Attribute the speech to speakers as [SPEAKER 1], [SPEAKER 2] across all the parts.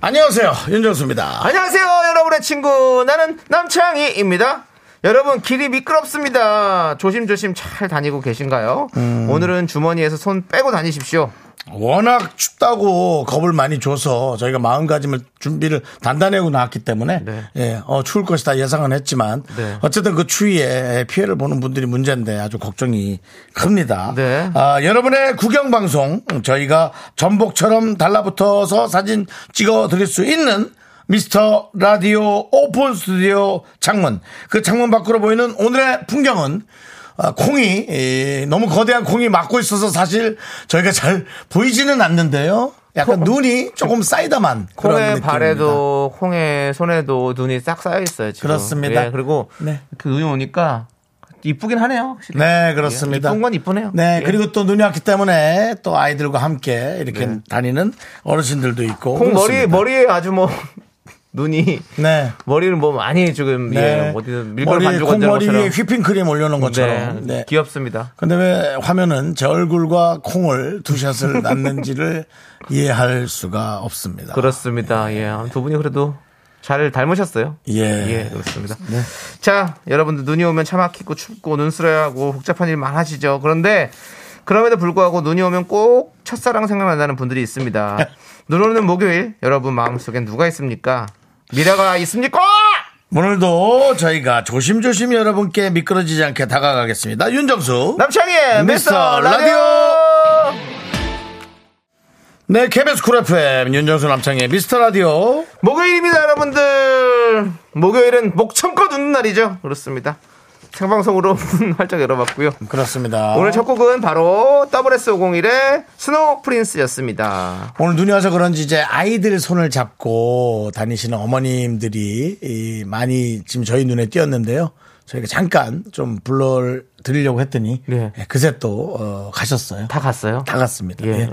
[SPEAKER 1] 안녕하세요. 윤정수입니다.
[SPEAKER 2] 안녕하세요, 여러분의 친구. 나는 남창희입니다. 여러분, 길이 미끄럽습니다. 조심조심 잘 다니고 계신가요?
[SPEAKER 1] 음.
[SPEAKER 2] 오늘은 주머니에서 손 빼고 다니십시오.
[SPEAKER 1] 워낙 춥다고 겁을 많이 줘서 저희가 마음가짐을 준비를 단단하고 나왔기 때문에
[SPEAKER 2] 네.
[SPEAKER 1] 예, 어, 추울 것이다 예상은 했지만
[SPEAKER 2] 네.
[SPEAKER 1] 어쨌든 그 추위에 피해를 보는 분들이 문제인데 아주 걱정이 큽니다.
[SPEAKER 2] 네.
[SPEAKER 1] 아, 여러분의 구경 방송 저희가 전복처럼 달라붙어서 사진 찍어 드릴 수 있는 미스터 라디오 오픈 스튜디오 창문 그 창문 밖으로 보이는 오늘의 풍경은 아, 콩이 예, 너무 거대한 콩이 막고 있어서 사실 저희가 잘 보이지는 않는데요. 약간 눈이 조금 쌓이다만 그런
[SPEAKER 2] 콩의
[SPEAKER 1] 느낌입니다.
[SPEAKER 2] 발에도, 콩의 손에도 눈이 싹 쌓여있어요, 지금.
[SPEAKER 1] 그렇습니다.
[SPEAKER 2] 예, 그리고
[SPEAKER 1] 네.
[SPEAKER 2] 그 눈이 오니까 이쁘긴 하네요, 확실히.
[SPEAKER 1] 네 그렇습니다.
[SPEAKER 2] 예, 이쁜 건 이쁘네요.
[SPEAKER 1] 네
[SPEAKER 2] 예.
[SPEAKER 1] 그리고 또 눈이 왔기 때문에 또 아이들과 함께 이렇게 다니는 어르신들도 있고
[SPEAKER 2] 네. 콩 머리,
[SPEAKER 1] 그렇습니다.
[SPEAKER 2] 머리에 아주 뭐, 눈이.
[SPEAKER 1] 네.
[SPEAKER 2] 머리를 뭐 많이 지금,
[SPEAKER 1] 네.
[SPEAKER 2] 예, 어디든 밀가루
[SPEAKER 1] 머리에
[SPEAKER 2] 반죽 얹은
[SPEAKER 1] 콩머리
[SPEAKER 2] 것처럼.
[SPEAKER 1] 위에 휘핑크림 올려놓은
[SPEAKER 2] 네,
[SPEAKER 1] 것처럼. 네.
[SPEAKER 2] 귀엽습니다.
[SPEAKER 1] 근데 왜 화면은 제 얼굴과 콩을 두 샷을 났는지를 이해할 수가 없습니다.
[SPEAKER 2] 그렇습니다. 예. 두 분이 그래도 잘 닮으셨어요.
[SPEAKER 1] 예.
[SPEAKER 2] 예, 그렇습니다. 자, 여러분들 눈이 오면 차 막히고 춥고 눈 쓰려야 하고 복잡한 일 많아지죠. 그런데 그럼에도 불구하고 눈이 오면 꼭 첫사랑 생각난다는 분들이 있습니다. 눈 오는 목요일 여러분 마음속엔 누가 있습니까? 미라가 있습니까?
[SPEAKER 1] 오늘도 저희가 조심조심 여러분께 미끄러지지 않게 다가가겠습니다. 윤정수.
[SPEAKER 2] 남창희의
[SPEAKER 1] 미스터
[SPEAKER 2] 미스터 라디오!
[SPEAKER 1] 네, KBS 쿨 FM 윤정수 남창의 미스터 라디오.
[SPEAKER 2] 목요일입니다, 여러분들. 목요일은 목청껏 웃는 날이죠. 그렇습니다. 생방송으로 문 활짝 열어봤고요.
[SPEAKER 1] 그렇습니다.
[SPEAKER 2] 오늘 첫 곡은 바로 WS501의 스노우 프린스였습니다.
[SPEAKER 1] 오늘 눈이 와서 그런지 이제 아이들 손을 잡고 다니시는 어머님들이 이 많이 지금 저희 눈에 띄었는데요. 저희가 잠깐 좀 불러 드리려고 했더니
[SPEAKER 2] 네.
[SPEAKER 1] 예, 그새 또 어, 가셨어요.
[SPEAKER 2] 다 갔어요?
[SPEAKER 1] 다 갔습니다.
[SPEAKER 2] 예.
[SPEAKER 1] 예.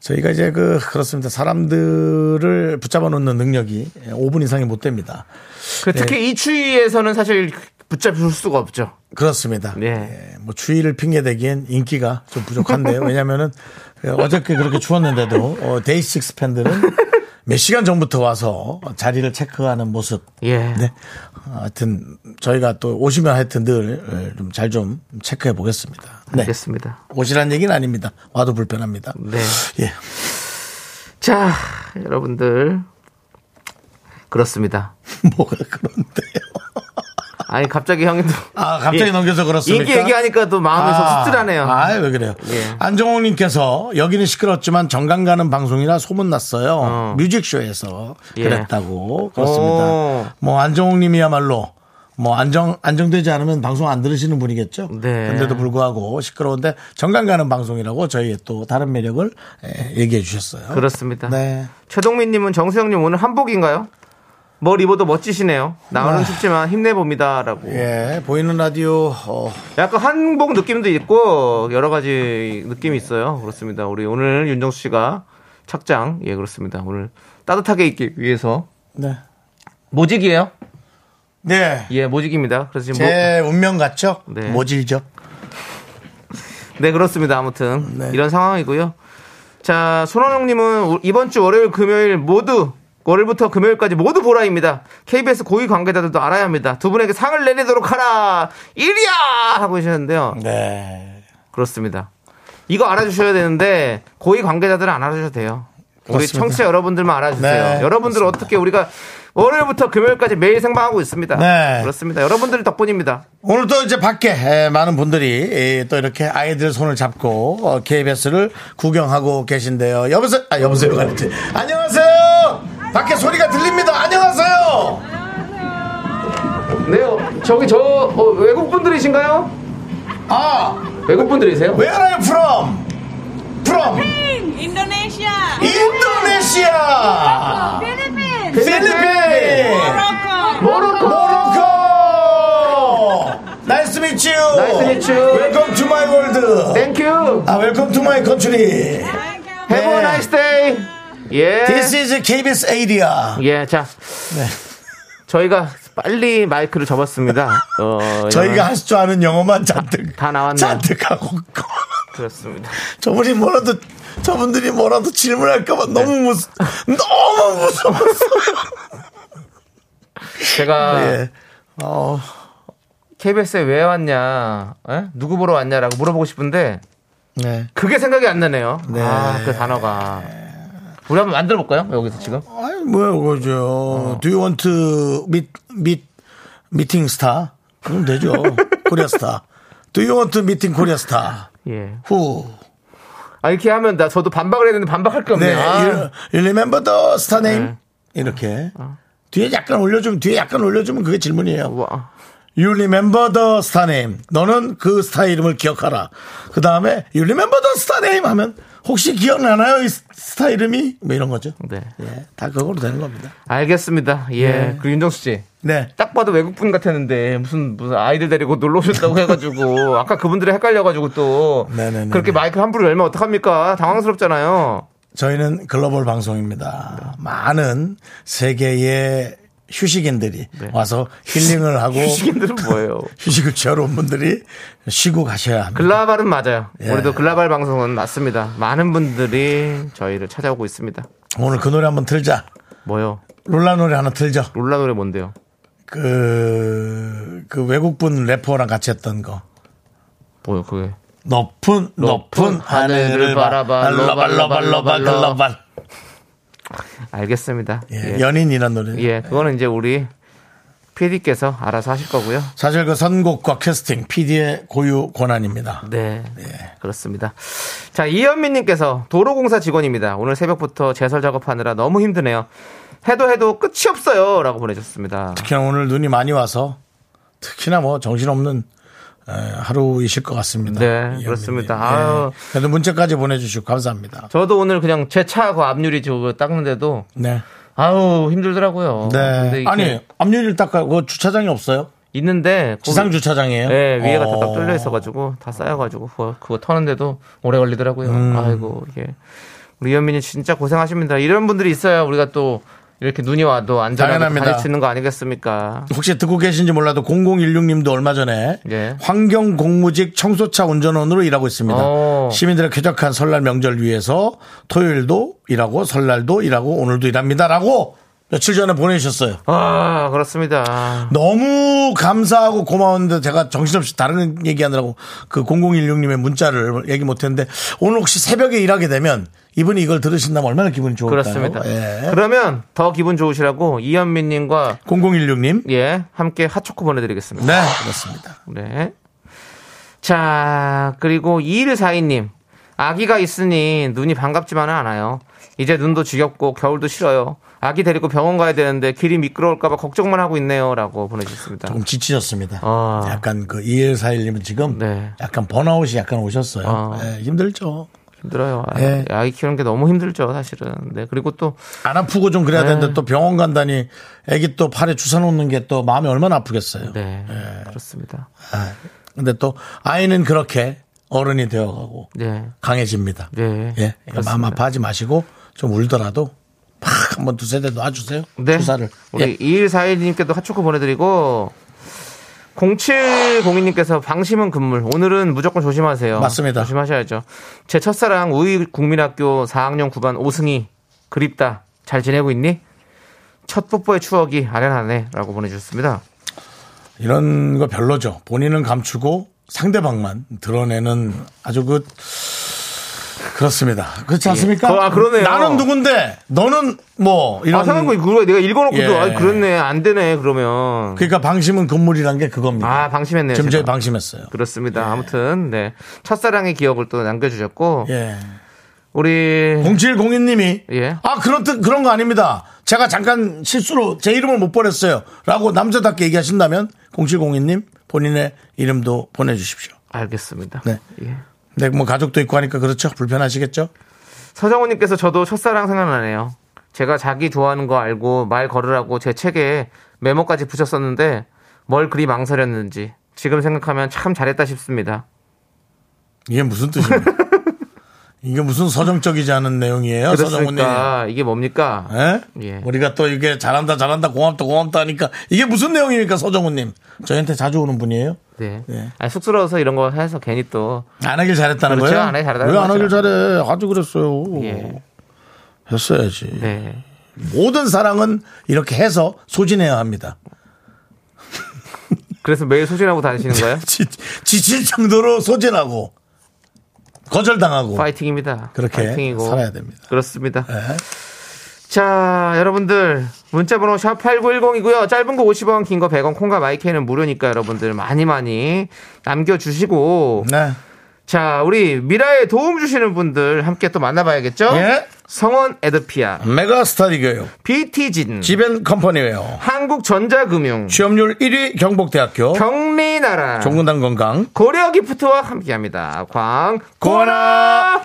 [SPEAKER 1] 저희가 이제 그 그렇습니다. 사람들을 붙잡아 놓는 능력이 5분 이상이 못 됩니다.
[SPEAKER 2] 그 특히 이 추위에서는 사실 붙잡을 수가 없죠.
[SPEAKER 1] 그렇습니다.
[SPEAKER 2] 네.
[SPEAKER 1] 예, 뭐 추위를 핑계대기엔 인기가 좀 부족한데요. 왜냐면은 어저께 그렇게 추웠는데도 어, 데이식스 팬들은 몇 시간 전부터 와서 자리를 체크하는 모습.
[SPEAKER 2] 예.
[SPEAKER 1] 네. 하여튼 저희가 또 오시면 하여튼 늘 예, 좀 잘 좀 체크해 보겠습니다. 네.
[SPEAKER 2] 알겠습니다.
[SPEAKER 1] 오시란 얘기는 아닙니다. 와도 불편합니다.
[SPEAKER 2] 네.
[SPEAKER 1] 예.
[SPEAKER 2] 자, 여러분들. 그렇습니다.
[SPEAKER 1] 뭐가 그런데요?
[SPEAKER 2] 아니, 갑자기 형이 또.
[SPEAKER 1] 아, 갑자기
[SPEAKER 2] 예.
[SPEAKER 1] 넘겨서 그렇습니까?
[SPEAKER 2] 인기 얘기하니까 또 마음이 아, 씁쓸하네요.
[SPEAKER 1] 아, 왜 그래요?
[SPEAKER 2] 예.
[SPEAKER 1] 안정홍님께서 여기는 시끄럽지만 정강 가는 방송이라 소문났어요. 뮤직쇼에서
[SPEAKER 2] 예.
[SPEAKER 1] 그랬다고. 그렇습니다.
[SPEAKER 2] 오.
[SPEAKER 1] 뭐 안정홍님이야말로 뭐 안정 안정되지 않으면 방송 안 들으시는 분이겠죠.
[SPEAKER 2] 네.
[SPEAKER 1] 그런데도 불구하고 시끄러운데 정강 가는 방송이라고 저희의 또 다른 매력을 예, 얘기해 주셨어요.
[SPEAKER 2] 그렇습니다.
[SPEAKER 1] 네.
[SPEAKER 2] 최동민님은 정수영님 오늘 한복인가요? 뭘 입어도 멋지시네요. 나오는 춥지만 힘내봅니다라고.
[SPEAKER 1] 예, 보이는 라디오 어,
[SPEAKER 2] 약간 한복 느낌도 있고 여러 가지 느낌이 있어요. 그렇습니다. 우리 오늘 윤정수 씨가 착장 예 그렇습니다. 오늘 따뜻하게 입기 위해서
[SPEAKER 1] 네.
[SPEAKER 2] 모직이에요.
[SPEAKER 1] 네.
[SPEAKER 2] 예 모직입니다. 그래서 지금 뭐,
[SPEAKER 1] 제 운명 같죠?
[SPEAKER 2] 네.
[SPEAKER 1] 모질죠.
[SPEAKER 2] 네 그렇습니다. 아무튼
[SPEAKER 1] 네.
[SPEAKER 2] 이런 상황이고요. 자 손원웅님은 우- 이번 주 월요일 금요일 모두 월요일부터 금요일까지 모두 보라입니다. KBS 고위 관계자들도 알아야 합니다. 두 분에게 상을 내리도록 하라. 일이야 하고 계셨는데요.
[SPEAKER 1] 네.
[SPEAKER 2] 그렇습니다. 이거 알아주셔야 되는데 고위 관계자들은 안 알아주셔도 돼요. 우리
[SPEAKER 1] 그렇습니다.
[SPEAKER 2] 청취자 여러분들만 알아주세요.
[SPEAKER 1] 네,
[SPEAKER 2] 여러분들 어떻게 우리가 월요일부터 금요일까지 매일 생방하고 있습니다.
[SPEAKER 1] 네.
[SPEAKER 2] 그렇습니다. 여러분들 덕분입니다.
[SPEAKER 1] 오늘 또 이제 밖에 에, 많은 분들이 에, 또 이렇게 아이들 손을 잡고 어, KBS를 구경하고 계신데요. 여보세요? 아, 여보세요? 가는데. 안녕하세요! 밖에 소리가 들립니다. 안녕하세요!
[SPEAKER 2] 네, 요 저기 저 외국 분들이신가요?
[SPEAKER 1] 아,
[SPEAKER 2] 외국 분들이세요?
[SPEAKER 1] where are you from? From
[SPEAKER 3] Indonesia.
[SPEAKER 1] Indonesia!
[SPEAKER 3] Philippines.
[SPEAKER 1] 필리핀! 모로코! 모로코! 나이스 미츠 유!
[SPEAKER 2] Nice to meet you. 네.
[SPEAKER 1] 웰컴 투 마이 월드!
[SPEAKER 2] 땡큐.
[SPEAKER 1] 아, 웰컴 투 마이 컨트리! 아,
[SPEAKER 2] Have
[SPEAKER 1] 네.
[SPEAKER 2] a nice day. 예.
[SPEAKER 1] This is KBS 에이디야.
[SPEAKER 2] 예, 자.
[SPEAKER 1] 네.
[SPEAKER 2] 저희가 빨리 마이크를 접었습니다. 어,
[SPEAKER 1] 저희가 할 줄 아는 영어만 잔뜩
[SPEAKER 2] 다 나왔네요.
[SPEAKER 1] 잔뜩 하고
[SPEAKER 2] 그렇습니다.
[SPEAKER 1] 저분이 뭐라도 저분들이 뭐라도 질문할까봐
[SPEAKER 2] 네.
[SPEAKER 1] 너무 무서 너무 무서웠어.
[SPEAKER 2] 제가
[SPEAKER 1] 예. 어,
[SPEAKER 2] KBS에 왜 왔냐, 예? 누구 보러 왔냐라고 물어보고 싶은데
[SPEAKER 1] 네.
[SPEAKER 2] 그게 생각이 안 나네요. 아, 그 단어가. 우리 한번 만들어 볼까요? 여기서 지금.
[SPEAKER 1] 아니 뭐야 그거죠. 어,
[SPEAKER 2] 어.
[SPEAKER 1] Do you want to meet meet meeting star? 그럼 되죠. 코리아 스타. Do you want to meeting 코리아 스타?
[SPEAKER 2] 예.
[SPEAKER 1] Who?
[SPEAKER 2] 아 이렇게 하면 나 저도 반박을 했는데 반박할 게
[SPEAKER 1] 네.
[SPEAKER 2] 없네요. 네. 아,
[SPEAKER 1] You, you remember the star name? 이렇게.
[SPEAKER 2] 어.
[SPEAKER 1] 뒤에 약간 올려주면 뒤에 약간 올려주면 그게 질문이에요.
[SPEAKER 2] 와.
[SPEAKER 1] You remember the star name. 너는 그 스타 이름을 기억하라. 그 다음에 You remember the star name 하면 혹시 기억나나요? 이 스- 스타 이름이? 뭐 이런 거죠.
[SPEAKER 2] 네.
[SPEAKER 1] 예, 다 그걸로 되는 겁니다.
[SPEAKER 2] 알겠습니다. 예. 그리고 윤정수 씨.
[SPEAKER 1] 네.
[SPEAKER 2] 딱 봐도 외국분 같았는데 무슨 무슨 아이들 데리고 놀러 오셨다고 해가지고 아까 그분들이 헷갈려가지고 또
[SPEAKER 1] 네네네네. 뭐.
[SPEAKER 2] 그렇게 마이크 함부로 열면 어떡합니까? 당황스럽잖아요.
[SPEAKER 1] 저희는 글로벌 방송입니다. 많은 세계의 휴식인들이 와서 힐링을 하고
[SPEAKER 2] 네. 휴식인들은 뭐예요?
[SPEAKER 1] 휴식을 취하러 온 분들이 쉬고 가셔야 합니다.
[SPEAKER 2] 글라발은 맞아요.
[SPEAKER 1] 예.
[SPEAKER 2] 우리도 글라발 방송은 맞습니다. 많은 분들이 저희를 찾아오고 있습니다.
[SPEAKER 1] 오늘 그 노래 한번 틀자.
[SPEAKER 2] 뭐요?
[SPEAKER 1] 롤라 노래 하나 틀죠.
[SPEAKER 2] 롤라 노래 뭔데요?
[SPEAKER 1] 그, 그 외국분 래퍼랑 같이 했던 거.
[SPEAKER 2] 뭐요 그게?
[SPEAKER 1] 높은 높은 하늘을 바라봐 로발 로발 로발 로발
[SPEAKER 2] 알겠습니다.
[SPEAKER 1] 예, 연인이란 노래
[SPEAKER 2] 예, 그거는 이제 우리 PD께서 알아서 하실 거고요.
[SPEAKER 1] 사실 그 선곡과 캐스팅 PD의 고유 권한입니다
[SPEAKER 2] 네.
[SPEAKER 1] 예.
[SPEAKER 2] 그렇습니다. 자, 이현민님께서 도로공사 직원입니다. 오늘 새벽부터 제설 작업하느라 너무 힘드네요. 해도 해도 끝이 없어요. 라고 보내셨습니다.
[SPEAKER 1] 특히나 오늘 눈이 많이 와서 특히나 뭐 정신없는 에, 하루이실 것 같습니다
[SPEAKER 2] 네,
[SPEAKER 1] 이현민님.
[SPEAKER 2] 그렇습니다.
[SPEAKER 1] 예.
[SPEAKER 2] 아유.
[SPEAKER 1] 그래도 문자까지 보내주시고 감사합니다
[SPEAKER 2] 저도 오늘 그냥 제 차하고 앞유리 저거 닦는데도
[SPEAKER 1] 네,
[SPEAKER 2] 아우 힘들더라고요. 근데
[SPEAKER 1] 네.
[SPEAKER 2] 이게
[SPEAKER 1] 아니 앞유리를 닦아 그 주차장이 없어요
[SPEAKER 2] 있는데 거기-
[SPEAKER 1] 지상 주차장이에요
[SPEAKER 2] 예, 위에가
[SPEAKER 1] 어.
[SPEAKER 2] 다딱 뚫려 있어가지고 다 쌓여가지고 그거, 그거 터는데도 오래 걸리더라고요.
[SPEAKER 1] 음.
[SPEAKER 2] 아이고 이게 우리 현민이 진짜 고생하십니다. 이런 분들이 있어야 우리가 또 이렇게 눈이 와도 안전하게
[SPEAKER 1] 당연합니다.
[SPEAKER 2] 다닐 수 있는 거 아니겠습니까?
[SPEAKER 1] 혹시 듣고 계신지 몰라도 0016님도 얼마 전에
[SPEAKER 2] 예.
[SPEAKER 1] 환경 공무직 청소차 운전원으로 일하고 있습니다.
[SPEAKER 2] 오.
[SPEAKER 1] 시민들의 쾌적한 설날 명절 위해서 토요일도 일하고 설날도 일하고 오늘도 일합니다라고 며칠 전에 보내주셨어요.
[SPEAKER 2] 아 그렇습니다.
[SPEAKER 1] 너무 감사하고 고마운데 제가 정신없이 다른 얘기하느라고 그 0016님의 문자를 얘기 못했는데 오늘 혹시 새벽에 일하게 되면 이분이 이걸 들으신다면 얼마나 기분이 좋을까요?
[SPEAKER 2] 그렇습니다.
[SPEAKER 1] 예.
[SPEAKER 2] 그러면 더 기분 좋으시라고 이현민님과
[SPEAKER 1] 0016님.
[SPEAKER 2] 예 함께 핫초코 보내드리겠습니다.
[SPEAKER 1] 네, 그렇습니다.
[SPEAKER 2] 네. 자, 그리고 2142님. 아기가 있으니 눈이 반갑지만은 않아요. 이제 눈도 지겹고 겨울도 싫어요. 아기 데리고 병원 가야 되는데 길이 미끄러울까봐 걱정만 하고 있네요. 라고 보내주셨습니다.
[SPEAKER 1] 조금 지치셨습니다.
[SPEAKER 2] 아.
[SPEAKER 1] 약간 그 2141님은 지금
[SPEAKER 2] 네.
[SPEAKER 1] 약간 번아웃이 약간 오셨어요.
[SPEAKER 2] 아.
[SPEAKER 1] 예, 힘들죠.
[SPEAKER 2] 힘들어요. 아,
[SPEAKER 1] 네.
[SPEAKER 2] 아기 키우는 게 너무 힘들죠, 사실은. 네. 그리고 또,
[SPEAKER 1] 안 아프고 좀 그래야
[SPEAKER 2] 네.
[SPEAKER 1] 되는데 또 병원 간다니 애기 또 팔에 주사 놓는 게 또 마음이 얼마나 아프겠어요.
[SPEAKER 2] 네. 그렇습니다.
[SPEAKER 1] 예. 근데 또 아이는 그렇게 어른이 되어가고
[SPEAKER 2] 네.
[SPEAKER 1] 강해집니다.
[SPEAKER 2] 네.
[SPEAKER 1] 예. 그러니까 마음
[SPEAKER 2] 그렇습니다.
[SPEAKER 1] 아파하지 마시고 좀 울더라도 팍 한번 두세 대 놔주세요.
[SPEAKER 2] 네.
[SPEAKER 1] 주사를.
[SPEAKER 2] 우리
[SPEAKER 1] 예.
[SPEAKER 2] 2141님께도 핫초코 보내드리고, 0702님께서 방심은 금물. 오늘은 무조건 조심하세요.
[SPEAKER 1] 맞습니다.
[SPEAKER 2] 조심하셔야죠. 제 첫사랑 우이 국민학교 4학년 9반 오승희. 그립다. 잘 지내고 있니? 첫 뽀뽀의 추억이 아련하네. 라고 보내주셨습니다. 아,
[SPEAKER 1] 이런 거 별로죠. 본인은 감추고 상대방만 드러내는 아주 그 그렇습니다. 그렇지 않습니까?
[SPEAKER 2] 그- 아, 그러네요.
[SPEAKER 1] 나는 누군데 너는 뭐 이런
[SPEAKER 2] 아, 생각해보니 그거 내가 읽어놓고도,
[SPEAKER 1] 예.
[SPEAKER 2] 아, 그렇네. 안 되네. 그러면.
[SPEAKER 1] 그러니까 방심은 금물이란 게 그겁니다.
[SPEAKER 2] 아, 방심했네요.
[SPEAKER 1] 지금 저희
[SPEAKER 2] 제가.
[SPEAKER 1] 방심했어요. 예.
[SPEAKER 2] 그렇습니다. 아무튼, 네. 첫사랑의 기억을 또 남겨주셨고,
[SPEAKER 1] 예.
[SPEAKER 2] 우리.
[SPEAKER 1] 0702님이
[SPEAKER 2] 예.
[SPEAKER 1] 아 그런 뜻 그런 거 아닙니다. 제가 잠깐 실수로 제 이름을 못 보냈어요라고 남자답게 얘기하신다면 0702님 본인의 이름도 보내주십시오.
[SPEAKER 2] 알겠습니다.
[SPEAKER 1] 네.
[SPEAKER 2] 예.
[SPEAKER 1] 네, 뭐 가족도 있고 하니까 그렇죠. 불편하시겠죠?
[SPEAKER 2] 서정훈님께서 저도 첫사랑 생각나네요. 제가 자기 좋아하는 거 알고 말 걸으라고 제 책에 메모까지 붙였었는데 뭘 그리 망설였는지 지금 생각하면 참 잘했다 싶습니다.
[SPEAKER 1] 이게 무슨 뜻입니까? 이게 무슨 서정적이지 않은 내용이에요, 아, 서정훈님.
[SPEAKER 2] 그렇습니까? 이게 뭡니까?
[SPEAKER 1] 예?
[SPEAKER 2] 예.
[SPEAKER 1] 우리가 또 이게 잘한다, 잘한다, 고맙다, 고맙다 하니까 이게 무슨 내용입니까, 서정훈님? 저희한테 자주 오는 분이에요?
[SPEAKER 2] 네.
[SPEAKER 1] 예.
[SPEAKER 2] 아니, 쑥스러워서 이런 거 해서 괜히 또
[SPEAKER 1] 안 하길 잘했다는
[SPEAKER 2] 그렇죠, 안
[SPEAKER 1] 거예요?
[SPEAKER 2] 하길 잘했다는
[SPEAKER 1] 왜 안 하길
[SPEAKER 2] 거죠.
[SPEAKER 1] 잘해? 아주 그랬어요.
[SPEAKER 2] 예.
[SPEAKER 1] 했어야지.
[SPEAKER 2] 네.
[SPEAKER 1] 모든 사랑은 이렇게 해서 소진해야 합니다.
[SPEAKER 2] 그래서 매일 소진하고 다니시는 거예요?
[SPEAKER 1] 지, 지칠 정도로 소진하고 거절당하고
[SPEAKER 2] 파이팅입니다.
[SPEAKER 1] 그렇게
[SPEAKER 2] 파이팅이고.
[SPEAKER 1] 살아야 됩니다.
[SPEAKER 2] 그렇습니다.
[SPEAKER 1] 예.
[SPEAKER 2] 자, 여러분들 문자 번호 샵 8910이고요. 짧은 거 50원, 긴 거 100원, 콩과 마이크는 무료니까 여러분들 많이 많이 남겨 주시고
[SPEAKER 1] 네.
[SPEAKER 2] 자, 우리 미라에 도움 주시는 분들 함께 또 만나봐야겠죠?
[SPEAKER 1] 예.
[SPEAKER 2] 성원 에드피아,
[SPEAKER 1] 메가스타 리그요.
[SPEAKER 2] BT진,
[SPEAKER 1] 지벤 컴퍼니웨어.
[SPEAKER 2] 한국전자금융,
[SPEAKER 1] 취업률 1위 경북대학교.
[SPEAKER 2] 경리나라,
[SPEAKER 1] 종근당 건강.
[SPEAKER 2] 고려기프트와 함께합니다. 광고나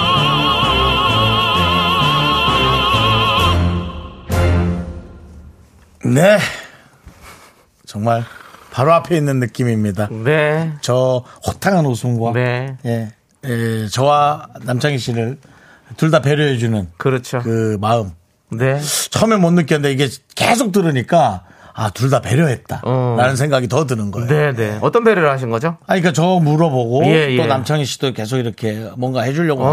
[SPEAKER 1] 네. 정말 바로 앞에 있는 느낌입니다.
[SPEAKER 2] 네.
[SPEAKER 1] 저 호탕한 웃음과
[SPEAKER 2] 네.
[SPEAKER 1] 예, 예, 저와 남창희 씨를 둘 다 배려해주는
[SPEAKER 2] 그렇죠.
[SPEAKER 1] 그 마음.
[SPEAKER 2] 네.
[SPEAKER 1] 처음에 못 느꼈는데 이게 계속 들으니까 아, 둘 다 배려했다.
[SPEAKER 2] 어.
[SPEAKER 1] 라는 생각이 더 드는 거예요.
[SPEAKER 2] 네, 네. 어떤 배려를 하신 거죠?
[SPEAKER 1] 아니, 그러니까 저 물어보고
[SPEAKER 2] 예,
[SPEAKER 1] 또
[SPEAKER 2] 예.
[SPEAKER 1] 남창희 씨도 계속 이렇게 뭔가 해주려고
[SPEAKER 2] 어.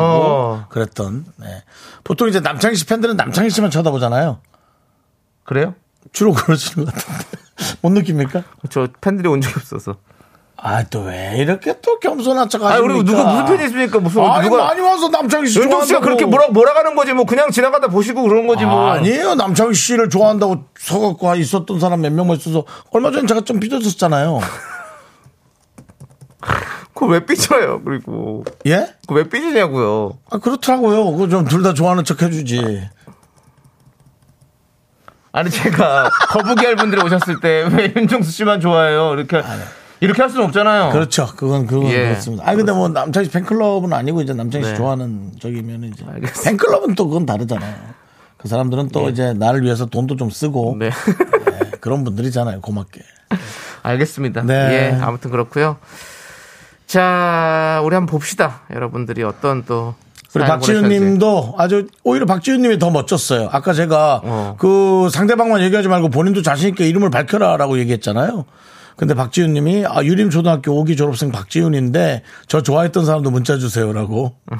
[SPEAKER 1] 하고 그랬던. 예. 보통 이제 남창희 씨 팬들은 남창희 씨만 쳐다보잖아요.
[SPEAKER 2] 그래요?
[SPEAKER 1] 주로 그러시는 것 같은데. 못 느낍니까?
[SPEAKER 2] 저 팬들이 온 적이 없어서.
[SPEAKER 1] 아 또 왜 이렇게 또 겸손한 척 하십니까?
[SPEAKER 2] 아니, 우리 누가 무슨 팬이 있습니까? 무슨
[SPEAKER 1] 아니
[SPEAKER 2] 누가-
[SPEAKER 1] 많이 와서 남창희 씨
[SPEAKER 2] 윤종 씨가
[SPEAKER 1] 좋아한다고.
[SPEAKER 2] 그렇게 뭐라, 뭐라가는 거지, 뭐, 그냥 지나가다 보시고 그런 거지, 뭐.
[SPEAKER 1] 아니에요 남창희 씨를 좋아한다고 서갖고 있었던 사람 몇 명만 있어서 얼마 전에 제가 좀 삐졌었잖아요.
[SPEAKER 2] 그걸 왜 삐져요, 그리고.
[SPEAKER 1] 예?
[SPEAKER 2] 그왜 삐지냐고요.
[SPEAKER 1] 아, 그렇더라고요. 그 좀 둘 다 좋아하는 척 해주지.
[SPEAKER 2] 아니, 제가 거북이할 분들이 오셨을 때 왜 윤종수 씨만 좋아해요? 이렇게, 이렇게 할 수는 없잖아요.
[SPEAKER 1] 네. 그렇죠. 그건 그건
[SPEAKER 2] 예.
[SPEAKER 1] 그렇습니다. 아 근데 뭐 남창희 씨 팬클럽은 아니고 이제 남창희 씨
[SPEAKER 2] 네.
[SPEAKER 1] 좋아하는 저기면 이제
[SPEAKER 2] 알겠습니다. 예.
[SPEAKER 1] 팬클럽은 또 그건 다르잖아요. 그 사람들은 또 이제 나를 위해서 돈도 좀 쓰고
[SPEAKER 2] 네.
[SPEAKER 1] 네, 그런 분들이잖아요. 고맙게.
[SPEAKER 2] 알겠습니다.
[SPEAKER 1] 네.
[SPEAKER 2] 예, 아무튼 그렇고요 자, 우리 한번 봅시다. 여러분들이 어떤 또.
[SPEAKER 1] 우리
[SPEAKER 2] 사연을
[SPEAKER 1] 박지윤
[SPEAKER 2] 보내셨는지.
[SPEAKER 1] 님도 아주 오히려 박지윤 님이 더 멋졌어요. 아까 제가
[SPEAKER 2] 어.
[SPEAKER 1] 그 상대방만 얘기하지 말고 본인도 자신있게 이름을 밝혀라라고 얘기했잖아요. 근데 박지윤 님이 아, 유림 초등학교 5기 졸업생 박지윤인데 저 좋아했던 사람도 문자 주세요라고.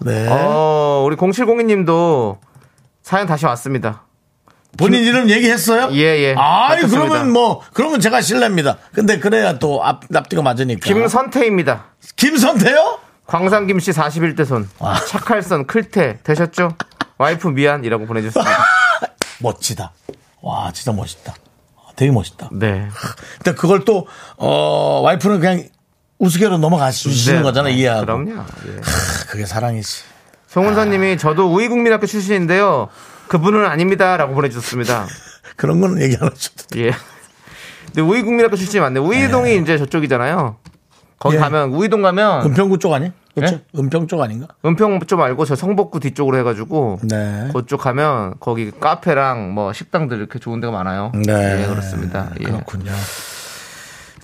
[SPEAKER 1] 네.
[SPEAKER 2] 어, 우리 0702 님도 사연 다시 왔습니다.
[SPEAKER 1] 본인 이름 얘기했어요?
[SPEAKER 2] 예, 예.
[SPEAKER 1] 아이,
[SPEAKER 2] 밝혔습니다.
[SPEAKER 1] 그러면 뭐, 그러면 제가 실례입니다. 근데 그래야 또 앞, 앞뒤가 맞으니까.
[SPEAKER 2] 김선태입니다.
[SPEAKER 1] 김선태요?
[SPEAKER 2] 광산 김씨 41대 손.
[SPEAKER 1] 아.
[SPEAKER 2] 착할선 클태 되셨죠? 와이프 미안이라고 보내주셨습니다.
[SPEAKER 1] 멋지다. 와, 진짜 멋있다. 아, 되게 멋있다.
[SPEAKER 2] 네.
[SPEAKER 1] 근데 그걸 또, 어, 와이프는 그냥 우스개로 넘어가시는
[SPEAKER 2] 네.
[SPEAKER 1] 거잖아, 이해하고.
[SPEAKER 2] 그럼요. 예.
[SPEAKER 1] 크, 그게 사랑이지.
[SPEAKER 2] 송은선님이 저도 우이국민학교 출신인데요. 그분은 아닙니다라고 보내주셨습니다.
[SPEAKER 1] 그런 거는 얘기 안 하셔도 돼.
[SPEAKER 2] 예. 근데 우이국민학교 출신이 맞네. 우이동이 이제 저쪽이잖아요. 거기
[SPEAKER 1] 예.
[SPEAKER 2] 가면 우이동 가면
[SPEAKER 1] 은평구 쪽 아니? 그렇죠?
[SPEAKER 2] 예?
[SPEAKER 1] 은평 쪽 아닌가?
[SPEAKER 2] 은평 쪽 말고 저 성북구 뒤쪽으로 해가지고
[SPEAKER 1] 네.
[SPEAKER 2] 그쪽 가면 거기 카페랑 뭐 식당들 이렇게 좋은 데가 많아요.
[SPEAKER 1] 네.
[SPEAKER 2] 예, 그렇습니다. 예.
[SPEAKER 1] 그렇군요.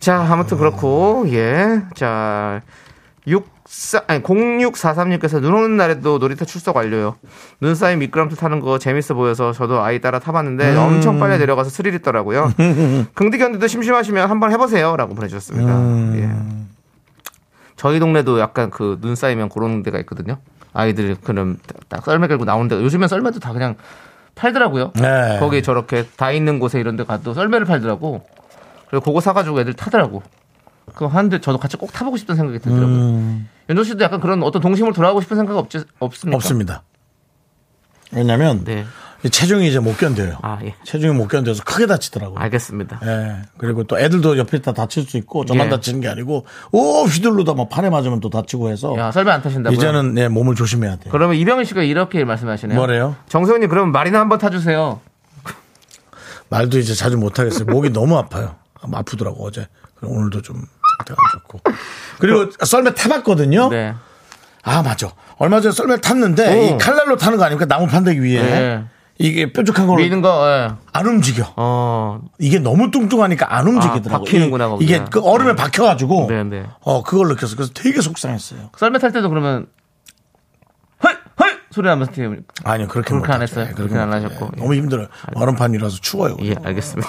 [SPEAKER 2] 자, 아무튼 그렇고, 예. 자, 64, 아니, 0643님께서 눈 오는 날에도 놀이터 출석 완료요. 눈 쌓인 미끄럼틀 타는 거 재밌어 보여서 저도 아이 따라 타봤는데 엄청 빨리 내려가서 스릴 있더라고요. 긍디 견디도 심심하시면 한번 해보세요. 라고 보내주셨습니다. 예. 저희 동네도 약간 그 눈 쌓이면 그런 데가 있거든요. 아이들 그럼 딱 썰매 끌고 나오는 데가 요즘엔 썰매도 다 그냥 팔더라고요.
[SPEAKER 1] 네.
[SPEAKER 2] 아, 거기 저렇게 다 있는 곳에 이런 데 가도 썰매를 팔더라고. 그리고 그거 사가지고 애들 타더라고. 그 하는데 저도 같이 꼭 타보고 싶다는 생각이 들더라고요. 윤종 씨도 약간 그런 어떤 동심을 돌아가고 싶은 생각 없지 음. 없습니까?
[SPEAKER 1] 없습니다. 왜냐면
[SPEAKER 2] 네.
[SPEAKER 1] 이 체중이 이제 못 견뎌요.
[SPEAKER 2] 아 예.
[SPEAKER 1] 체중이 못 견뎌서 크게 다치더라고요.
[SPEAKER 2] 알겠습니다.
[SPEAKER 1] 예. 그리고 또 애들도 옆에 있다 다칠 수 있고 저만
[SPEAKER 2] 예.
[SPEAKER 1] 다치는 게 아니고 오 휘둘르다 막 팔에 맞으면 또 다치고 해서
[SPEAKER 2] 야 설마 안 타신다고요?
[SPEAKER 1] 이제는 내 몸을 조심해야 돼요.
[SPEAKER 2] 그러면 이병희 씨가 이렇게 말씀하시네요.
[SPEAKER 1] 뭐래요?
[SPEAKER 2] 정세훈님 그럼 말이나 한번 타주세요.
[SPEAKER 1] 말도 이제 자주 못 하겠어요. 목이 너무 아파요. 아마 아프더라고 어제. 그럼 오늘도 좀 상태가 안 좋고. 그리고 썰매 타봤거든요.
[SPEAKER 2] 네.
[SPEAKER 1] 아 맞아. 얼마 전에 썰매 탔는데
[SPEAKER 2] 오.
[SPEAKER 1] 이 칼날로 타는 거 아닙니까? 나무 판다기 위에
[SPEAKER 2] 네.
[SPEAKER 1] 이게 뾰족한 걸로
[SPEAKER 2] 미는 거. 예.
[SPEAKER 1] 안 움직여.
[SPEAKER 2] 어.
[SPEAKER 1] 이게 너무 뚱뚱하니까 안 움직이더라고요.
[SPEAKER 2] 아, 박히는구나, 거기가.
[SPEAKER 1] 이, 게그 얼음에 박혀가지고
[SPEAKER 2] 네, 네.
[SPEAKER 1] 어 그걸 느꼈어. 그래서 되게 속상했어요.
[SPEAKER 2] 썰매 탈 때도 그러면 헐! 헐! 소리 나면서 뛰어요.
[SPEAKER 1] 아니요 그렇게
[SPEAKER 2] 그렇게
[SPEAKER 1] 못
[SPEAKER 2] 안
[SPEAKER 1] 하죠.
[SPEAKER 2] 했어요?
[SPEAKER 1] 예,
[SPEAKER 2] 그렇게 안
[SPEAKER 1] 못 하죠.
[SPEAKER 2] 하셨고.
[SPEAKER 1] 예, 너무 힘들어요. 얼음판이라서 추워요.
[SPEAKER 2] 예, 알겠습니다.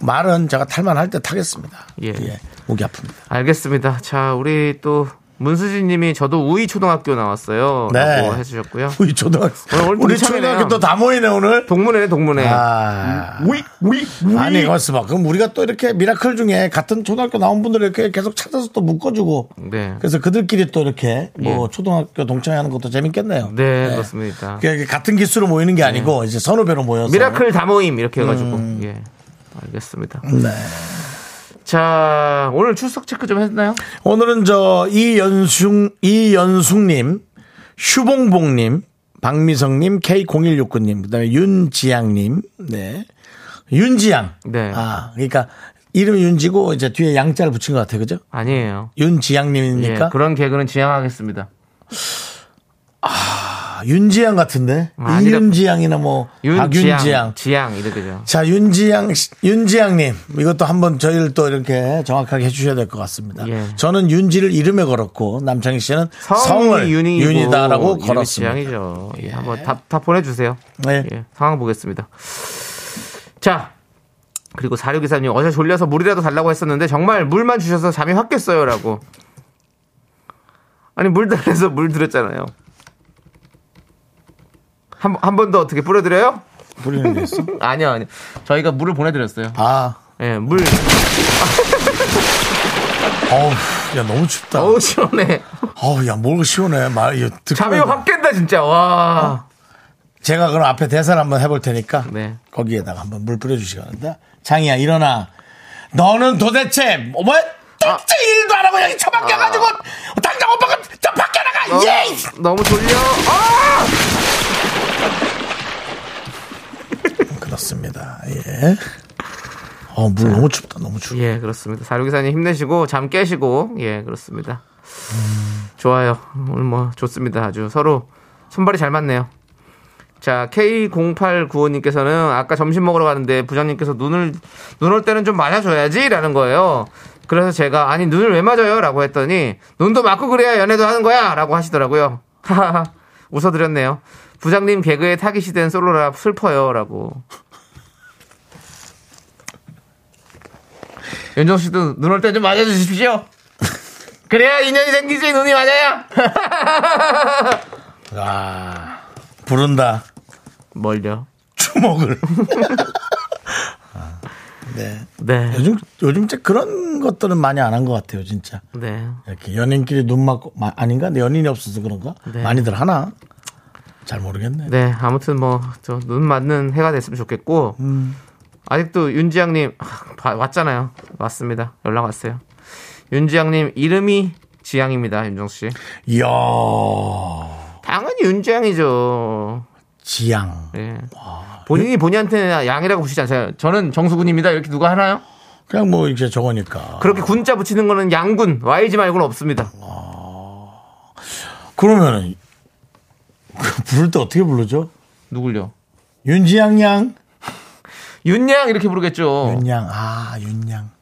[SPEAKER 1] 말은 제가 탈만할 때 타겠습니다.
[SPEAKER 2] 예.
[SPEAKER 1] 예, 목이 아픕니다.
[SPEAKER 2] 알겠습니다. 자, 우리 또 문수진 님이 저도 우이 초등학교 나왔어요.
[SPEAKER 1] 네.
[SPEAKER 2] 라고 해주셨고요.
[SPEAKER 1] 우리 초등학교
[SPEAKER 2] 오늘
[SPEAKER 1] 우리
[SPEAKER 2] 동창회네요.
[SPEAKER 1] 초등학교 또 다 모이네 오늘.
[SPEAKER 2] 동문회네, 동문회.
[SPEAKER 1] 아.
[SPEAKER 2] 우이, 우이, 우이.
[SPEAKER 1] 아니 이것을 봐. 그럼 우리가 또 이렇게 미라클 중에 같은 초등학교 나온 분들 이렇게 계속 찾아서 또 묶어주고.
[SPEAKER 2] 네.
[SPEAKER 1] 그래서 그들끼리 또 이렇게 뭐 초등학교 동창회하는 것도 재밌겠네요.
[SPEAKER 2] 예. 네, 그렇습니다.
[SPEAKER 1] 그냥 이렇게 같은 기수로 모이는 게 아니고 이제 선후배로 모여서.
[SPEAKER 2] 미라클 다 모임 이렇게 해가지고 예 알겠습니다.
[SPEAKER 1] 음. 네.
[SPEAKER 2] 자 오늘 출석 체크 좀 했나요?
[SPEAKER 1] 오늘은 저 이연숙 이연숙님, 휴봉봉님, 박미성님, K0169님, 그다음에 윤지양님, 네. 윤지양.
[SPEAKER 2] 네.
[SPEAKER 1] 아 그러니까 이름 윤지고 이제 뒤에 양자를 붙인 것 같아요, 그죠?
[SPEAKER 2] 아니에요.
[SPEAKER 1] 윤지양님입니까?
[SPEAKER 2] 예, 그런 개그는 지양하겠습니다.
[SPEAKER 1] 아, 윤지양 같은데
[SPEAKER 2] 아, 아니라-
[SPEAKER 1] 이윤지양이나 뭐
[SPEAKER 2] 윤지양,
[SPEAKER 1] 박윤지양.
[SPEAKER 2] 지양 이렇게죠.
[SPEAKER 1] 자 윤지양 씨- 윤지양님 이것도 한번 저희를 또 이렇게 정확하게 해주셔야 될 것 같습니다.
[SPEAKER 2] 예.
[SPEAKER 1] 저는 윤지를 이름에 걸었고 남창희 씨는 성을
[SPEAKER 2] 성이 윤이
[SPEAKER 1] 윤이다라고 걸었습니다.
[SPEAKER 2] 지양이죠. 예, 한번 답, 답 보내주세요.
[SPEAKER 1] 네.
[SPEAKER 2] 예, 상황 보겠습니다. 자 그리고 사료 기사님 어제 졸려서 물이라도 달라고 했었는데 정말 물만 주셔서 잠이 확 깼어요라고. 아니 물 달래서 물 드렸잖아요. 한 한 번 더 어떻게 뿌려드려요?
[SPEAKER 1] 부리는 게 있어?
[SPEAKER 2] 아니요, 아니요. 저희가 물을 보내드렸어요.
[SPEAKER 1] 아,
[SPEAKER 2] 예, 물.
[SPEAKER 1] 어우, 야 너무 춥다.
[SPEAKER 2] 어우, 시원해.
[SPEAKER 1] 어우, 야 뭐가 시원해. 말 이거 듣고
[SPEAKER 2] 잠이 확 깬다, 진짜. 와.
[SPEAKER 1] 제가 그럼 앞에 대사를 한번 해볼 테니까
[SPEAKER 2] 네.
[SPEAKER 1] 거기에다가 한번 물 뿌려주시기 바랍니다. 장이야 일어나. 너는 도대체 뭐
[SPEAKER 2] 아.
[SPEAKER 1] 진짜 일도 안 하고 여기 처박혀가지고 당장 오빠가 그, 저 밖에 나가.
[SPEAKER 2] 어,
[SPEAKER 1] 예.
[SPEAKER 2] 너무 졸려. 아!
[SPEAKER 1] 그렇습니다. 예. 어, 물 너무 춥다. 너무 추워.
[SPEAKER 2] 예, 그렇습니다. 사료기사님 힘내시고, 잠 깨시고, 예, 그렇습니다. 좋아요. 오늘 뭐, 좋습니다. 아주 서로 손발이 잘 맞네요. 자, K0895님께서는 아까 점심 먹으러 가는데 부장님께서 눈을, 눈 올 때는 좀 맞아줘야지? 라는 거예요. 그래서 제가, 아니, 눈을 왜 맞아요? 라고 했더니, 눈도 맞고 그래야 연애도 하는 거야! 라고 하시더라고요. 하하하. 웃어드렸네요. 부장님 개그에 타깃이 된 솔로라 슬퍼요. 라고. 윤정 씨도 눈 올 때 좀 맞아주십시오. 그래야 인연이 생기지, 눈이 맞아야!
[SPEAKER 1] 아, 부른다.
[SPEAKER 2] 뭘요?
[SPEAKER 1] 주먹을. 아, 네.
[SPEAKER 2] 네.
[SPEAKER 1] 요즘, 요즘 진짜 그런 것들은 많이 안 한 것 같아요, 진짜.
[SPEAKER 2] 네.
[SPEAKER 1] 이렇게 연인끼리 눈 맞고, 마- 아닌가? 근데 연인이 없어서 그런가?
[SPEAKER 2] 네.
[SPEAKER 1] 많이들 하나? 잘 모르겠네.
[SPEAKER 2] 네, 아무튼 뭐, 저, 눈 맞는 해가 됐으면 좋겠고, 아직도 윤지양님, 아, 봐- 왔잖아요. 왔습니다. 연락 왔어요. 윤지양님, 이름이 지양입니다, 윤정씨.
[SPEAKER 1] 이야,
[SPEAKER 2] 당연히 윤지양이죠.
[SPEAKER 1] 지양.
[SPEAKER 2] 예. 본인이 본인한테 양이라고 부르시지 않아요. 저는 정수군입니다. 이렇게 누가 하나요?
[SPEAKER 1] 그냥 뭐 이렇게 저거니까.
[SPEAKER 2] 그렇게 군자 붙이는 거는 양군, YG 말고는 없습니다.
[SPEAKER 1] 그러면은, 그 부를 때 어떻게 부르죠?
[SPEAKER 2] 누굴요?
[SPEAKER 1] 윤지양 양?
[SPEAKER 2] 윤양 이렇게 부르겠죠.
[SPEAKER 1] 윤양, 아, 윤양.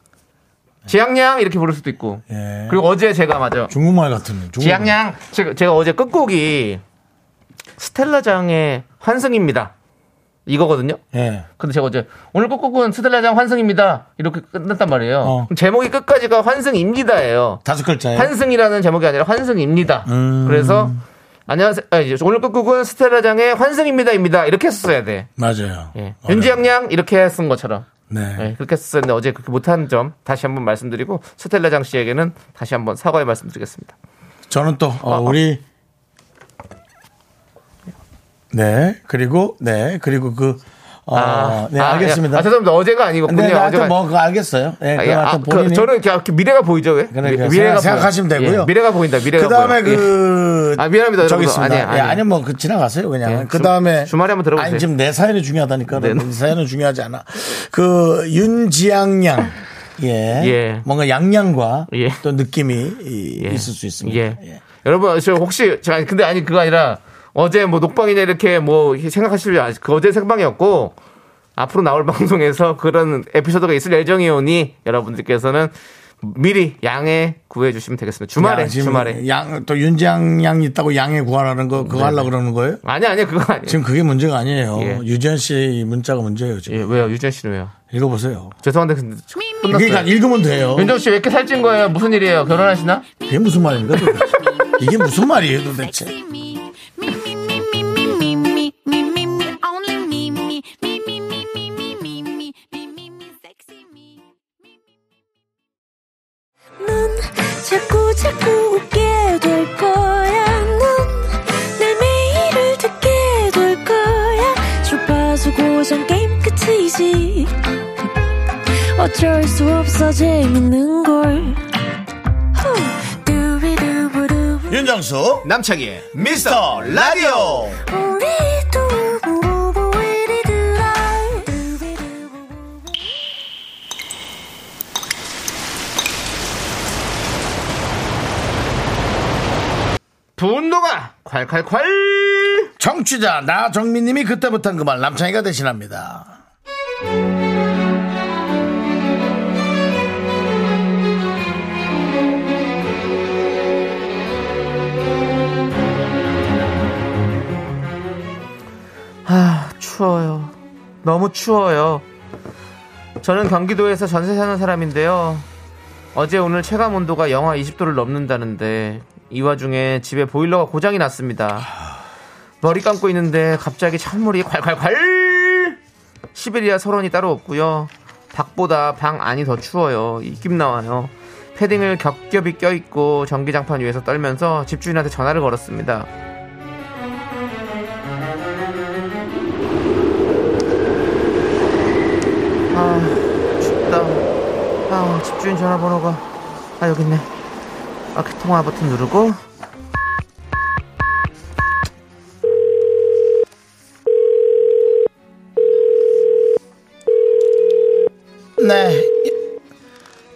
[SPEAKER 2] 지양양 이렇게 부를 수도 있고.
[SPEAKER 1] 예.
[SPEAKER 2] 그리고 어제 제가 맞아.
[SPEAKER 1] 중국말 같은. 중국말.
[SPEAKER 2] 지양양. 제가, 제가 어제 끝곡이 스텔라장의 환승입니다. 이거거든요.
[SPEAKER 1] 예.
[SPEAKER 2] 근데 제가 어제 오늘 끝곡은 스텔라장 환승입니다. 이렇게 끝났단 말이에요.
[SPEAKER 1] 어.
[SPEAKER 2] 그럼 제목이 끝까지가 환승입니다예요.
[SPEAKER 1] 다섯 글자예요.
[SPEAKER 2] 환승이라는 제목이 아니라 환승입니다.
[SPEAKER 1] 음.
[SPEAKER 2] 그래서 안녕하세요. 아, 이제 오늘 끝곡은 스텔라장의 환승입니다입니다. 이렇게 썼어야 돼.
[SPEAKER 1] 맞아요.
[SPEAKER 2] 예.
[SPEAKER 1] 어려워.
[SPEAKER 2] 윤지양양 이렇게 쓴 것처럼.
[SPEAKER 1] 네.
[SPEAKER 2] 예, 그렇게 했었는데 어제 그렇게 못한 점 다시 한번 말씀드리고 스텔라장 씨에게는 다시 한번 사과의 말씀드리겠습니다.
[SPEAKER 1] 저는 또 어, 우리 네 그리고 네 그리고 그 어, 네
[SPEAKER 2] 아,
[SPEAKER 1] 알겠습니다.
[SPEAKER 2] 예. 아, 죄송합니다. 어제가 아니고군요.
[SPEAKER 1] 근데 나한테
[SPEAKER 2] 어제가
[SPEAKER 1] 뭐 그거 알겠어요. 네,
[SPEAKER 2] 아,
[SPEAKER 1] 그
[SPEAKER 2] 예. 아, 그,
[SPEAKER 1] 본인이
[SPEAKER 2] 저는 이렇게 미래가 보이죠 왜?
[SPEAKER 1] 그냥
[SPEAKER 2] 미-
[SPEAKER 1] 그냥
[SPEAKER 2] 미래가
[SPEAKER 1] 생각- 생각하시면
[SPEAKER 2] 보여요.
[SPEAKER 1] 되고요.
[SPEAKER 2] 예, 미래가 보인다. 미래가
[SPEAKER 1] 그다음에
[SPEAKER 2] 보여요. 예.
[SPEAKER 1] 그
[SPEAKER 2] 아, 미안합니다, 여러분들.
[SPEAKER 1] 저기 있습니다.
[SPEAKER 2] 아니, 아니.
[SPEAKER 1] 예, 아니 뭐그 지나가세요 그냥.
[SPEAKER 2] 예,
[SPEAKER 1] 그다음에
[SPEAKER 2] 주- 주말에 한번 들어보세요.
[SPEAKER 1] 아니 지금 내 사연이 중요하다니까.
[SPEAKER 2] 네.
[SPEAKER 1] 내 사연은 중요하지 않아. 그 윤지양 양. 예.
[SPEAKER 2] 예.
[SPEAKER 1] 뭔가 양양과
[SPEAKER 2] 예.
[SPEAKER 1] 또 느낌이 이-
[SPEAKER 2] 예.
[SPEAKER 1] 있을 수 있습니다.
[SPEAKER 2] 예.
[SPEAKER 1] 예.
[SPEAKER 2] 여러분, 저 혹시, 저 아니, 근데 아니, 그거 아니라, 어제 뭐 녹방이냐 이렇게 뭐 생각하실, 아니, 그 어제 생방이었고, 앞으로 나올 방송에서 그런 에피소드가 있을 예정이오니, 여러분들께서는 미리 양해 구해주시면 되겠습니다. 주말에,
[SPEAKER 1] 야, 지금
[SPEAKER 2] 주말에.
[SPEAKER 1] 양, 또 윤지양 양이 있다고 양해 구하라는 거, 그거 하려고 그러는 거예요?
[SPEAKER 2] 아니, 아니, 그거 아니에요.
[SPEAKER 1] 지금 그게 문제가 아니에요.
[SPEAKER 2] 네. 예.
[SPEAKER 1] 유지현 씨 문자가 문제예요, 지금.
[SPEAKER 2] 예, 왜요? 유전 씨는 왜요?
[SPEAKER 1] 읽어보세요.
[SPEAKER 2] 죄송한데, 근데
[SPEAKER 1] 그러니까
[SPEAKER 2] 끝났어요.
[SPEAKER 1] 읽으면 돼요.
[SPEAKER 2] 윤정 씨왜 이렇게 살찐 거예요? 무슨 일이에요? 결혼하시나?
[SPEAKER 1] 이게 무슨 말입니까? 도대체? 이게 무슨 말이에요, 도대체?
[SPEAKER 4] 넌 자꾸 자꾸 웃게 될 거야. 넌내 매일을 듣게 될 거야. 주파수 고정 게임 끝이지. 어쩔 수 없어 재밌는 걸. 후. 두비두부두부.
[SPEAKER 1] 윤정수, 남창희, 미스터 라디오!
[SPEAKER 4] 우리 두부부부 우리 두라. 두비두부부부.
[SPEAKER 2] 분노가 콸콸콸!
[SPEAKER 1] 정취자, 나정민님이 그때 못한 그 말, 남창희가 대신합니다.
[SPEAKER 2] 아, 추워요. 너무 추워요. 저는 경기도에서 전세 사는 사람인데요. 어제 오늘 체감 온도가 영하 20도를 넘는다는데 이 와중에 집에 보일러가 고장이 났습니다. 머리 감고 있는데 갑자기 찬물이 콸콸콸! 시베리아 설원이 따로 없고요. 밖보다 방 안이 더 추워요. 입김 나와요. 패딩을 겹겹이 껴입고 전기장판 위에서 떨면서 집주인한테 전화를 걸었습니다. 아 춥다 아 집주인 전화번호가 아 여기 있네 아 통화 버튼 누르고
[SPEAKER 1] 네.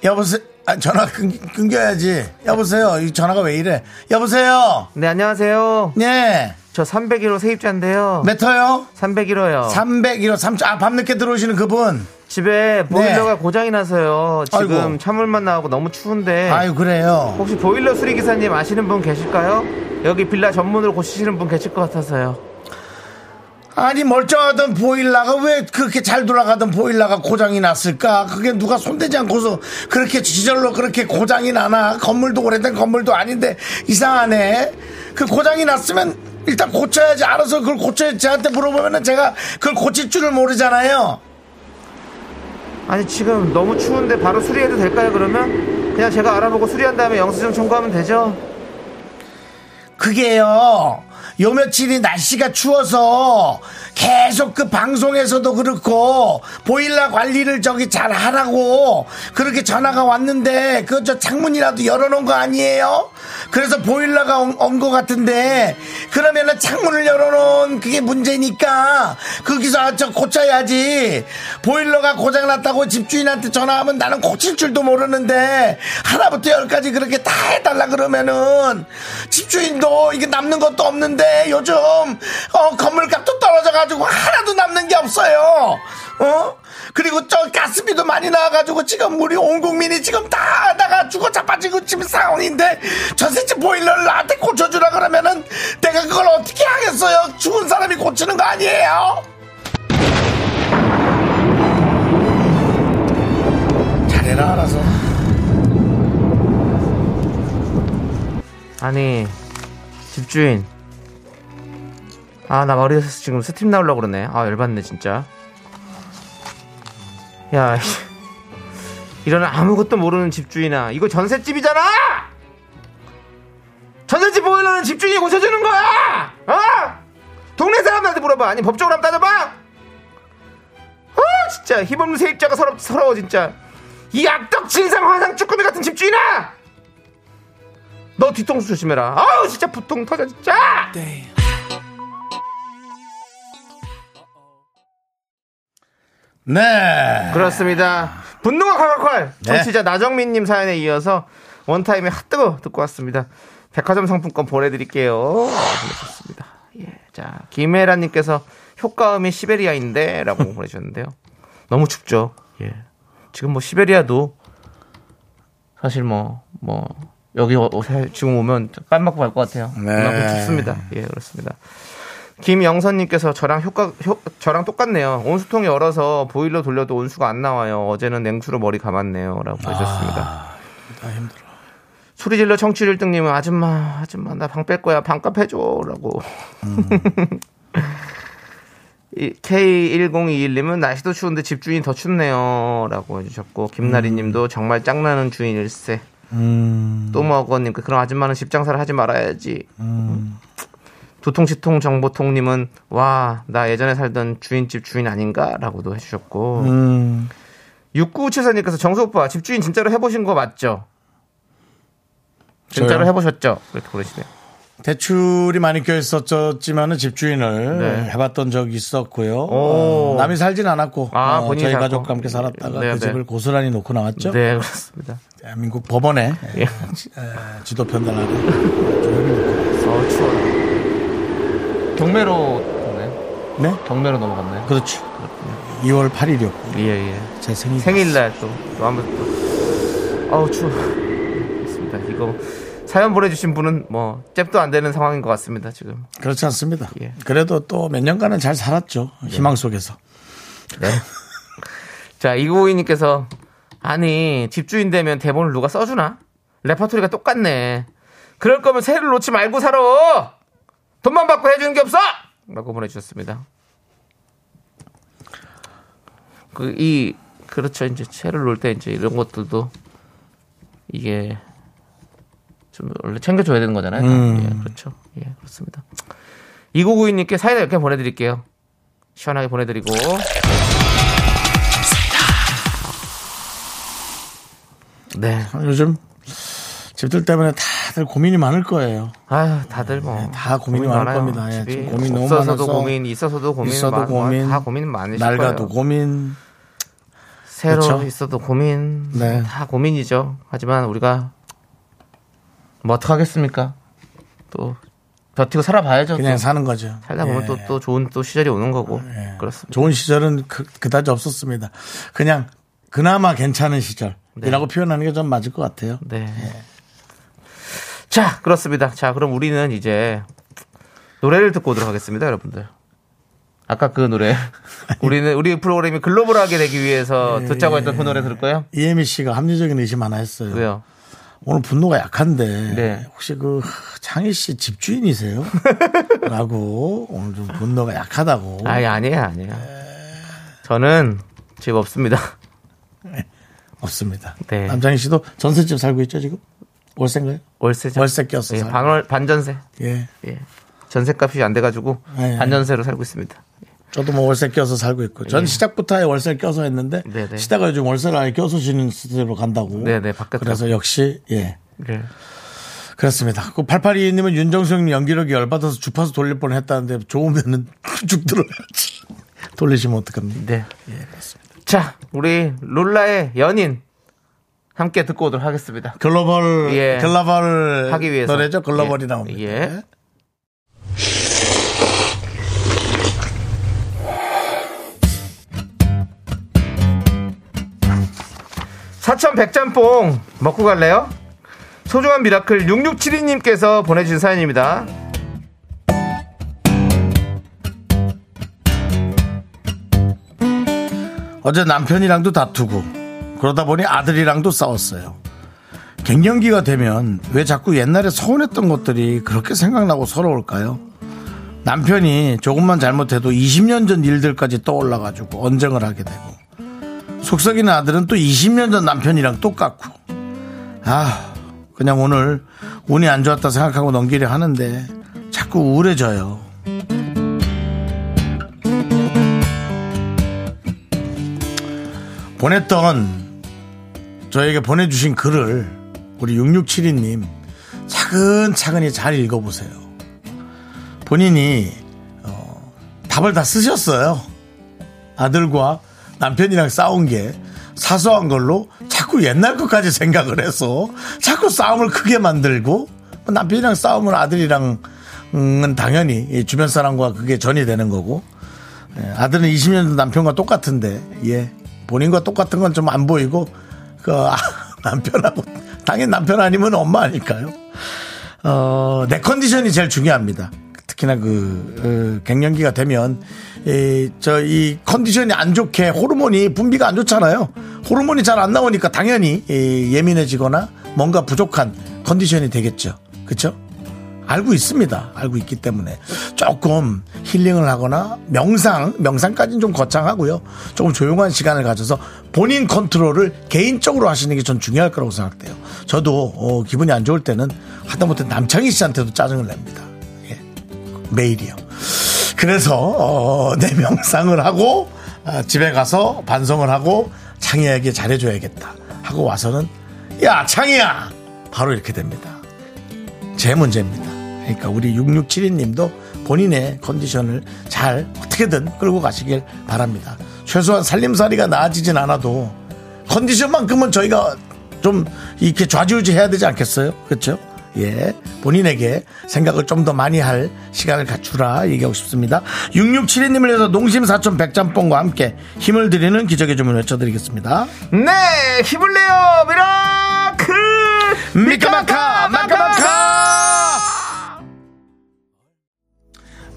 [SPEAKER 1] 여보세요? 아, 전화 끊, 끊겨야지. 여보세요? 이 전화가 왜 이래? 여보세요?
[SPEAKER 2] 네 안녕하세요
[SPEAKER 1] 네.
[SPEAKER 2] 저 301호 세입자인데요
[SPEAKER 1] 메터요?
[SPEAKER 2] 301호요
[SPEAKER 1] 301호, 3 아, 밤늦게 들어오시는 그분.
[SPEAKER 2] 집에 보일러가 고장이 나서요 지금
[SPEAKER 1] 네. 아이고.
[SPEAKER 2] 찬물만 나오고 너무 추운데
[SPEAKER 1] 아유, 그래요.
[SPEAKER 2] 혹시 보일러 수리기사님 아시는 분 계실까요? 여기 빌라 전문으로 고치시는 분 계실 것 같아서요
[SPEAKER 1] 아니 멀쩡하던 보일러가 왜 그렇게 잘 돌아가던 보일러가 고장이 났을까? 그게 누가 손대지 않고서 그렇게 지절로 그렇게 고장이 나나? 건물도 오래된 건물도 아닌데 이상하네. 그 고장이 났으면 일단 고쳐야지 알아서 그걸 고쳐야지 저한테 물어보면은 제가 그걸 고칠 줄을 모르잖아요.
[SPEAKER 2] 아니 지금 너무 추운데 바로 수리해도 될까요 그러면? 그냥 제가 알아보고 수리한 다음에 영수증 청구하면 되죠?
[SPEAKER 1] 그게요. 요 며칠이 날씨가 추워서 계속 그 방송에서도 그렇고 보일러 관리를 저기 잘 하라고 그렇게 전화가 왔는데 그 저 창문이라도 열어놓은 거 아니에요? 그래서 보일러가 온 거 같은데 그러면은 창문을 열어놓은 그게 문제니까 거기서 아, 저 고쳐야지 보일러가 고장났다고 집주인한테 전화하면 나는 고칠 줄도 모르는데 하나부터 열까지 그렇게 다 해달라 그러면은 집주인도 이게 남는 것도 없는데 요즘 어, 건물값도 떨어져가지고 하나도 남는 게 없어요. 어? 그리고 저 가스비도 많이 나와가지고 지금 우리 온 국민이 지금 다 다가 죽어 자빠지고 지금 상황인데 전세집 보일러를 나한테 고쳐주라 그러면은 내가 그걸 어떻게 하겠어요? 죽은 사람이 고치는 거 아니에요? 잘해라 알아서.
[SPEAKER 2] 아니 집주인 아 나 머리에서 지금 스팀 나오려고 그러네 아 열받네 진짜 야, 이런 아무것도 모르는 집주인아, 이거 전셋집이잖아! 전셋집 보일러는 집주인이 고쳐주는 거야! 어? 동네 사람들한테 물어봐. 아니, 법적으로 한번 따져봐! 어, 진짜. 힘없는 세입자가 서럽, 서러워, 진짜. 이 악덕 진상 환상 쭈꾸미 같은 집주인아! 너 뒤통수 조심해라. 아우, 진짜 부통 터져, 진짜!
[SPEAKER 1] 네.
[SPEAKER 2] 그렇습니다. 분노가 콸콸콸. 정치자 나정민님 사연에 이어서 원타임의 핫뜨거 듣고 왔습니다. 백화점 상품권 보내드릴게요. 보내셨습니다. 예, 자 김혜란님께서 효과음이 시베리아인데라고 보내주셨는데요. 너무 춥죠. 예. 지금 뭐 시베리아도 사실 뭐 뭐 여기 어- 어, 사- 지금 오면 깜 맞고 갈 것 같아요.
[SPEAKER 1] 네.
[SPEAKER 2] 그만큼 춥습니다. 예, 그렇습니다. 김영선님께서 저랑 효과 효- 저랑 똑같네요. 온수통 열어서 보일러 돌려도 온수가 안 나와요. 어제는 냉수로 머리 감았네요라고 하셨습니다. 소리 질러 청취율 1등님은 아줌마 아줌마 나 방 뺄 거야 방값 해줘라고. K1021님은 날씨도 추운데 집주인이 더 춥네요라고 해주셨고 김나리님도
[SPEAKER 1] 음.
[SPEAKER 2] 정말 짱나는 주인일세. 또머거님 그런 아줌마는 집 장사를 하지 말아야지.
[SPEAKER 1] 음.
[SPEAKER 2] 두통시통 정보통님은 와 나 예전에 살던 주인집 주인 아닌가라고도 해주셨고
[SPEAKER 1] 음.
[SPEAKER 2] 육구칠사님께서 정수 오빠 집주인 진짜로 해보신 거 맞죠? 진짜로
[SPEAKER 1] 저요?
[SPEAKER 2] 해보셨죠? 이렇게 보내시네요.
[SPEAKER 1] 대출이 많이 껴있었지만은 집주인을
[SPEAKER 2] 네.
[SPEAKER 1] 해봤던 적이 있었고요.
[SPEAKER 2] 오.
[SPEAKER 1] 어, 남이 살진 않았고
[SPEAKER 2] 아,
[SPEAKER 1] 어,
[SPEAKER 2] 본인이
[SPEAKER 1] 저희
[SPEAKER 2] 살고.
[SPEAKER 1] 가족과 함께 살았다가
[SPEAKER 2] 네, 네.
[SPEAKER 1] 그 집을 고스란히 놓고 나왔죠.
[SPEAKER 2] 네 그렇습니다.
[SPEAKER 1] 대한민국 법원에
[SPEAKER 2] 예.
[SPEAKER 1] 에, 지도 편달하고
[SPEAKER 2] 어 추워. 경매로 갔나요?
[SPEAKER 1] 네?
[SPEAKER 2] 경매로 넘어갔나요?
[SPEAKER 1] 그렇죠. 2월 8일이었고
[SPEAKER 2] 예예 예.
[SPEAKER 1] 제 생일.
[SPEAKER 2] 생일날 또, 또 한번 또. 아우 추워. 그렇습니다. 이거 사연 보내주신 분은 뭐 잽도 안 되는 상황인 것 같습니다 지금.
[SPEAKER 1] 그렇지 않습니다.
[SPEAKER 2] 예. 네.
[SPEAKER 1] 그래도 또 몇 년간은 잘 살았죠. 희망 속에서.
[SPEAKER 2] 자, 이구호이님께서 아니 집주인 되면 대본을 누가 써주나? 레퍼토리가 똑같네. 그럴 거면 새를 놓지 말고 살아. 돈만 받고 해주는 게 없어. 라고 보내주셨습니다. 그 이 그렇죠 이제 새를 놓을 때 이제 이런 것들도 이게 좀 원래 챙겨줘야 되는 거잖아요. 예, 그렇죠. 예, 그렇습니다. 이구구이님께 사이다 이렇게 보내드릴게요. 시원하게 보내드리고. 네.
[SPEAKER 1] 요즘 집들 때문에 다들 고민이 많을 거예요.
[SPEAKER 2] 아유, 다들 뭐.
[SPEAKER 1] 네, 다 고민이 많을 겁니다. 예,
[SPEAKER 2] 집이
[SPEAKER 1] 지금 고민 너무
[SPEAKER 2] 없어서도
[SPEAKER 1] 많아서
[SPEAKER 2] 고민, 있어서도 고민,
[SPEAKER 1] 있어도
[SPEAKER 2] 많-
[SPEAKER 1] 고민,
[SPEAKER 2] 다 고민 많으실 거예요.
[SPEAKER 1] 날가도 고민.
[SPEAKER 2] 새로
[SPEAKER 1] 그쵸?
[SPEAKER 2] 있어도 고민,
[SPEAKER 1] 네.
[SPEAKER 2] 다 고민이죠. 하지만 우리가 뭐 어떡하겠습니까? 또 버티고 살아봐야죠.
[SPEAKER 1] 그냥
[SPEAKER 2] 또.
[SPEAKER 1] 사는 거죠.
[SPEAKER 2] 살다 보면
[SPEAKER 1] 예.
[SPEAKER 2] 또, 또 좋은 또 시절이 오는 거고.
[SPEAKER 1] 예.
[SPEAKER 2] 그렇습니다.
[SPEAKER 1] 좋은 시절은 그, 그다지 없었습니다. 그냥 그나마 괜찮은 시절이라고 표현하는 게 좀 맞을 것 같아요.
[SPEAKER 2] 네. 자, 그렇습니다. 자, 그럼 우리는 이제 노래를 듣고 오도록 하겠습니다, 여러분들. 아까 그 노래. 우리는 우리 프로그램이 글로벌하게 되기 위해서 듣자고 했던 그 노래 들을 거예요?
[SPEAKER 1] 이혜미 씨가 합리적인 의심 하나 했어요.
[SPEAKER 2] 왜요?
[SPEAKER 1] 오늘 분노가 약한데
[SPEAKER 2] 네.
[SPEAKER 1] 혹시 그 창희 씨 집주인이세요? 라고 오늘 좀 분노가 약하다고.
[SPEAKER 2] 아니, 아니에요, 아니에요. 예. 저는 집 없습니다.
[SPEAKER 1] 없습니다.
[SPEAKER 2] 네.
[SPEAKER 1] 남창희 씨도 전셋집 살고 있죠 지금? 월세인가요?
[SPEAKER 2] 월세죠.
[SPEAKER 1] 월세 꼈어,
[SPEAKER 2] 예,
[SPEAKER 1] 사람.
[SPEAKER 2] 반월, 반전세.
[SPEAKER 1] 예.
[SPEAKER 2] 예. 전세값이 안 돼가지고
[SPEAKER 1] 예, 예.
[SPEAKER 2] 반전세로 살고 있습니다.
[SPEAKER 1] 저도 뭐 월세 껴서 살고 있고. 전 시작부터 아예 월세를 껴서 했는데
[SPEAKER 2] 네. 네네.
[SPEAKER 1] 시다가 요즘 월세를 아예 껴서 지는 스타일로 간다고.
[SPEAKER 2] 네네, 바깥으로.
[SPEAKER 1] 그래서 역시 예.
[SPEAKER 2] 예.
[SPEAKER 1] 그렇습니다. 그 8822님은 윤정수님 연기력이 열받아서 주파수 돌릴 뻔 했다는데 좋으면은 쭉 들어야지. 돌리시면 어떡합니까?
[SPEAKER 2] 네. 자, 우리 룰라의 연인 함께 듣고 오도록 하겠습니다.
[SPEAKER 1] 글로벌,
[SPEAKER 2] 예.
[SPEAKER 1] 글로벌
[SPEAKER 2] 하기 위해서
[SPEAKER 1] 노래죠? 글로벌이
[SPEAKER 2] 예.
[SPEAKER 1] 나옵니다.
[SPEAKER 2] 예. 사천 백짬뽕 먹고 갈래요? 소중한 미라클 6672님께서 보내주신 사연입니다.
[SPEAKER 1] 어제 남편이랑도 다투고 그러다 보니 아들이랑도 싸웠어요. 갱년기가 되면 왜 자꾸 옛날에 서운했던 것들이 그렇게 생각나고 서러울까요? 남편이 조금만 잘못해도 20년 전 일들까지 떠올라가지고 언쟁을 하게 되고 속 썩이는 아들은 또 20년 전 남편이랑 똑같고 아 그냥 오늘 운이 안 좋았다 생각하고 넘기려 하는데 자꾸 우울해져요 보냈던 저에게 보내주신 글을 우리 6672님 차근차근히 잘 읽어보세요 본인이 어, 답을 다 쓰셨어요 아들과 남편이랑 싸운 게 사소한 걸로 자꾸 옛날 것까지 생각을 해서 자꾸 싸움을 크게 만들고 뭐 남편이랑 싸움은 아들이랑은 당연히 이 주변 사람과 그게 전이 되는 거고 예, 아들은 20년 전 남편과 똑같은데 예 본인과 똑같은 건 좀 안 보이고 그 아, 남편하고 당연히 남편 아니면 엄마 아닐까요? 어, 내 컨디션이 제일 중요합니다. 특히나 그, 어, 갱년기가 되면, 이, 저, 이 컨디션이 안 좋게 호르몬이 분비가 안 좋잖아요. 호르몬이 잘 안 나오니까 당연히 이, 예민해지거나 뭔가 부족한 컨디션이 되겠죠. 그쵸? 알고 있습니다. 알고 있기 때문에 조금 힐링을 하거나 명상, 명상까지는 좀 거창하고요. 조금 조용한 시간을 가져서 본인 컨트롤을 개인적으로 하시는 게 전 중요할 거라고 생각돼요. 저도 어, 기분이 안 좋을 때는 하다못해 남창희 씨한테도 짜증을 냅니다. 예. 매일이요. 그래서 어, 내 명상을 하고 아, 집에 가서 반성을 하고 창희에게 잘해줘야겠다 하고 와서는 야 창희야 바로 이렇게 됩니다. 제 문제입니다. 그러니까 우리 6672님도 본인의 컨디션을 잘 어떻게든 끌고 가시길 바랍니다. 최소한 살림살이가 나아지진 않아도 컨디션만큼은 저희가 좀 이렇게 좌지우지 해야 되지 않겠어요? 그렇죠? 예. 본인에게 생각을 좀 더 많이 할 시간을 갖추라 얘기하고 싶습니다. 6672님을 위해서 농심 사천 백짬뽕과 함께 힘을 드리는 기적의 주문 외쳐드리겠습니다.
[SPEAKER 2] 네, 힘을 내요, 미라클!
[SPEAKER 1] 미카마카 마카마카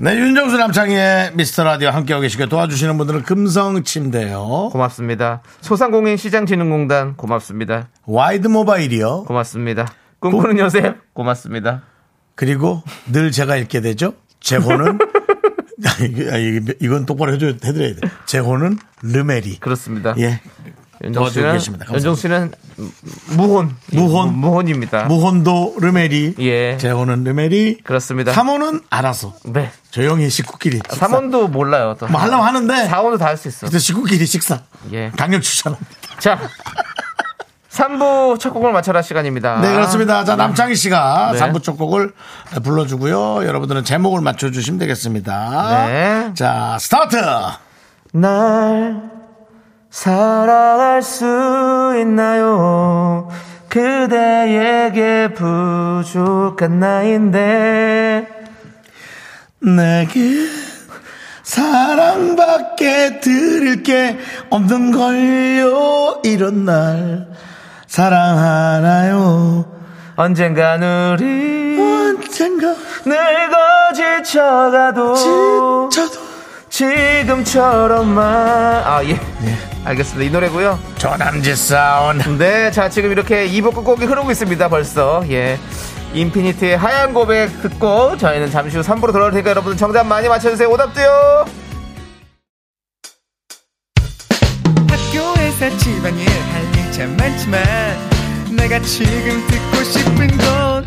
[SPEAKER 1] 네 윤정수 남창희의 미스터라디오 함께하고 계시고 도와주시는 분들은 금성침대요
[SPEAKER 2] 고맙습니다. 소상공인 시장진흥공단 고맙습니다.
[SPEAKER 1] 와이드모바일이요
[SPEAKER 2] 고맙습니다. 꿈꾸는 요새 고맙습니다.
[SPEAKER 1] 그리고 늘 제가 읽게 되죠 제호는 아, 이게- 아, 이게- 이건 똑바로 해줘야, 해드려야 돼 제호는 르메리
[SPEAKER 2] 그렇습니다.
[SPEAKER 1] 예
[SPEAKER 2] 윤정
[SPEAKER 1] 도와주고
[SPEAKER 2] 씨는
[SPEAKER 1] 계십니다. 감사합니다.
[SPEAKER 2] 윤정 씨는 무혼
[SPEAKER 1] 무혼.
[SPEAKER 2] 무- 무혼입니다.
[SPEAKER 1] 무혼도 르메리
[SPEAKER 2] 예.
[SPEAKER 1] 제호는 르메리
[SPEAKER 2] 그렇습니다.
[SPEAKER 1] 삼호는 알아서
[SPEAKER 2] 네.
[SPEAKER 1] 조용히 식구끼리 식사.
[SPEAKER 2] 삼원도 몰라요. 또.
[SPEAKER 1] 뭐 하려고 하는데
[SPEAKER 2] 사원도 다 할 수 있어.
[SPEAKER 1] 그때 식구끼리 식사.
[SPEAKER 2] 예.
[SPEAKER 1] 강력 추천.
[SPEAKER 2] 자. 3부 첫 곡을 맞춰라 시간입니다.
[SPEAKER 1] 네, 그렇습니다. 자, 남창희 씨가
[SPEAKER 2] 아. 네.
[SPEAKER 1] 삼부첫 곡을 불러주고요. 여러분들은 제목을 맞춰주시면 되겠습니다.
[SPEAKER 2] 네.
[SPEAKER 1] 자, 스타트!
[SPEAKER 2] 날 사랑할 수 있나요? 그대에게 부족한 나인데
[SPEAKER 1] 내게 사랑밖에 드릴 게 없는 걸요. 이런 날 사랑하나요?
[SPEAKER 2] 언젠간 우리
[SPEAKER 1] 어. 언젠가
[SPEAKER 2] 늙어 지쳐가도
[SPEAKER 1] 저도
[SPEAKER 2] 지금처럼만 아예 알겠습니다 이 노래고요
[SPEAKER 1] 조남지 사운
[SPEAKER 2] 네, 자 지금 이렇게 2부 끝곡이 흐르고 있습니다. 벌써 예. 인피니트의 하얀 고백 듣고 저희는 잠시 후 3부로 돌아올 테니까 여러분 정답 많이 맞춰주세요. 오답도요.
[SPEAKER 5] 학교에서 집안일 할 일 참 많지만 내가 지금 듣고 싶은 건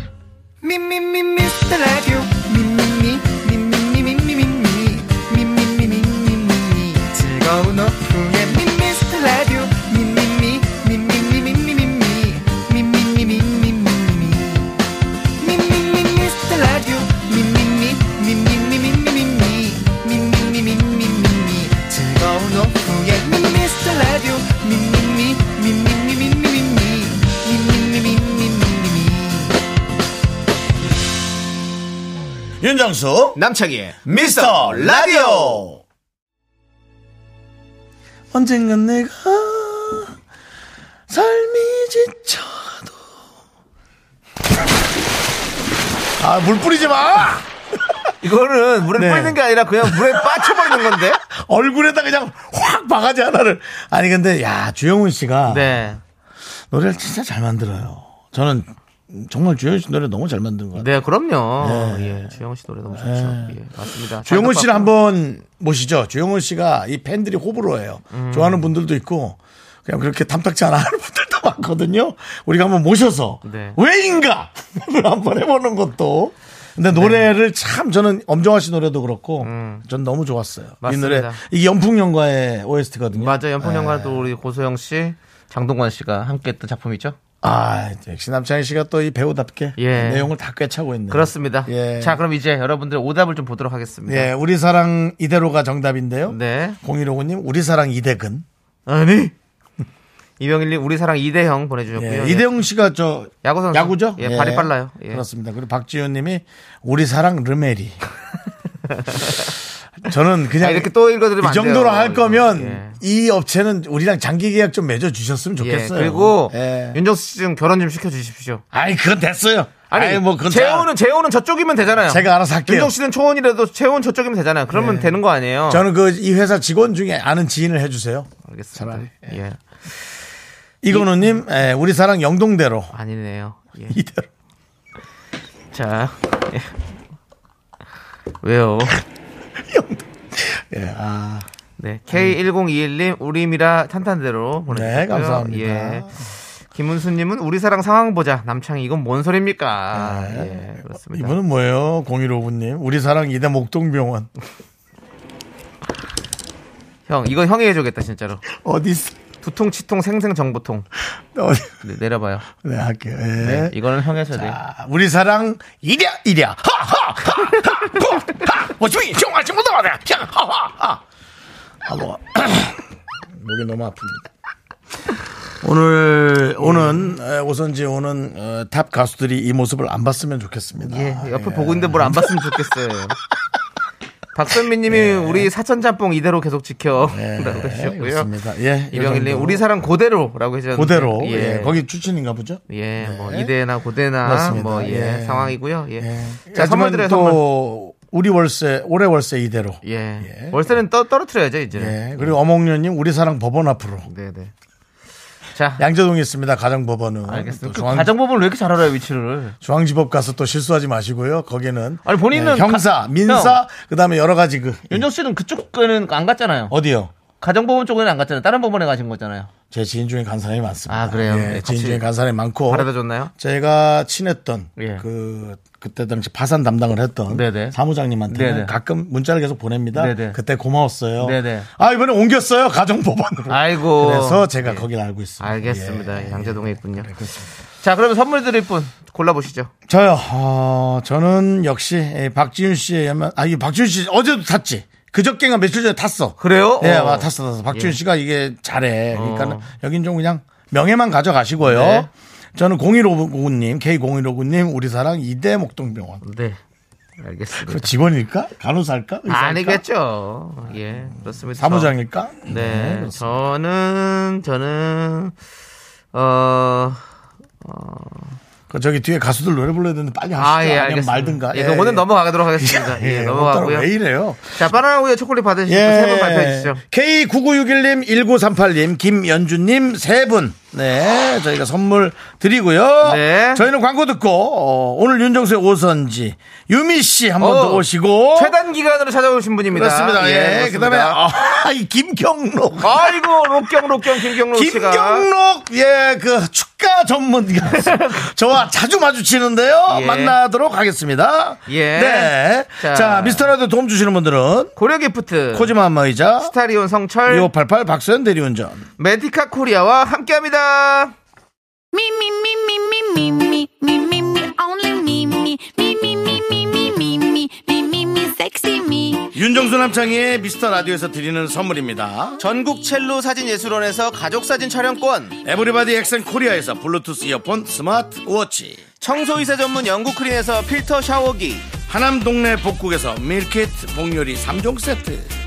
[SPEAKER 5] 미미미 미스터 라디오 미미미 미미미 미미미 미미미 미미미 즐거운 오후에 미스터 라디오 미미미 미미미 미미미 미미미 미미미
[SPEAKER 1] 윤정수
[SPEAKER 2] 남창희의
[SPEAKER 1] 미스터 라디오 언젠간 내가 삶이 지쳐도 아 물 뿌리지 마
[SPEAKER 2] 이거는 물에
[SPEAKER 1] 네.
[SPEAKER 2] 뿌리는 게 아니라 그냥 물에 빠쳐버리는 건데.
[SPEAKER 1] 얼굴에다 그냥 확 바가지 하나를 아니 근데 야 주영훈 씨가
[SPEAKER 2] 네,
[SPEAKER 1] 노래를 진짜 잘 만들어요 저는 정말 주영훈 씨 노래 너무 잘 만든 것 같아요
[SPEAKER 2] 네 그럼요. 예, 주영훈 씨 노래 너무 좋죠. 예, 맞습니다.
[SPEAKER 1] 네. 주영훈 씨를
[SPEAKER 2] 장덕박- 음.
[SPEAKER 1] 한번 모시죠. 주영훈 씨가 이 팬들이 호불호예요. 좋아하는 분들도 있고 그냥 그렇게 탐탁지 않아 하는 분들도 많거든요. 우리가 한번 모셔서
[SPEAKER 2] 네.
[SPEAKER 1] 왜인가 를 한번 해보는 것도. 근데
[SPEAKER 2] 네.
[SPEAKER 1] 노래를 참 저는 엄정화 씨 노래도 그렇고 전 너무 좋았어요. 이
[SPEAKER 2] 음. 맞습니다.
[SPEAKER 1] 노래 이 연풍연가의 OST거든요.
[SPEAKER 2] 맞아 연풍연가도 우리 고소영 씨, 장동건 씨가 함께했던 작품이죠.
[SPEAKER 1] 아 역시 남창희 씨가 또 이 배우답게
[SPEAKER 2] 예.
[SPEAKER 1] 내용을 다 꿰차고 있네요.
[SPEAKER 2] 그렇습니다.
[SPEAKER 1] 예.
[SPEAKER 2] 자 그럼 이제 여러분들 오답을 좀 보도록 하겠습니다.
[SPEAKER 1] 예, 우리 사랑 이대로가 정답인데요.
[SPEAKER 2] 네.
[SPEAKER 1] 0159님 우리 사랑 이대근.
[SPEAKER 2] 아니. 이병일님 우리 사랑 이대형 보내주셨고요. 네.
[SPEAKER 1] 예, 이대용 씨가 저
[SPEAKER 2] 야구 선수.
[SPEAKER 1] 야구죠?
[SPEAKER 2] 예, 발이 빨라요. 예.
[SPEAKER 1] 그렇습니다. 그리고 박지현님이 우리 사랑 르메리. 저는
[SPEAKER 2] 아,
[SPEAKER 1] 그냥
[SPEAKER 2] 이렇게 또 읽어드리면
[SPEAKER 1] 이
[SPEAKER 2] 안 돼요.
[SPEAKER 1] 정도로 할
[SPEAKER 2] 이거.
[SPEAKER 1] 거면
[SPEAKER 2] 예.
[SPEAKER 1] 이 업체는 우리랑 장기 계약 좀 맺어 주셨으면
[SPEAKER 2] 예,
[SPEAKER 1] 좋겠어요.
[SPEAKER 2] 그리고
[SPEAKER 1] 예.
[SPEAKER 2] 윤정수 씨 좀 결혼 좀 시켜주십시오.
[SPEAKER 1] 아이 그건 됐어요. 아니, 뭐 그건
[SPEAKER 2] 재혼은 재혼은 저쪽이면 되잖아요.
[SPEAKER 1] 다 제가 알아서 할게요. 예.
[SPEAKER 2] 윤정 씨는 초혼이라도 재혼 저쪽이면 되잖아요. 그러면 되는 거 아니에요?
[SPEAKER 1] 저는 그 이 회사 직원 중에 아는 지인을 해주세요.
[SPEAKER 2] 알겠습니다.
[SPEAKER 1] 차라리.
[SPEAKER 2] 예.
[SPEAKER 1] 이건우님 예, 우리 사랑 영동대로
[SPEAKER 2] 아니네요. 예.
[SPEAKER 1] 이대로.
[SPEAKER 2] 자. 예. 왜요?
[SPEAKER 1] 예, 아,
[SPEAKER 2] 네. K1021님 우리미라 탄탄대로 보내주셨고요.
[SPEAKER 1] 네, 감사합니다.
[SPEAKER 2] 예. 김은수님은 우리 사랑 상황 보자. 남창이 이건 뭔 소리입니까? 예, 그렇습니다.
[SPEAKER 1] 네. 이분은 뭐예요? 0159님 우리 사랑 이대 목동병원
[SPEAKER 2] 형, 이거 형이 해줘겠다 진짜로.
[SPEAKER 1] 어디 있어?
[SPEAKER 2] 두통, 치통, 생생, 정보통.
[SPEAKER 1] 어디?
[SPEAKER 2] 네, 내려봐요.
[SPEAKER 1] 네 할게요. 예.
[SPEAKER 2] 네, 이거는 형이 해줘야 돼.
[SPEAKER 1] 아, 우리 사랑 이랴 이랴 하하하하하하하하하하하 목이 너무 아픕니다. 오늘 오는 에, 오선지 오는 어, 탑 가수들이 이 모습을 안 봤으면 좋겠습니다.
[SPEAKER 2] 예, 옆에 보고 있는데 뭘 안 봤으면 좋겠어요. 박선미님이 우리 사천 짬뽕 이대로 계속
[SPEAKER 1] 예,
[SPEAKER 2] 지켜라고 하셨고요.
[SPEAKER 1] 네. 그렇습니다. 예,
[SPEAKER 2] 이병일님
[SPEAKER 1] 정도.
[SPEAKER 2] 우리 사랑 고대로라고 해주셨는데
[SPEAKER 1] 그대로
[SPEAKER 2] 예,
[SPEAKER 1] 예, 거기 추천인가 보죠.
[SPEAKER 2] 예, 뭐 이대나 고대나
[SPEAKER 1] 맞습니다.
[SPEAKER 2] 뭐 예,
[SPEAKER 1] 예.
[SPEAKER 2] 상황이고요. 예,
[SPEAKER 1] 예.
[SPEAKER 2] 자 선물 드려요
[SPEAKER 1] 하지만 또
[SPEAKER 2] 선물.
[SPEAKER 1] 우리 월세 올해 월세 이대로.
[SPEAKER 2] 예, 월세는 떠 떨어뜨려야죠 이제. 는
[SPEAKER 1] 예. 그리고 어몽년님 우리 사랑 법원 앞으로.
[SPEAKER 2] 네, 네. 자,
[SPEAKER 1] 양재동에 있습니다. 가정법원은.
[SPEAKER 2] 알겠습니다.
[SPEAKER 1] 또 예.
[SPEAKER 2] 그
[SPEAKER 1] 중앙,
[SPEAKER 2] 가정법을 왜 이렇게 잘 알아요 위치를?
[SPEAKER 1] 중앙지법 가서 또 실수하지 마시고요. 거기는
[SPEAKER 2] 아니, 본인은
[SPEAKER 1] 예, 형사,
[SPEAKER 2] 가-
[SPEAKER 1] 민사, 그다음에 여러 가지 그
[SPEAKER 2] 윤정 씨는 그쪽에는 안 갔잖아요.
[SPEAKER 1] 어디요?
[SPEAKER 2] 가정법원 쪽에는 안 갔잖아요. 다른 법원에 가신 거잖아요.
[SPEAKER 1] 제 지인 중에 간 사람이 많습니다.
[SPEAKER 2] 아, 그래요?
[SPEAKER 1] 예,
[SPEAKER 2] 네,
[SPEAKER 1] 지인
[SPEAKER 2] 같이
[SPEAKER 1] 중에 간 사람이 많고
[SPEAKER 2] 바라다 줬나요?
[SPEAKER 1] 제가 친했던
[SPEAKER 2] 예.
[SPEAKER 1] 그 그때 당시 파산 담당을 했던
[SPEAKER 2] 네네.
[SPEAKER 1] 사무장님한테 는
[SPEAKER 2] 네네.
[SPEAKER 1] 가끔 문자를 계속 보냅니다.
[SPEAKER 2] 네네.
[SPEAKER 1] 그때 고마웠어요.
[SPEAKER 2] 네네.
[SPEAKER 1] 아 이번에 옮겼어요 가정법원으로.
[SPEAKER 2] 아이고. 예.
[SPEAKER 1] 그래서 제가 거길 알고 있습니다.
[SPEAKER 2] 알겠습니다.
[SPEAKER 1] 예.
[SPEAKER 2] 양재동에 있군요. 자, 그러면 선물 드릴 분 골라보시죠.
[SPEAKER 1] 저요. 어, 저는 역시 예, 박지윤 씨의 연말 아 이게 박지윤 씨 어제도 탔지. 그저께가 며칠 전에 탔어.
[SPEAKER 2] 그래요?
[SPEAKER 1] 예,
[SPEAKER 2] 어.
[SPEAKER 1] 아, 탔어, 탔어. 박지윤
[SPEAKER 2] 예.
[SPEAKER 1] 씨가 이게 잘해. 그러니까
[SPEAKER 2] 어.
[SPEAKER 1] 여긴 좀 그냥 명예만 가져가시고요.
[SPEAKER 2] 네.
[SPEAKER 1] 저는 0159님, K0159님, 우리 사랑 이대 목동병원.
[SPEAKER 2] 네. 알겠습니다.
[SPEAKER 1] 그 직원일까? 간호사일까? 의사일까?
[SPEAKER 2] 아니겠죠. 예, 그렇습니다.
[SPEAKER 1] 사무장일까?
[SPEAKER 2] 저- 네, 저는 저는 어.
[SPEAKER 1] 그 저기 뒤에 가수들 노래 불러야 되는데 빨리 하시죠.
[SPEAKER 2] 아, 예,
[SPEAKER 1] 아니면
[SPEAKER 2] 알겠습니다.
[SPEAKER 1] 말든가.
[SPEAKER 2] 예, 요거는 넘어가도록 하겠습니다.
[SPEAKER 1] 예,
[SPEAKER 2] 예,
[SPEAKER 1] 오늘따라
[SPEAKER 2] 넘어가고요.
[SPEAKER 1] 왜 이래요?
[SPEAKER 2] 자, 바나나 우유 초콜릿 받으시고 세분 발표해 주시죠.
[SPEAKER 1] 예. K9961님, 1938님, 김연주님 세 분. 네, 저희가 선물 드리고요.
[SPEAKER 2] 네.
[SPEAKER 1] 저희는 광고 듣고 어, 오늘 윤정수의 오선지 유미 씨 한 번
[SPEAKER 2] 어,
[SPEAKER 1] 더 오시고
[SPEAKER 2] 최단 기간으로 찾아오신 분입니다.
[SPEAKER 1] 그렇습니다. 예,
[SPEAKER 2] 그렇습니다.
[SPEAKER 1] 그다음에 아, 이 김경록.
[SPEAKER 2] 아이고, 록경, 록경, 김경록 어, 씨가.
[SPEAKER 1] 김경록 예그 축가 전문가 저와 자주 마주치는데요
[SPEAKER 2] 예.
[SPEAKER 1] 만나도록 하겠습니다.
[SPEAKER 2] 예.
[SPEAKER 1] 네. 자,
[SPEAKER 2] 자.
[SPEAKER 1] 미스터라도 도움 주시는 분들은
[SPEAKER 2] 고려 기프트.
[SPEAKER 1] 코지마 안마의자
[SPEAKER 2] 스타리온 성철.
[SPEAKER 1] 2588 박소연 대리운전
[SPEAKER 2] 메디카 코리아와 함께합니다.
[SPEAKER 4] Me, me, me, me, me, me, me, me, me, me, only me, me, me, me, me, me, me, me, me, me, me, me, sexy me.
[SPEAKER 1] 윤정수 남창희의 미스터 라디오에서 드리는 선물입니다.
[SPEAKER 2] 전국 첼로 사진 예술원에서 가족 사진 촬영권,
[SPEAKER 1] 에브리바디 엑센 코리아에서 블루투스 이어폰 스마트 워치
[SPEAKER 2] 청소 이사 전문 영국 크린에서 필터 샤워기,
[SPEAKER 1] 하남 동네 복국에서 밀키트 복요리 3종 세트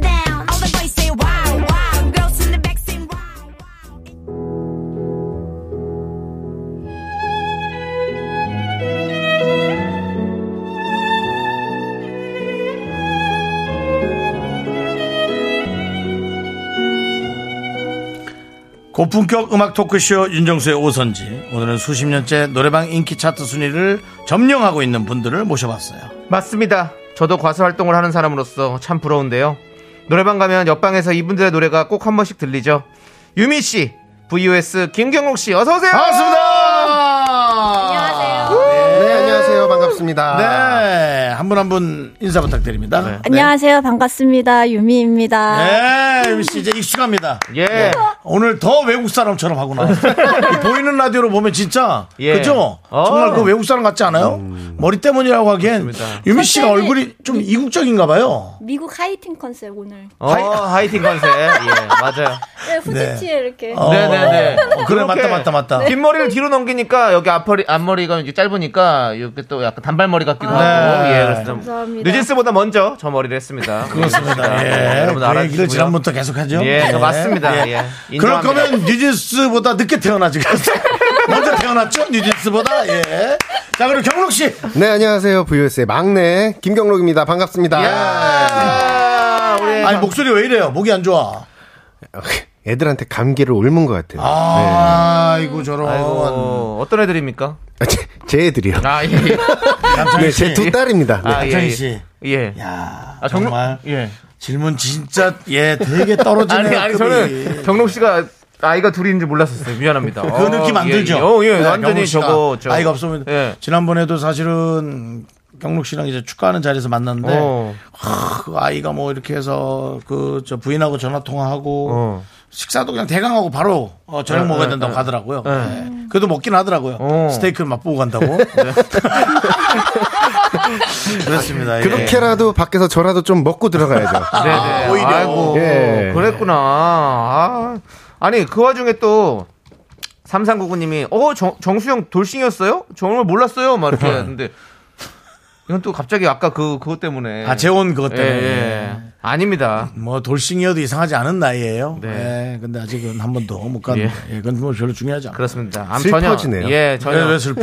[SPEAKER 4] down. All the boys say wow, wow. Girls in the back say wow.
[SPEAKER 1] 고품격 음악 토크쇼 윤정수의 오선지. 오늘은 수십 년째 노래방 인기 차트 순위를 점령하고 있는 분들을 모셔봤어요.
[SPEAKER 2] 맞습니다. 저도 과수 활동을 하는 사람으로서 참 부러운데요. 노래방 가면 옆방에서 이분들의 노래가 꼭 한 번씩 들리죠. 유미 씨, VOS 김경록 씨, 어서 오세요.
[SPEAKER 1] 반갑습니다!
[SPEAKER 6] 네, 안녕하세요. 반갑습니다.
[SPEAKER 1] 네, 한 분 한 분 인사 부탁드립니다. 네.
[SPEAKER 7] 안녕하세요. 반갑습니다. 유미입니다.
[SPEAKER 1] 네, 유미 씨 이제 익숙합니다.
[SPEAKER 6] 네.
[SPEAKER 2] 예.
[SPEAKER 1] 오늘 더 외국 사람처럼 하고 나왔어요. 이 보이는 라디오로 보면 진짜
[SPEAKER 2] 예.
[SPEAKER 1] 그죠?
[SPEAKER 2] 어. 음.
[SPEAKER 1] 정말 그 외국 사람 같지 않아요? 머리 때문이라고 하기엔 유미 씨가
[SPEAKER 7] 선생님. 네.
[SPEAKER 1] 얼굴이 좀 이국적인가 봐요.
[SPEAKER 7] 미국 하이틴 컨셉 오늘.
[SPEAKER 2] 어, 하이팅 컨셉. 예, 맞아요.
[SPEAKER 7] 네, 후지티에 이렇게.
[SPEAKER 1] 어,
[SPEAKER 2] 네네네.
[SPEAKER 1] 어, 그래 맞다
[SPEAKER 2] 그렇게
[SPEAKER 1] 맞다 맞다.
[SPEAKER 2] 긴 머리를 뒤로 넘기니까 여기 앞머리 앞머리가 이제 짧으니까 이렇게 또 약간 단발머리 같기도 하고.
[SPEAKER 1] 네.
[SPEAKER 2] 예, 그래서 좀
[SPEAKER 7] 감사합니다.
[SPEAKER 2] 뉴진스보다 먼저 저 머리를 했습니다. 네,
[SPEAKER 1] 그렇습니다. 예.
[SPEAKER 2] 여러분
[SPEAKER 1] 그 얘기를
[SPEAKER 2] 알아주시고요.
[SPEAKER 1] 지난번부터 계속하죠.
[SPEAKER 2] 예, 그거 맞습니다. 예.
[SPEAKER 1] 네. 그럴
[SPEAKER 2] 인정합니다.
[SPEAKER 1] 거면 뉴진스보다 늦게 태어나지. 그랬어요. 먼저 태어났죠? 뉴진스보다. 예. 자, 그리고 경록 씨.
[SPEAKER 6] 네, 안녕하세요. VOS의 막내 김경록입니다.
[SPEAKER 2] 예.
[SPEAKER 6] 반갑습니다.
[SPEAKER 2] 아, 우리
[SPEAKER 1] 아니, 목소리 왜 이래요? 목이 안 좋아.
[SPEAKER 6] 애들한테 감기를 옮은 것 같아요.
[SPEAKER 1] 아, 이고 저런.
[SPEAKER 2] 네. 아이고, 어떤 애들입니까?
[SPEAKER 6] 아, 제, 제 애들이요.
[SPEAKER 2] 아, 예. 예.
[SPEAKER 6] 네,
[SPEAKER 1] 남창희 씨.
[SPEAKER 6] 제 두 딸입니다. 네.
[SPEAKER 2] 아, 예,
[SPEAKER 1] 남창희
[SPEAKER 2] 예.
[SPEAKER 1] 씨.
[SPEAKER 2] 예.
[SPEAKER 1] 야,
[SPEAKER 2] 아, 경록-
[SPEAKER 1] 정말.
[SPEAKER 2] 예.
[SPEAKER 1] 질문 진짜, 예, 되게 떨어지네요.
[SPEAKER 2] 아니, 아니, 저는 경록 씨가 아이가 둘인 줄 몰랐었어요. 네, 미안합니다.
[SPEAKER 1] 그 느낌 안 들죠?
[SPEAKER 2] 예, 예. 어, 예.
[SPEAKER 1] 네, 경록
[SPEAKER 2] 완전히
[SPEAKER 1] 씨가
[SPEAKER 2] 저거, 저.
[SPEAKER 1] 아이가 없으면.
[SPEAKER 2] 예.
[SPEAKER 1] 지난번에도 사실은 경록 씨랑 이제 축가하는 자리에서 만났는데.
[SPEAKER 2] 어,
[SPEAKER 1] 그 아이가 뭐 이렇게 해서 그 저 부인하고 전화 통화하고
[SPEAKER 2] 어.
[SPEAKER 1] 식사도 그냥 대강하고 바로 어, 저녁
[SPEAKER 2] 네,
[SPEAKER 1] 먹어야
[SPEAKER 2] 네,
[SPEAKER 1] 된다고
[SPEAKER 2] 네.
[SPEAKER 1] 하더라고요. 네. 그래도 먹긴 하더라고요.
[SPEAKER 2] 어.
[SPEAKER 1] 스테이크를 맛보고 간다고. 그렇습니다. 예.
[SPEAKER 2] 네.
[SPEAKER 6] 그렇게라도 밖에서 저라도 좀 먹고 들어가야죠.
[SPEAKER 2] 네네.
[SPEAKER 1] 아, 오히려.
[SPEAKER 2] 아이고,
[SPEAKER 6] 예.
[SPEAKER 2] 그랬구나. 아, 아니, 그 와중에 또, 삼상구구님이, 어, 정, 정수영 돌싱이었어요? 정말 몰랐어요. 막 이렇게 했는데, 이건 또 갑자기 아까 그, 그것 때문에.
[SPEAKER 1] 아 재혼 그것
[SPEAKER 2] 예,
[SPEAKER 1] 때문에.
[SPEAKER 2] 예. 아닙니다.
[SPEAKER 1] 뭐 돌싱이어도 이상하지 않은 나이예요.
[SPEAKER 2] 네.
[SPEAKER 1] 예, 근데 아직은 한 번도 못 갔는데. 예. 그건 뭐 별로 중요하지 않아요.
[SPEAKER 2] 그렇습니다. 아무
[SPEAKER 6] 슬퍼지네요.
[SPEAKER 2] 전혀. 예,
[SPEAKER 1] 왜,
[SPEAKER 2] 전혀.
[SPEAKER 1] 왜 슬퍼?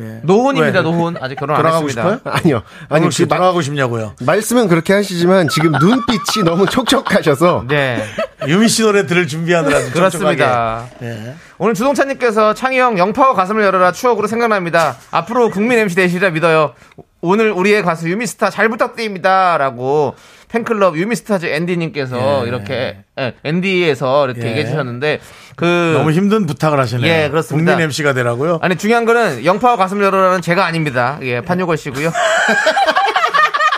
[SPEAKER 1] 예.
[SPEAKER 2] 노혼입니다,
[SPEAKER 1] 왜?
[SPEAKER 2] 노혼. 아직 결혼 안
[SPEAKER 1] 돌아가고
[SPEAKER 2] 했습니다.
[SPEAKER 1] 싶어요?
[SPEAKER 6] 아니요. 아니,
[SPEAKER 1] 아니,
[SPEAKER 6] 그
[SPEAKER 1] 지
[SPEAKER 6] 마,
[SPEAKER 1] 돌아가고 싶냐고요.
[SPEAKER 6] 말씀은 그렇게 하시지만 지금 눈빛이 너무 촉촉하셔서
[SPEAKER 2] 네,
[SPEAKER 1] 유미 씨 노래 들을 준비하느라 좀
[SPEAKER 2] 그렇습니다.
[SPEAKER 1] 촉촉하게. 예.
[SPEAKER 2] 오늘 주동찬님께서 창희 형 영파와 가슴을 열어라 추억으로 생각납니다. 앞으로 국민 MC 되시리라 믿어요. 오늘 우리의 가수 유미스타 잘 부탁드립니다라고 팬클럽 유미스타즈 앤디님께서 이렇게 예, 앤디에서 이렇게
[SPEAKER 1] 예.
[SPEAKER 2] 얘기해 주셨는데 그
[SPEAKER 1] 너무 힘든 부탁을 하시네요.
[SPEAKER 2] 예, 그렇습니다.
[SPEAKER 1] 국민 MC가 되라고요?
[SPEAKER 2] 아니 중요한 거는 영파와 가슴을 열어라는 제가 아닙니다. 예, 판유걸 씨고요.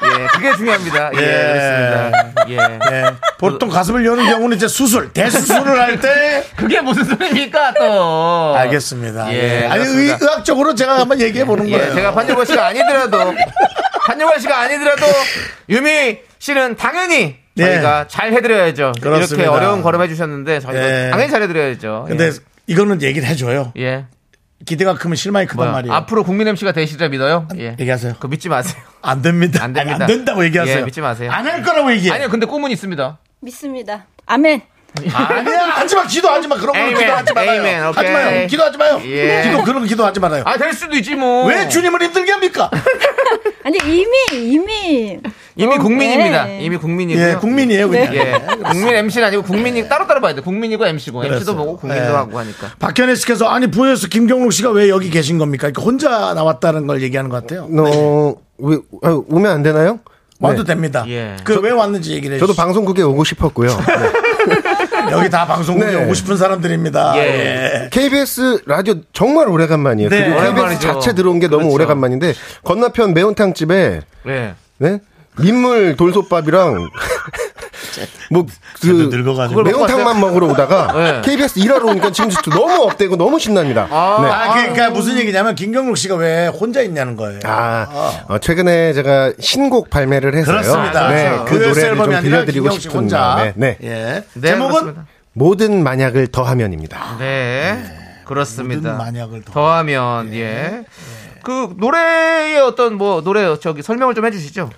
[SPEAKER 2] 예, 그게 중요합니다. 예,
[SPEAKER 1] 예.
[SPEAKER 2] 그렇습니다. 예.
[SPEAKER 1] 예. 보통 가슴을 여는 경우는 이제 수술, 대수술을 할때
[SPEAKER 2] 그게 무슨 소리입니까 또?
[SPEAKER 1] 알겠습니다.
[SPEAKER 2] 예,
[SPEAKER 1] 예. 아니 의,
[SPEAKER 2] 그렇습니다.
[SPEAKER 1] 학적으로 제가 한번 얘기해 보는
[SPEAKER 2] 예,
[SPEAKER 1] 거예요.
[SPEAKER 2] 제가 판유걸 씨가 아니더라도 판유걸 씨가 아니더라도 유미 씨는 당연히
[SPEAKER 1] 예.
[SPEAKER 2] 저희가 잘 해드려야죠.
[SPEAKER 1] 그렇습니다.
[SPEAKER 2] 이렇게 어려운 걸음 해주셨는데 저희가
[SPEAKER 1] 예.
[SPEAKER 2] 당연히 잘 해드려야죠.
[SPEAKER 1] 근데 이거는 얘기를 해줘요.
[SPEAKER 2] 예, 예.
[SPEAKER 1] 기대가 크면 실망이 크단
[SPEAKER 2] 뭐야,
[SPEAKER 1] 말이에요.
[SPEAKER 2] 앞으로 국민 MC가 되시리라 믿어요. 예.
[SPEAKER 1] 얘기하세요.
[SPEAKER 2] 그거 믿지 마세요.
[SPEAKER 1] 안 됩니다.
[SPEAKER 2] 안 됩니다.
[SPEAKER 1] 아니, 안 된다고 얘기하세요.
[SPEAKER 2] 예, 믿지 마세요.
[SPEAKER 1] 안 할 거라고 얘기해.
[SPEAKER 2] 아니요, 그- 근데 꿈은 있습니다.
[SPEAKER 7] 믿습니다. 아멘.
[SPEAKER 1] 아니야, 하지 마. 기도하지 마. 그런 거
[SPEAKER 2] 에이맨,
[SPEAKER 1] 기도하지 말아요.
[SPEAKER 2] 에이맨, 오케이.
[SPEAKER 1] 하지 마요. 기도하지 마요.
[SPEAKER 2] 예.
[SPEAKER 1] 기도 그런 거 기도하지 말아요.
[SPEAKER 2] 아, 될 수도 있지 뭐.
[SPEAKER 1] 왜 주님을 힘들게 합니까?
[SPEAKER 7] 아니 이미 이미
[SPEAKER 2] 이미 국민입니다.
[SPEAKER 7] 예.
[SPEAKER 2] 이미 국민이고요.
[SPEAKER 1] 예, 국민이에요, 그냥.
[SPEAKER 2] 예, 국민 MC는 아니고 국민이 따로따로 봐야 돼. 국민이고 MC고 MC도
[SPEAKER 1] 그렇습니다.
[SPEAKER 2] 보고 국민도
[SPEAKER 1] 예.
[SPEAKER 2] 하고 하니까.
[SPEAKER 1] 박현혜 씨께서 아니 보여서 김경록 씨가 왜 여기 계신 겁니까? 이렇게 혼자 나왔다는 걸 얘기하는 것 같아요.
[SPEAKER 6] 너 왜, 아, 오면 안 되나요?
[SPEAKER 1] 와도
[SPEAKER 6] 네.
[SPEAKER 1] 됩니다.
[SPEAKER 2] 예.
[SPEAKER 1] 그 왜 왔는지 얘기를 해주세요.
[SPEAKER 6] 저도 방송국에 오고 싶었고요.
[SPEAKER 2] 네.
[SPEAKER 1] 여기 다 방송국에
[SPEAKER 6] 네.
[SPEAKER 1] 오고 싶은 사람들입니다.
[SPEAKER 2] 예.
[SPEAKER 1] 예.
[SPEAKER 6] KBS 라디오 정말 오래간만이에요.
[SPEAKER 1] 네,
[SPEAKER 6] 그리고 KBS
[SPEAKER 2] 오랜만이죠.
[SPEAKER 6] 자체 들어온 게 너무
[SPEAKER 2] 그렇죠.
[SPEAKER 6] 오래간만인데 건너편 매운탕 집에
[SPEAKER 2] 예.
[SPEAKER 6] 네? 민물 돌솥밥이랑 뭐
[SPEAKER 1] 쟤도
[SPEAKER 6] 그
[SPEAKER 1] 늙어가지고.
[SPEAKER 6] 매운탕만 먹으러 오다가
[SPEAKER 2] 네.
[SPEAKER 6] KBS 일하러 오니까 지금 진짜 너무 업되고 너무 신납니다. 네.
[SPEAKER 1] 아, 그러니까 무슨 얘기냐면 김경록 씨가 왜 혼자 있냐는 거예요.
[SPEAKER 6] 아, 어, 최근에 제가 신곡 발매를 해서요.
[SPEAKER 1] 그렇습니다.
[SPEAKER 6] 네, 그
[SPEAKER 1] 그 US
[SPEAKER 6] 노래를
[SPEAKER 1] 앨범이
[SPEAKER 6] 좀
[SPEAKER 1] 아니라
[SPEAKER 6] 들려드리고
[SPEAKER 1] 김경록 씨
[SPEAKER 6] 싶은
[SPEAKER 1] 혼자.
[SPEAKER 6] 마음에, 네.
[SPEAKER 1] 예.
[SPEAKER 2] 네,
[SPEAKER 1] 제목은
[SPEAKER 2] 그렇습니다.
[SPEAKER 6] 모든 만약을 더하면입니다.
[SPEAKER 2] 네, 그렇습니다.
[SPEAKER 1] 모든 만약을 더-
[SPEAKER 2] 더하면 예. 그 노래의 어떤 뭐 노래 저기 설명을 좀 해주시죠.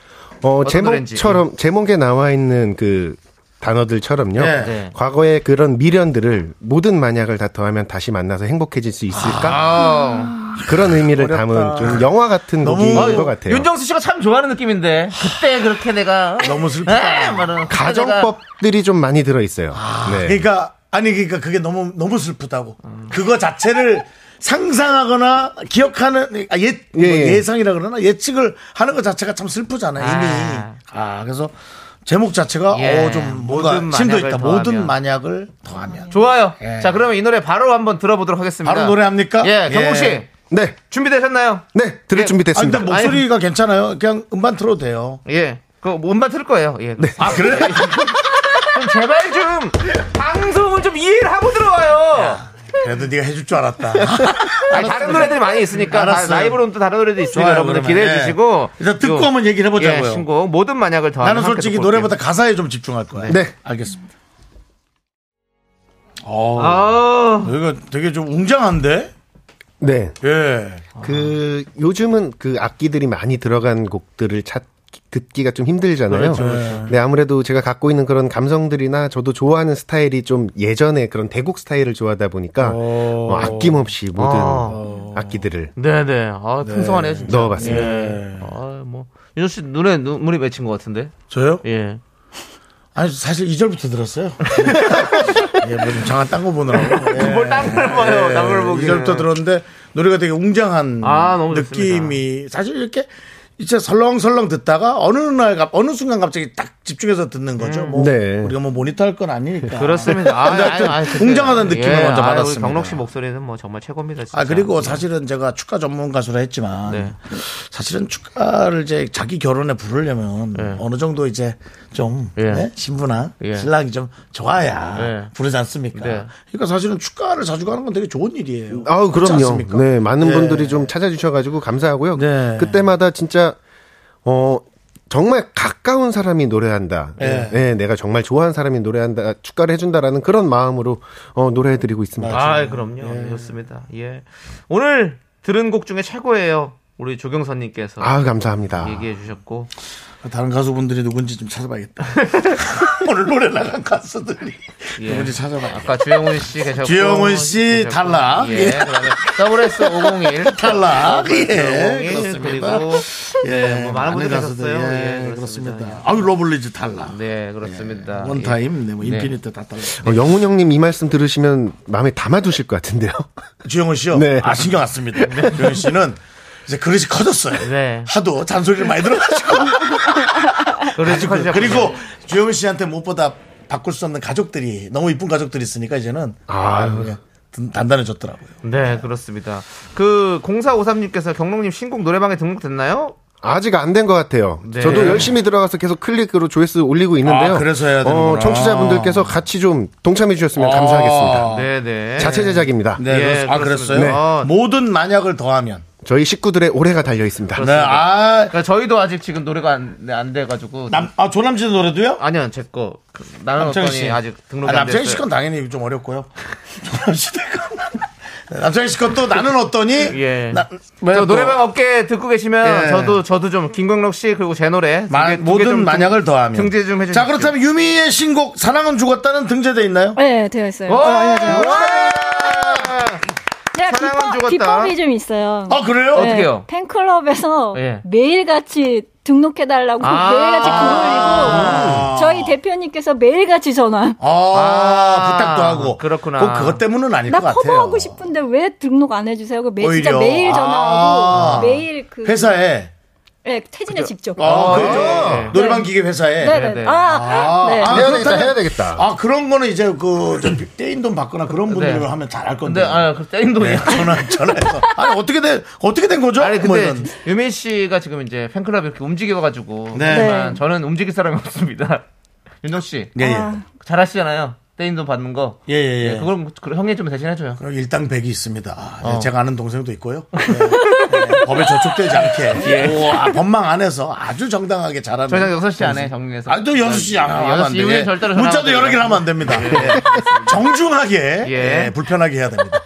[SPEAKER 6] 어,
[SPEAKER 2] 어떤
[SPEAKER 6] 제목처럼 제목에 나와 있는 그 단어들처럼요.
[SPEAKER 1] 네.
[SPEAKER 2] 네.
[SPEAKER 6] 과거의 그런 미련들을 모든 만약을 다 더하면 다시 만나서 행복해질 수 있을까?
[SPEAKER 2] 아,
[SPEAKER 6] 그런 의미를 담은 좀 영화 같은 곡인
[SPEAKER 1] 너무-
[SPEAKER 6] 것 같아요.
[SPEAKER 2] 윤정수 씨가 참 좋아하는 느낌인데 그때 그렇게 내가
[SPEAKER 1] 너무 슬프다.
[SPEAKER 2] 에, 말은 그때 내가-
[SPEAKER 6] 가정법들이 좀 많이 들어 있어요. 네.
[SPEAKER 1] 그러니까 아니 그러니까 그게 너무 너무 슬프다고.
[SPEAKER 2] 음.
[SPEAKER 1] 그거 자체를 상상하거나 기억하는 아, 예, 뭐
[SPEAKER 6] 예, 예.
[SPEAKER 1] 예상이라 그러나 예측을 하는 것 자체가 참 슬프잖아요. 이미. 아,
[SPEAKER 2] 아.
[SPEAKER 1] 그래서 제목 자체가
[SPEAKER 2] 예,
[SPEAKER 1] 어 좀 뭔가
[SPEAKER 2] 모든
[SPEAKER 1] 심도
[SPEAKER 2] 만약을
[SPEAKER 1] 있다.
[SPEAKER 2] 더하면.
[SPEAKER 1] 모든 만약을 더하면.
[SPEAKER 2] 좋아요.
[SPEAKER 1] 예.
[SPEAKER 2] 자, 그러면 이 노래 바로 한번 들어보도록 하겠습니다.
[SPEAKER 1] 바로 노래합니까?
[SPEAKER 2] 예, 경국 씨.
[SPEAKER 1] 예.
[SPEAKER 6] 네,
[SPEAKER 2] 준비되셨나요?
[SPEAKER 6] 네,
[SPEAKER 2] 예.
[SPEAKER 6] 들을 준비
[SPEAKER 1] 아 근데
[SPEAKER 6] 됐습니다.
[SPEAKER 1] 목소리가 괜찮아요. 그냥 음반 틀어도 돼요.
[SPEAKER 2] 예. 그 음반 틀 거예요. 예.
[SPEAKER 1] 네.
[SPEAKER 2] 아,
[SPEAKER 1] 그래?
[SPEAKER 2] 좀 제발 좀 방송을 좀 이해를 하고 들어와요.
[SPEAKER 1] 그래도 네가 해줄 줄 알았다.
[SPEAKER 2] 아니, 다른 노래들이 많이 있으니까
[SPEAKER 1] 알았어요.
[SPEAKER 2] 다- 라이브로는 또 다른 노래도 있으니까
[SPEAKER 1] 좋아요,
[SPEAKER 2] 여러분들
[SPEAKER 1] 그러면.
[SPEAKER 2] 기대해
[SPEAKER 1] 예.
[SPEAKER 2] 주시고
[SPEAKER 1] 일단 듣고 한번 얘기를 해보자고요.
[SPEAKER 2] 예, 신곡 모든 만약을 더
[SPEAKER 1] 나는 솔직히 노래보다 가사에 좀 집중할 거야.
[SPEAKER 6] 네.
[SPEAKER 1] 알겠습니다. 어,
[SPEAKER 2] 아,
[SPEAKER 1] 여기가 되게 좀 웅장한데?
[SPEAKER 6] 네,
[SPEAKER 1] 예.
[SPEAKER 6] 그 요즘은 그 악기들이 많이 들어간 곡들을 찾 듣기가 좀 힘들잖아요.
[SPEAKER 1] 그렇죠, 그렇죠.
[SPEAKER 6] 네, 아무래도 제가 갖고 있는 그런 감성들이나 저도 좋아하는 스타일이 좀 예전에 그런 대국 스타일을 좋아하다 보니까
[SPEAKER 1] 어.
[SPEAKER 6] 어, 아낌없이 모든
[SPEAKER 2] 어.
[SPEAKER 6] 악기들을
[SPEAKER 2] 네네. 아, 풍성하네요, 진짜.
[SPEAKER 6] 넣어봤습니다.
[SPEAKER 1] 예.
[SPEAKER 2] 아, 뭐. 윤호 씨 눈에 눈물이 맺힌 것 같은데.
[SPEAKER 1] 저요?
[SPEAKER 2] 예.
[SPEAKER 1] 아니, 사실 2절부터 들었어요. 예, 뭐좀 장한 딴 거 보느라고. 예.
[SPEAKER 2] 뭘 땅을 봐요, 땅을 보기.
[SPEAKER 1] 2절부터 들었는데 노래가 되게 웅장한
[SPEAKER 2] 예. 아, 너무
[SPEAKER 1] 느낌이 사실 이렇게 진짜 설렁설렁 듣다가 어느 날 갑- 어느 순간 갑자기 딱 집중해서 듣는 거죠. 뭐
[SPEAKER 6] 네.
[SPEAKER 1] 우리가 뭐 모니터 할 건 아니니까.
[SPEAKER 2] 음. 그렇습니다. 아,
[SPEAKER 1] 근데 하여튼
[SPEAKER 2] 아니, 아니, 근데-
[SPEAKER 1] 웅장하다는 느낌을
[SPEAKER 2] 예,
[SPEAKER 1] 먼저
[SPEAKER 2] 아유,
[SPEAKER 1] 받았습니다.
[SPEAKER 2] 경록 씨 목소리는 뭐 정말 최고입니다. 진짜.
[SPEAKER 1] 아 그리고 사실은 제가 축가 전문 가수라 했지만
[SPEAKER 2] 네.
[SPEAKER 1] 사실은 축가를 이제 자기 결혼에 부르려면
[SPEAKER 2] 예.
[SPEAKER 1] 어느 정도 이제 좀
[SPEAKER 2] 예.
[SPEAKER 1] 네? 신부나
[SPEAKER 2] 예.
[SPEAKER 1] 신랑이 좀 좋아야
[SPEAKER 2] 예.
[SPEAKER 1] 부르지 않습니까?
[SPEAKER 2] 네.
[SPEAKER 1] 그러니까 사실은 축가를 자주 가는 건 되게 좋은 일이에요.
[SPEAKER 6] 아우
[SPEAKER 1] 그렇지
[SPEAKER 6] 그럼요.
[SPEAKER 1] 않습니까?
[SPEAKER 6] 네, 많은
[SPEAKER 1] 예.
[SPEAKER 6] 분들이 좀 찾아주셔가지고 감사하고요.
[SPEAKER 1] 네.
[SPEAKER 6] 그때마다 진짜 어 정말 가까운 사람이 노래한다.
[SPEAKER 1] 예.
[SPEAKER 6] 네. 내가 정말 좋아하는 사람이 노래한다. 축가를 해준다라는 그런 마음으로 어, 노래해드리고 있습니다.
[SPEAKER 2] 아, 그럼요. 좋습니다. 예. 오늘 들은 곡 중에 최고예요. 우리 조경선 님께서
[SPEAKER 6] 아, 감사합니다.
[SPEAKER 2] 얘기해 주셨고.
[SPEAKER 1] 다른 가수분들이 누군지 좀 찾아봐야겠다. 오늘 노래 나간 가수들이 누군지 찾아봐.
[SPEAKER 2] 아까 주영훈 씨 계셨고.
[SPEAKER 1] 주영훈 씨
[SPEAKER 2] 계셨고.
[SPEAKER 1] 탈락.
[SPEAKER 2] 예. 그다음에 WS 501
[SPEAKER 1] 탈락. 예,
[SPEAKER 2] 501,
[SPEAKER 1] 그렇습니다.
[SPEAKER 2] 그리고
[SPEAKER 1] 예,
[SPEAKER 2] 뭐 많은 분들 계셨어요.
[SPEAKER 1] 예,
[SPEAKER 2] 예,
[SPEAKER 1] 그렇습니다.
[SPEAKER 2] 그렇습니다.
[SPEAKER 1] 아유 러블리즈 탈락.
[SPEAKER 2] 네, 그렇습니다.
[SPEAKER 1] 원타임, 네, 뭐 인피니트 다 탈락.
[SPEAKER 6] 어, 영훈 형님 이 말씀 들으시면 마음에 담아두실 것 같은데요.
[SPEAKER 1] 주영훈 씨요.
[SPEAKER 6] 네.
[SPEAKER 1] 아 신경 안 씁니다. 주영훈 씨는 이제 그릇이 커졌어요.
[SPEAKER 2] 네.
[SPEAKER 1] 하도 잔소리를 많이 들어가지고
[SPEAKER 2] 예. 그래서
[SPEAKER 1] 그리고 주영훈 씨한테 무엇보다 바꿀 수 없는 가족들이 너무 이쁜 가족들이 있으니까 이제는
[SPEAKER 6] 아,
[SPEAKER 1] 그냥 단단해졌더라고요.
[SPEAKER 2] 네, 그렇습니다. 그 0453님께서 경록님 신곡 노래방에 등록됐나요?
[SPEAKER 6] 아직 안 된 것 같아요.
[SPEAKER 2] 네.
[SPEAKER 6] 저도 열심히 들어가서 계속 클릭으로 조회수 올리고 있는데요.
[SPEAKER 1] 아, 그래서 해야 되는구나.
[SPEAKER 6] 어, 청취자분들께서 같이 좀 동참해
[SPEAKER 1] 어,
[SPEAKER 6] 주셨으면 감사하겠습니다.
[SPEAKER 2] 네, 네.
[SPEAKER 6] 자체 제작입니다.
[SPEAKER 1] 아. 네,
[SPEAKER 2] 예,
[SPEAKER 1] 그렇- 아
[SPEAKER 2] 그렇습니다.
[SPEAKER 1] 그랬어요.
[SPEAKER 2] 네. 아.
[SPEAKER 1] 모든 만약을 더하면.
[SPEAKER 6] 저희 식구들의 올해가 달려 있습니다.
[SPEAKER 1] 네, 아,
[SPEAKER 2] 그러니까 저희도 아직 지금 노래가 안, 네, 안 돼가지고
[SPEAKER 1] 남, 아 조남진 노래도요?
[SPEAKER 2] 아니요 제거 나는
[SPEAKER 1] 남창희
[SPEAKER 2] 어떤이
[SPEAKER 1] 씨
[SPEAKER 2] 아직 등록이
[SPEAKER 1] 아,
[SPEAKER 2] 안 됐어요.
[SPEAKER 1] 남창희 씨건 당연히 좀 어렵고요. 조남 씨 네, 남창희 씨건또 나는 어떠니?
[SPEAKER 2] 예.
[SPEAKER 1] 나-
[SPEAKER 2] 저
[SPEAKER 1] 뭐 또
[SPEAKER 2] 노래방 업계 듣고 계시면
[SPEAKER 1] 예.
[SPEAKER 2] 저도 저도 좀 김광록 씨 그리고 제 노래 두
[SPEAKER 1] 마-
[SPEAKER 2] 개- 두개 좀
[SPEAKER 1] 모든
[SPEAKER 2] 등-
[SPEAKER 1] 만약을 더하면.
[SPEAKER 2] 등재 좀 해주세요.
[SPEAKER 1] 자 그렇다면 유미의 신곡 사랑은 죽었다는 등재돼 있나요?
[SPEAKER 7] 네, 되어 있어요.
[SPEAKER 2] 아,
[SPEAKER 7] 제가
[SPEAKER 2] 사랑은
[SPEAKER 7] 비법,
[SPEAKER 2] 죽었다.
[SPEAKER 7] 비법이 좀 있어요.
[SPEAKER 1] 아 그래요?
[SPEAKER 7] 네,
[SPEAKER 2] 어떡해요?
[SPEAKER 7] 팬클럽에서
[SPEAKER 2] 예.
[SPEAKER 7] 매일같이 등록해달라고
[SPEAKER 2] 아.
[SPEAKER 7] 매일같이
[SPEAKER 1] 아.
[SPEAKER 7] 글을 올리고 저희 대표님께서 매일같이 전화.
[SPEAKER 1] 아, 부탁도 하고
[SPEAKER 2] 어. 그렇구나.
[SPEAKER 1] 꼭 그것 때문은 아닐
[SPEAKER 7] 나
[SPEAKER 1] 것 같아요.
[SPEAKER 7] 커버하고 싶은데 왜 등록 안 해주세요? 그 매,
[SPEAKER 1] 오히려.
[SPEAKER 7] 진짜 매일 전화하고
[SPEAKER 1] 아.
[SPEAKER 7] 매일 그
[SPEAKER 1] 회사에
[SPEAKER 7] 네, 태진에 직접.
[SPEAKER 1] 아, 그죠?
[SPEAKER 2] 네.
[SPEAKER 1] 노래방 기계 회사에
[SPEAKER 7] 네네.
[SPEAKER 2] 네, 네.
[SPEAKER 7] 아, 네.
[SPEAKER 1] 아,
[SPEAKER 6] 해야
[SPEAKER 1] 그렇다면-
[SPEAKER 6] 되겠다, 해야 되겠다.
[SPEAKER 1] 아 그런 거는 이제 그좀 떼인 돈 받거나 그런 분들로
[SPEAKER 2] 네.
[SPEAKER 1] 하면 잘 할 건데. 네,
[SPEAKER 2] 근데 아, 그 땡동이에요.
[SPEAKER 1] 전화 전화해서 아니 어떻게 된 어떻게 된 거죠?
[SPEAKER 2] 아니
[SPEAKER 1] 뭐
[SPEAKER 2] 근데
[SPEAKER 1] 이런.
[SPEAKER 2] 유민 씨가 지금 이제 팬클럽 이렇게 움직여가지고
[SPEAKER 1] 네.
[SPEAKER 2] 하지만
[SPEAKER 7] 네.
[SPEAKER 2] 저는 움직일 사람이 없습니다. 윤정 씨
[SPEAKER 1] 예,
[SPEAKER 7] 아,
[SPEAKER 1] 예.
[SPEAKER 2] 잘하시잖아요. 떼인돈 받는 거.
[SPEAKER 1] 예, 예, 그렇죠. 예.
[SPEAKER 2] 그걸 어. 그- 형이 좀 대신해줘요.
[SPEAKER 1] 그럼 일당 백이 있습니다. 아, 네, 제가 아는 동생도 있고요. 네, 네, 법에 저촉되지 않게 우와, 법망 안에서 아주 정당하게 잘하는.
[SPEAKER 2] 예. 저희가 6시 안에 정리해서.
[SPEAKER 1] 아또 여섯 시 안, 하면
[SPEAKER 2] 여섯
[SPEAKER 1] 안
[SPEAKER 2] 시
[SPEAKER 1] 돼.
[SPEAKER 2] 이후에
[SPEAKER 1] 예.
[SPEAKER 2] 절대로 전화
[SPEAKER 1] 문자도
[SPEAKER 2] 안
[SPEAKER 1] 여러
[SPEAKER 2] 돼요.
[SPEAKER 1] 개를 하면 안 됩니다. 예. 정중하게
[SPEAKER 2] 예.
[SPEAKER 1] 예, 불편하게 해야 됩니다.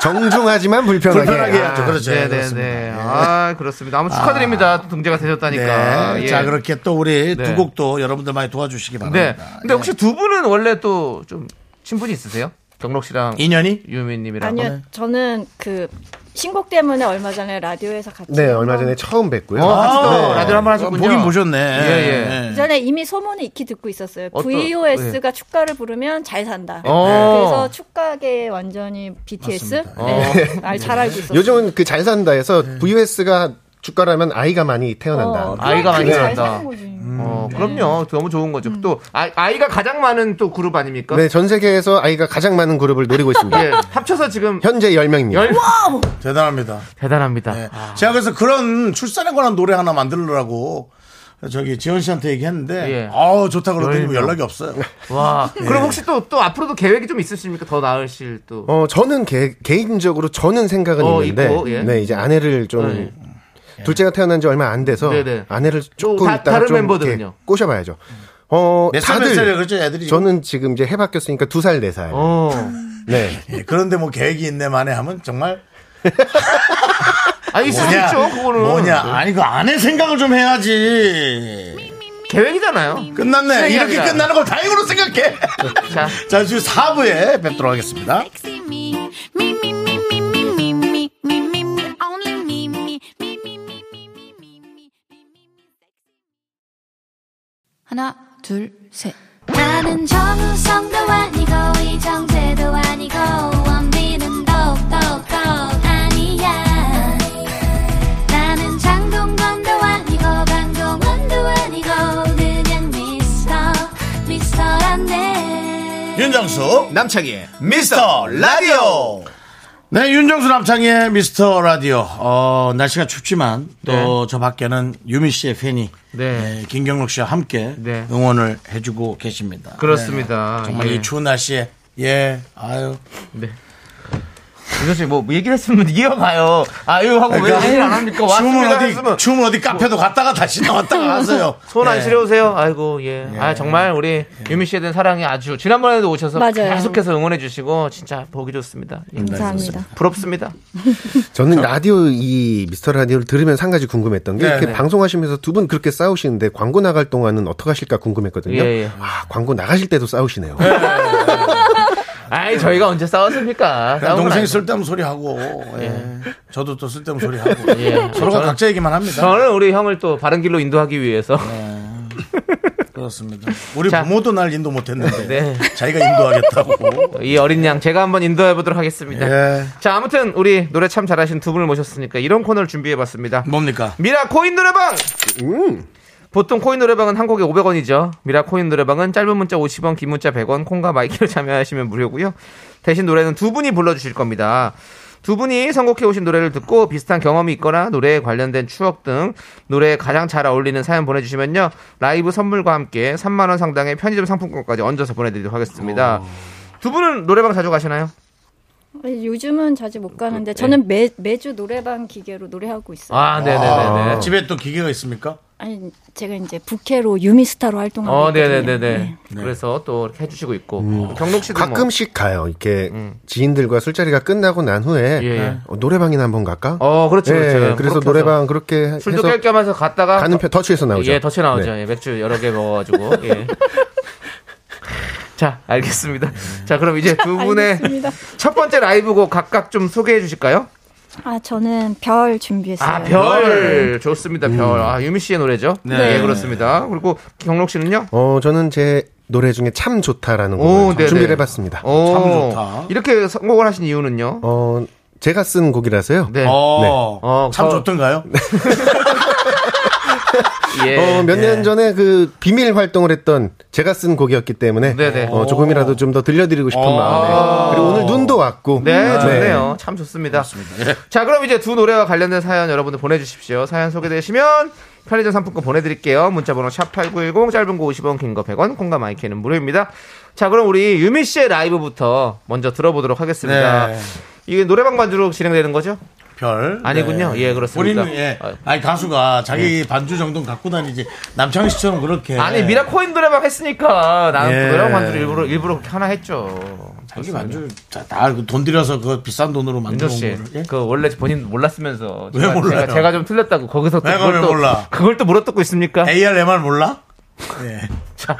[SPEAKER 6] 정중하지만 불편하게.
[SPEAKER 1] 아. 불편하게
[SPEAKER 6] 아,
[SPEAKER 1] 해야죠. 그렇죠.
[SPEAKER 2] 네, 네,
[SPEAKER 1] 그렇습니다.
[SPEAKER 2] 네. 아, 그렇습니다. 아무 축하드립니다. 또 등재가 되셨다니까.
[SPEAKER 1] 네.
[SPEAKER 2] 예.
[SPEAKER 1] 자 그렇게 또 우리
[SPEAKER 2] 네.
[SPEAKER 1] 두 곡도 여러분들 많이 도와주시기
[SPEAKER 2] 네.
[SPEAKER 1] 바랍니다.
[SPEAKER 2] 근데 혹시 두 분은 원래 또 좀 친분이 있으세요? 경록 씨랑
[SPEAKER 1] 인연이
[SPEAKER 7] 네.
[SPEAKER 2] 유민 님이랑. 네.
[SPEAKER 7] 아니요, 저는 그 신곡 때문에 얼마 전에 라디오에서 같이
[SPEAKER 6] 네, 얼마 전에 처음
[SPEAKER 1] 아,
[SPEAKER 6] 뵙고요.
[SPEAKER 2] 어, 같이 또
[SPEAKER 6] 네.
[SPEAKER 2] 라디오 한번 하셨군요.
[SPEAKER 1] 보긴 보셨네.
[SPEAKER 2] 예,
[SPEAKER 7] 그 전에 이미 소문이 익히 듣고 있었어요.
[SPEAKER 2] 어떤- 네.
[SPEAKER 7] VOS가 축가를 부르면 잘 산다.
[SPEAKER 2] 어.
[SPEAKER 7] 그래서 축가계 완전히 BTS 네. 아, 잘 알고 있었어요.
[SPEAKER 6] 요즘은 그 잘 산다에서
[SPEAKER 1] 네.
[SPEAKER 6] VS가 주가라면 아이가 많이 태어난다.
[SPEAKER 7] 어, 그럼
[SPEAKER 1] 네.
[SPEAKER 2] 아이가 많이
[SPEAKER 7] 그게 잘
[SPEAKER 2] 산다.
[SPEAKER 7] 사는 거지.
[SPEAKER 2] 어, 그럼요. 너무 좋은 거죠.
[SPEAKER 7] 음.
[SPEAKER 2] 또 아, 아이가 가장 많은 또 그룹 아닙니까?
[SPEAKER 6] 네, 전 세계에서 아이가 가장 많은 그룹을 노리고 있습니다.
[SPEAKER 2] 예, 합쳐서 지금
[SPEAKER 6] 현재 10명입니다.
[SPEAKER 2] 열
[SPEAKER 1] 대단합니다.
[SPEAKER 2] 대단합니다.
[SPEAKER 1] 예. 제가 그래서 그런 출산에 관한 노래 하나 만들려고 저기 지원 씨한테 얘기했는데
[SPEAKER 2] 예.
[SPEAKER 1] 아우 좋다 그러더니 뭐
[SPEAKER 2] 열명.
[SPEAKER 1] 연락이 없어요.
[SPEAKER 2] 와. 그럼 혹시 또 또 앞으로도 계획이 좀 있으십니까? 더 나으실 또.
[SPEAKER 6] 어, 저는 개, 개인적으로 저는 생각은
[SPEAKER 2] 어,
[SPEAKER 6] 있는데,
[SPEAKER 2] 있고, 예. 네.
[SPEAKER 6] 네, 이제 아내를 좀, 둘째가 태어난 지 얼마 안 돼서,
[SPEAKER 2] 네네.
[SPEAKER 6] 아내를
[SPEAKER 2] 또
[SPEAKER 6] 조금
[SPEAKER 2] 다-
[SPEAKER 6] 있다가
[SPEAKER 2] 다른
[SPEAKER 6] 좀
[SPEAKER 2] 멤버들은요?
[SPEAKER 6] 이렇게 꼬셔봐야죠. 어,
[SPEAKER 1] 몇 살, 몇
[SPEAKER 6] 다들,
[SPEAKER 1] 살이에요? 그렇죠, 애들이.
[SPEAKER 6] 저는 지금 이제 해 바뀌었으니까 두 살, 네 살.
[SPEAKER 2] 어.
[SPEAKER 6] 네.
[SPEAKER 1] 예, 그런데 뭐 계획이 있네 만에 하면 정말
[SPEAKER 2] 아, 있을 수
[SPEAKER 1] 뭐냐,
[SPEAKER 2] 있죠. 그거는. 네.
[SPEAKER 1] 뭐냐. 아니 그 안에 생각을 좀 해야지.
[SPEAKER 2] 계획이잖아요.
[SPEAKER 1] 끝났네. 이렇게
[SPEAKER 2] 시작이다.
[SPEAKER 1] 끝나는 걸 다행으로 생각해.
[SPEAKER 2] 자.
[SPEAKER 1] 자, 주 4부에 뵙도록 하겠습니다.
[SPEAKER 4] Sexy me, me, me, me, me, me, me, me, me, me, me, only me, me, me, me, me, me, me, me, me, me, me, me.
[SPEAKER 8] 하나, 둘, 셋.
[SPEAKER 4] 나는 정우성도 아니고 이정재도 아니고 원빈은 더욱더 아니야 나는 장동건도 아니고 강동원도 아니고 그냥 미스터 미스터란데
[SPEAKER 1] 윤정수 남창희의 미스터 라디오 네 윤정수 남창희의 미스터 라디오 어, 날씨가 춥지만 또
[SPEAKER 2] 네.
[SPEAKER 1] 저 밖에는 유미 씨의 팬이
[SPEAKER 2] 네.
[SPEAKER 1] 네, 김경록 씨와 함께
[SPEAKER 2] 네.
[SPEAKER 1] 응원을 해주고 계십니다
[SPEAKER 2] 그렇습니다.
[SPEAKER 1] 네, 정말
[SPEAKER 2] 예.
[SPEAKER 1] 이 추운 날씨에 예 아유
[SPEAKER 2] 네. 윤정 씨, 뭐, 얘기를 했으면 이어가요. 아유, 하고 왜 얘기를 안 합니까?
[SPEAKER 1] 추우면
[SPEAKER 2] 왔습니다.
[SPEAKER 1] 그러니까 어디
[SPEAKER 2] 했으면.
[SPEAKER 1] 추우면 어디 카페도 갔다가 다시 나왔다가 하세요
[SPEAKER 2] 손 안
[SPEAKER 1] 예.
[SPEAKER 2] 시려우세요? 아이고, 예. 아, 정말 우리 유미 씨에 대한 사랑이 아주, 지난번에도 오셔서
[SPEAKER 7] 맞아요.
[SPEAKER 2] 계속해서 응원해주시고, 진짜 보기 좋습니다. 예.
[SPEAKER 7] 감사합니다.
[SPEAKER 2] 부럽습니다.
[SPEAKER 6] 저는 라디오 이 미스터 라디오를 들으면서 한 가지 궁금했던 게
[SPEAKER 1] 네,
[SPEAKER 6] 이렇게
[SPEAKER 1] 네.
[SPEAKER 6] 방송하시면서 두 분 그렇게 싸우시는데 광고 나갈 동안은 어떻게 하실까 궁금했거든요.
[SPEAKER 2] 예, 예.
[SPEAKER 6] 아, 광고 나가실 때도 싸우시네요.
[SPEAKER 2] 아이, 저희가 언제 싸웠습니까?
[SPEAKER 1] 그냥
[SPEAKER 2] 싸운 건
[SPEAKER 1] 동생이
[SPEAKER 2] 아니죠.
[SPEAKER 1] 쓸데없는 소리 하고 예. 저도 또 쓸데없는 소리 하고
[SPEAKER 2] 예.
[SPEAKER 1] 서로가
[SPEAKER 2] 저는-
[SPEAKER 1] 각자 얘기만 합니다
[SPEAKER 2] 저는 우리 형을 또 바른 길로 인도하기 위해서.
[SPEAKER 1] 그렇습니다. 우리
[SPEAKER 2] 자.
[SPEAKER 1] 부모도 날 인도 못했는데
[SPEAKER 2] 네.
[SPEAKER 1] 자기가 인도하겠다고.
[SPEAKER 2] 이 어린 양 제가 한번 인도해 보도록 하겠습니다.
[SPEAKER 1] 예.
[SPEAKER 2] 자, 아무튼 우리 노래 참 잘하신 두 분을 모셨으니까 이런 코너를 준비해 봤습니다.
[SPEAKER 1] 뭡니까?
[SPEAKER 2] 미라 코인 노래방. 보통 코인 노래방은 한 곡에 500원이죠. 미라 코인 노래방은 짧은 문자 50원, 긴 문자 100원, 콩과 마이크로 참여하시면 무료고요. 대신 노래는 두 분이 불러 주실 겁니다. 두 분이 선곡해 오신 노래를 듣고 비슷한 경험이 있거나 노래에 관련된 추억 등 노래에 가장 잘 어울리는 사연 보내주시면요 라이브 선물과 함께 3만 원 상당의 편의점 상품권까지 얹어서 보내드리도록 하겠습니다. 두 분은 노래방 자주 가시나요?
[SPEAKER 7] 요즘은 자주 못 가는데 저는 매, 매주 노래방 기계로 노래하고 있어요.
[SPEAKER 2] 네. 아, 네네네네.
[SPEAKER 1] 아, 집에 또 기계가 있습니까?
[SPEAKER 7] 아니 제가 이제 부캐로 유미스타로 활동하고
[SPEAKER 2] 어,
[SPEAKER 7] 있거든요.
[SPEAKER 2] 네네네네.
[SPEAKER 7] 네.
[SPEAKER 2] 그래서 또 이렇게 해주시고 있고. 경록 씨도 뭐.
[SPEAKER 6] 가끔씩 가요. 이렇게 지인들과 술자리가 끝나고 난 후에
[SPEAKER 2] 음. 예, 예.
[SPEAKER 6] 어, 노래방이나 한번 갈까?
[SPEAKER 2] 뭐. 어, 그렇죠,
[SPEAKER 6] 예,
[SPEAKER 2] 그렇죠.
[SPEAKER 6] 그래서
[SPEAKER 2] 그렇게 해서
[SPEAKER 6] 노래방 그렇게
[SPEAKER 2] 술도
[SPEAKER 6] 해서
[SPEAKER 2] 깰겸 해서 갔다가.
[SPEAKER 6] 가는 편 터치에서 나오죠.
[SPEAKER 2] 예, 덫에 나오죠.
[SPEAKER 6] 네.
[SPEAKER 2] 예, 맥주 여러 개 먹어가지고. 예. 자, 알겠습니다. 자, 그럼 이제 두 분의
[SPEAKER 7] 알겠습니다.
[SPEAKER 2] 첫 번째 라이브곡 각각 좀 소개해 주실까요?
[SPEAKER 7] 아 저는 별 준비했어요.
[SPEAKER 2] 아, 별. 좋습니다, 별. 아, 유미 씨의 노래죠?
[SPEAKER 1] 네.
[SPEAKER 2] 예, 그렇습니다. 그리고 경록 씨는요?
[SPEAKER 6] 어, 저는 제 노래 중에 참 좋다라는
[SPEAKER 2] 오,
[SPEAKER 6] 곡을 좀
[SPEAKER 2] 네네. 어.
[SPEAKER 6] 준비를 해봤습니다.
[SPEAKER 2] 오,
[SPEAKER 1] 참 좋다.
[SPEAKER 2] 이렇게 선곡을 하신 이유는요?
[SPEAKER 6] 어, 제가 쓴 곡이라서요.
[SPEAKER 2] 네.
[SPEAKER 1] 어,
[SPEAKER 2] 어,
[SPEAKER 1] 참
[SPEAKER 2] 저-
[SPEAKER 1] 좋던가요?
[SPEAKER 2] 예.
[SPEAKER 6] 어, 몇 년 전에 그 비밀 활동을 했던 제가 쓴 곡이었기 때문에
[SPEAKER 2] 네네. 아.
[SPEAKER 6] 어, 조금이라도 좀 더 들려드리고 싶은
[SPEAKER 1] 오.
[SPEAKER 6] 마음에 그리고 오늘 눈도 왔고
[SPEAKER 1] 아,
[SPEAKER 2] 네, 좋네요. 참 좋습니다.
[SPEAKER 1] 예.
[SPEAKER 2] 자, 그럼 이제 두 노래와 관련된 사연 여러분들 보내주십시오. 사연 소개되시면 편의점 상품권 보내드릴게요. 문자번호 샵8910, 짧은 거 50원, 긴 거 100원, 콩과 마이크는 무료입니다. 자, 그럼 우리 유미 씨의 라이브부터 먼저 들어보도록 하겠습니다.
[SPEAKER 1] 네.
[SPEAKER 2] 이게 노래방 반주로 진행되는 거죠?
[SPEAKER 1] 별.
[SPEAKER 2] 아니군요. 예, 그렇습니다.
[SPEAKER 1] 우리는 예.
[SPEAKER 2] 아, 예.
[SPEAKER 1] 아니 가수가 자기 반주 정도는 갖고 다니지. 남창희 씨처럼 그렇게.
[SPEAKER 2] 아니, 미라코인 노래방 했으니까 나는
[SPEAKER 1] 네. 예.
[SPEAKER 2] 그 노래방 반주를 일부러, 일부러 그렇게 하나 했죠.
[SPEAKER 1] 자기 반주 다돈 들여서 그 비싼 돈으로 만든
[SPEAKER 2] 윤정 씨,
[SPEAKER 1] 거를. 예?
[SPEAKER 2] 그 원래 본인 몰랐으면서
[SPEAKER 1] 왜
[SPEAKER 2] 제가,
[SPEAKER 1] 몰라요?
[SPEAKER 2] 제가, 제가 좀 틀렸다고 거기서 또
[SPEAKER 1] 내가 왜
[SPEAKER 2] 그걸 또
[SPEAKER 1] 몰라?
[SPEAKER 2] 그걸 또 물어뜯고 있습니까?
[SPEAKER 1] ARMR 몰라? 예.
[SPEAKER 2] 자,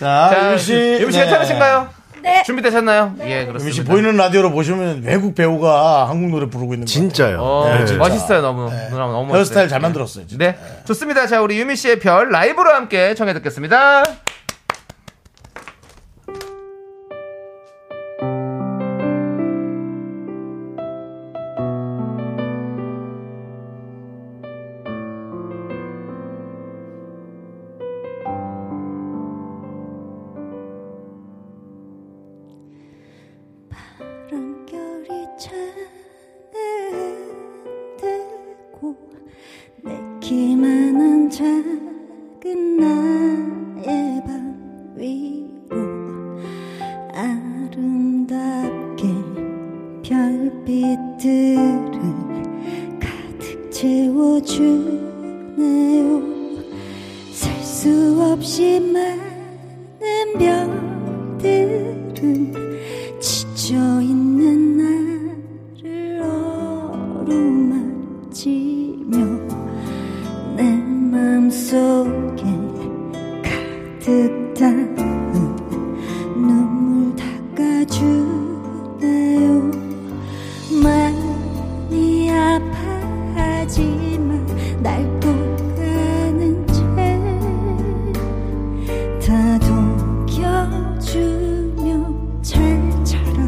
[SPEAKER 1] 자,
[SPEAKER 2] 자,
[SPEAKER 1] 유미 씨.
[SPEAKER 2] 유미 씨
[SPEAKER 1] 네.
[SPEAKER 2] 괜찮으신가요?
[SPEAKER 7] 네.
[SPEAKER 2] 준비되셨나요? 예,
[SPEAKER 1] 유미 씨
[SPEAKER 2] 그렇습니다.
[SPEAKER 1] 보이는 라디오로 보시면 외국 배우가 한국 노래 부르고 있는 거예요.
[SPEAKER 6] 진짜요.
[SPEAKER 2] 어,
[SPEAKER 6] 네.
[SPEAKER 2] 진짜. 멋있어요, 너무. 누나 너무 멋있어요.
[SPEAKER 1] 헤어스타일 잘
[SPEAKER 2] 예.
[SPEAKER 1] 만들었어요. 진짜.
[SPEAKER 2] 네, 좋습니다. 자, 우리 유미 씨의 별 라이브로 함께 청해 듣겠습니다.
[SPEAKER 4] 랑결이 차는 들고 내키만한 작은 나의 방 위로 아름답게 별빛들을 가득 채워주네요 살 수 없이 많은 별들은 지쳐있는 나를 어루만지며 내 맘속에 가득 담은 눈물 닦아주네요 많이 아파하지만 날 떠나는 채 다독여주며 잘 자라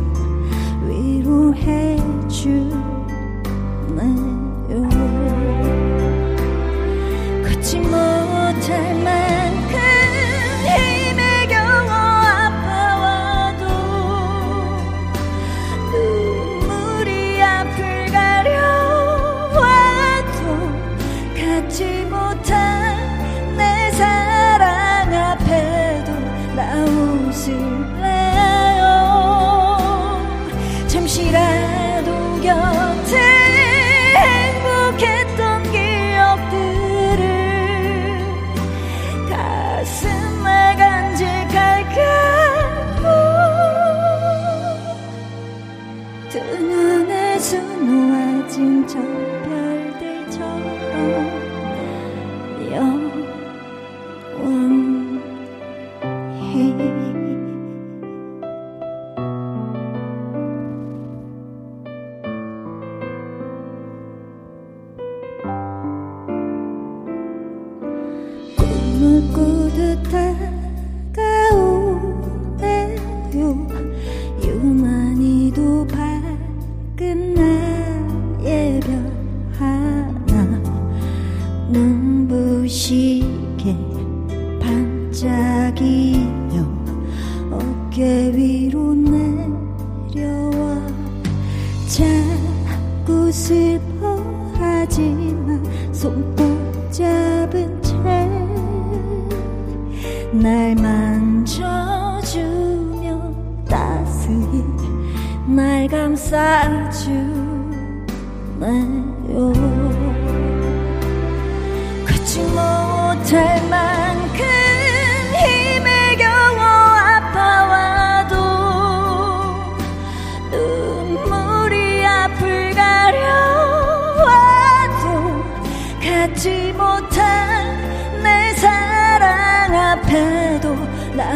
[SPEAKER 4] 위로해주네요 그치 못할 만큼 힘에 겨워 아파와도 그 눈물이 앞을 가려와도 갖지 못한 내 사랑 앞에도 나 웃을래요 잠시라도 곁에 행복했던 기억들을 가슴에 간직할게요 두 눈에 수놓아진 저 별들처럼 영원히 꿈을 꾸듯 다가오네요 유난히도 밝은 나의 별 하나 눈부시게 반짝이며 어깨 위로 내려와 자꾸 슬퍼하지만 손꼭 잡은 채 날 만져주며 따스히 날 감싸주네요 그치 못할 만큼 힘에 겨워 아파와도 눈물이 앞을 가려와도 갖지 못한 내 사랑 앞에도 나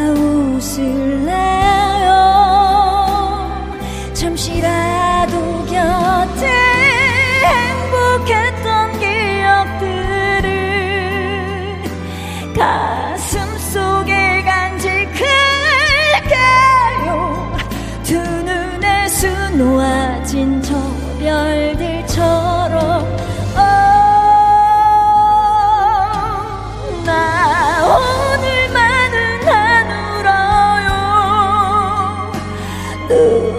[SPEAKER 4] 웃을래요 잠시라도 곁에 행복했던 기억들을 가슴 속에 간직할게요 두 눈에 수놓아진 저 별들처럼 어, 나 오늘만은 안 울어요 그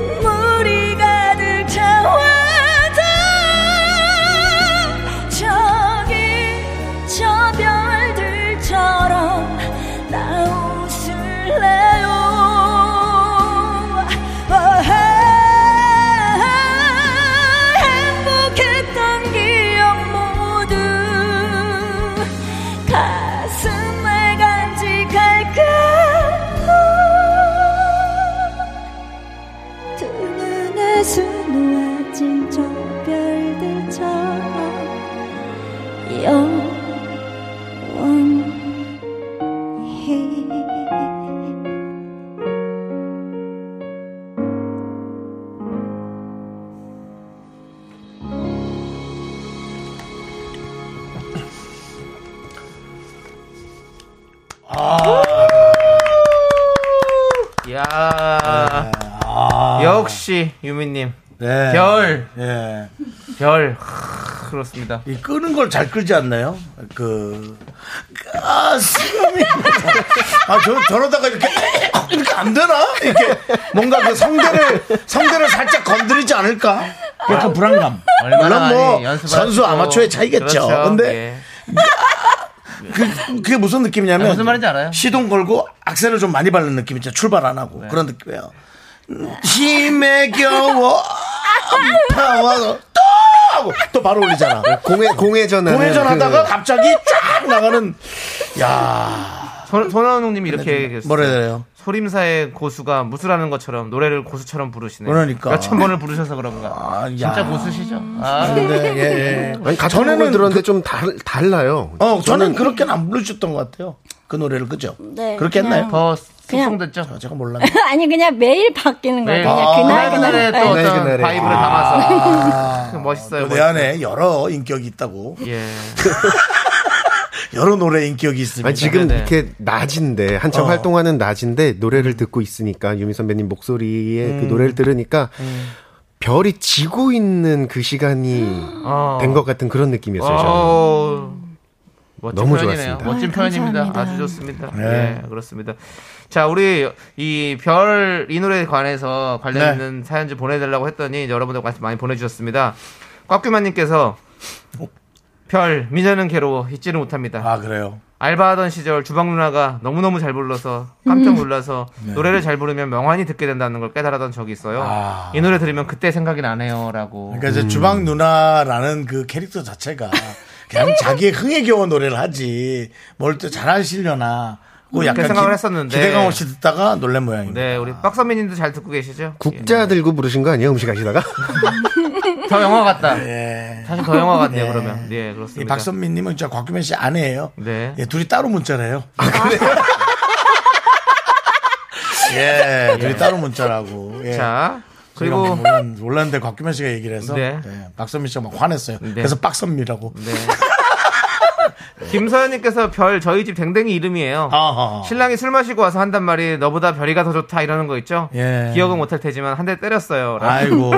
[SPEAKER 2] 이야. 역시 유미님
[SPEAKER 1] 아. 네.
[SPEAKER 2] 별,
[SPEAKER 1] 예.
[SPEAKER 2] 별. 하, 그렇습니다.
[SPEAKER 1] 이 끄는 걸 잘 끌지 않나요? 그 가슴이 아 저, 저러다가 이렇게 이렇게 안 되나? 이렇게 뭔가 그 성대를 성대를 살짝 건드리지 않을까? 약간 불안감. 물론 뭐
[SPEAKER 2] 많이 연습하시고.
[SPEAKER 1] 선수 아마추어의 차이겠죠.
[SPEAKER 2] 그렇죠.
[SPEAKER 1] 근데
[SPEAKER 2] 예.
[SPEAKER 1] 그, 그게 무슨 느낌이냐면
[SPEAKER 2] 아, 무슨 말인지 알아요?
[SPEAKER 1] 시동 걸고 악셀을 좀 많이 바르는 느낌 있죠. 출발 안
[SPEAKER 2] 네.
[SPEAKER 1] 하고 그런 느낌이에요. 힘에 겨워 파워 또 하고 또 바로 올리잖아.
[SPEAKER 6] 공회
[SPEAKER 1] 네,
[SPEAKER 6] 공회전
[SPEAKER 1] 공회전하다가 갑자기 쫙 나가는 야
[SPEAKER 2] 손- 손아운동님이 이렇게 얘기했어요.
[SPEAKER 1] 뭐라 해야 돼요?
[SPEAKER 2] 소림사의 고수가 무술하는 것처럼 노래를 고수처럼 부르시네요.
[SPEAKER 1] 그러니까.
[SPEAKER 2] 몇천 번을 부르셔서 그런가.
[SPEAKER 1] 아, 야.
[SPEAKER 2] 진짜 고수시죠? 아,
[SPEAKER 1] 네, 예, 예.
[SPEAKER 6] 그, 아니 같은
[SPEAKER 1] 전에는
[SPEAKER 6] 곡을
[SPEAKER 2] 그-
[SPEAKER 6] 들었는데 좀 달, 달라요.
[SPEAKER 1] 어 저는 그렇게는 안 부르셨던 것 같아요. 그 노래를 그죠?
[SPEAKER 7] 네,
[SPEAKER 1] 그렇게 했나요?
[SPEAKER 2] 더 숙성됐죠?
[SPEAKER 1] 아, 제가 몰라.
[SPEAKER 7] 아니 그냥 매일 바뀌는 거예요.
[SPEAKER 2] 매일.
[SPEAKER 7] 네. 그냥
[SPEAKER 2] 네.
[SPEAKER 1] 아,
[SPEAKER 7] 그날 네.
[SPEAKER 2] 그날그날의
[SPEAKER 7] 그날.
[SPEAKER 2] 또
[SPEAKER 6] 그날,
[SPEAKER 2] 어떤
[SPEAKER 6] 그날에.
[SPEAKER 2] 바이브를 담아서. 멋있어요.
[SPEAKER 1] 내 안에 여러 인격이 있다고.
[SPEAKER 2] 멋있어요. 예.
[SPEAKER 1] 여러 노래 인격이 있습니다.
[SPEAKER 6] 아니, 지금
[SPEAKER 2] 네네. 어.
[SPEAKER 6] 이렇게 낮인데 한참 활동하는 낮인데 노래를 듣고 있으니까 유미 선배님 목소리에
[SPEAKER 2] 음.
[SPEAKER 6] 그 노래를 들으니까 별이 지고 있는 그 시간이
[SPEAKER 2] 어.
[SPEAKER 6] 된 것 같은 그런 느낌이었어요. 저는.
[SPEAKER 2] 어, 멋진
[SPEAKER 6] 너무
[SPEAKER 2] 표현이네요.
[SPEAKER 6] 좋았습니다.
[SPEAKER 2] 멋진 표현입니다. 아주 좋습니다. 네. 그렇습니다. 자, 우리 이 별 이 노래에 관해서 관련
[SPEAKER 1] 네.
[SPEAKER 2] 있는 사연지 보내달라고 했더니 여러분들 관심 많이 보내주셨습니다. 꽉규만님께서
[SPEAKER 6] 어?
[SPEAKER 2] 별 미녀는 괴로워 잊지를 못합니다.
[SPEAKER 1] 아 그래요.
[SPEAKER 2] 알바하던 시절 주방 누나가 너무너무 잘 불러서 깜짝 놀라서 노래를 잘 부르면 명환이 듣게 된다는 걸 깨달았던 적이 있어요.
[SPEAKER 1] 네. 아.
[SPEAKER 2] 이 노래 들으면 그때 생각이 나네요라고.
[SPEAKER 1] 그러니까 이제 주방 누나라는 그 캐릭터 자체가 그냥 자기의 흥에 겨워 노래를 하지 뭘 또 잘하시려나. 고 약간
[SPEAKER 2] 생각을
[SPEAKER 1] 기-
[SPEAKER 2] 했었는데.
[SPEAKER 1] 기대감 없이 듣다가 놀란 모양입니다.
[SPEAKER 2] 네, 우리 박선미님도 잘 듣고 계시죠?
[SPEAKER 6] 국자 들고 부르신 거 아니에요? 음식 하시다가?
[SPEAKER 2] 더 영화 같다.
[SPEAKER 1] 예.
[SPEAKER 2] 사실 더 영화 같네요, 그러면. 예,
[SPEAKER 1] 이
[SPEAKER 2] 그렇습니다.
[SPEAKER 1] 박선미님은 진짜 곽규민 씨 아내예요.
[SPEAKER 2] 네. 아,
[SPEAKER 1] 예, 둘이 따로 문자를 해요. 예, 둘이 따로 문자라고. 예. 뭐
[SPEAKER 2] 자,
[SPEAKER 1] 그리고
[SPEAKER 2] 그리고,
[SPEAKER 1] 몰랐는데 곽규민 씨가 얘기를 해서
[SPEAKER 2] 네. 음.
[SPEAKER 1] 예, 박선미 씨가 막 화냈어요. 그래서 박선미라고.
[SPEAKER 2] 네. 김서연님께서 별 저희 집 댕댕이 이름이에요.
[SPEAKER 1] 아하.
[SPEAKER 2] 신랑이 술 마시고 와서 한단 말이 너보다 별이가 더 좋다 이러는 거 있죠?
[SPEAKER 1] 예.
[SPEAKER 2] 기억은 못할 테지만 한 대 때렸어요. 라고.
[SPEAKER 1] 아이고.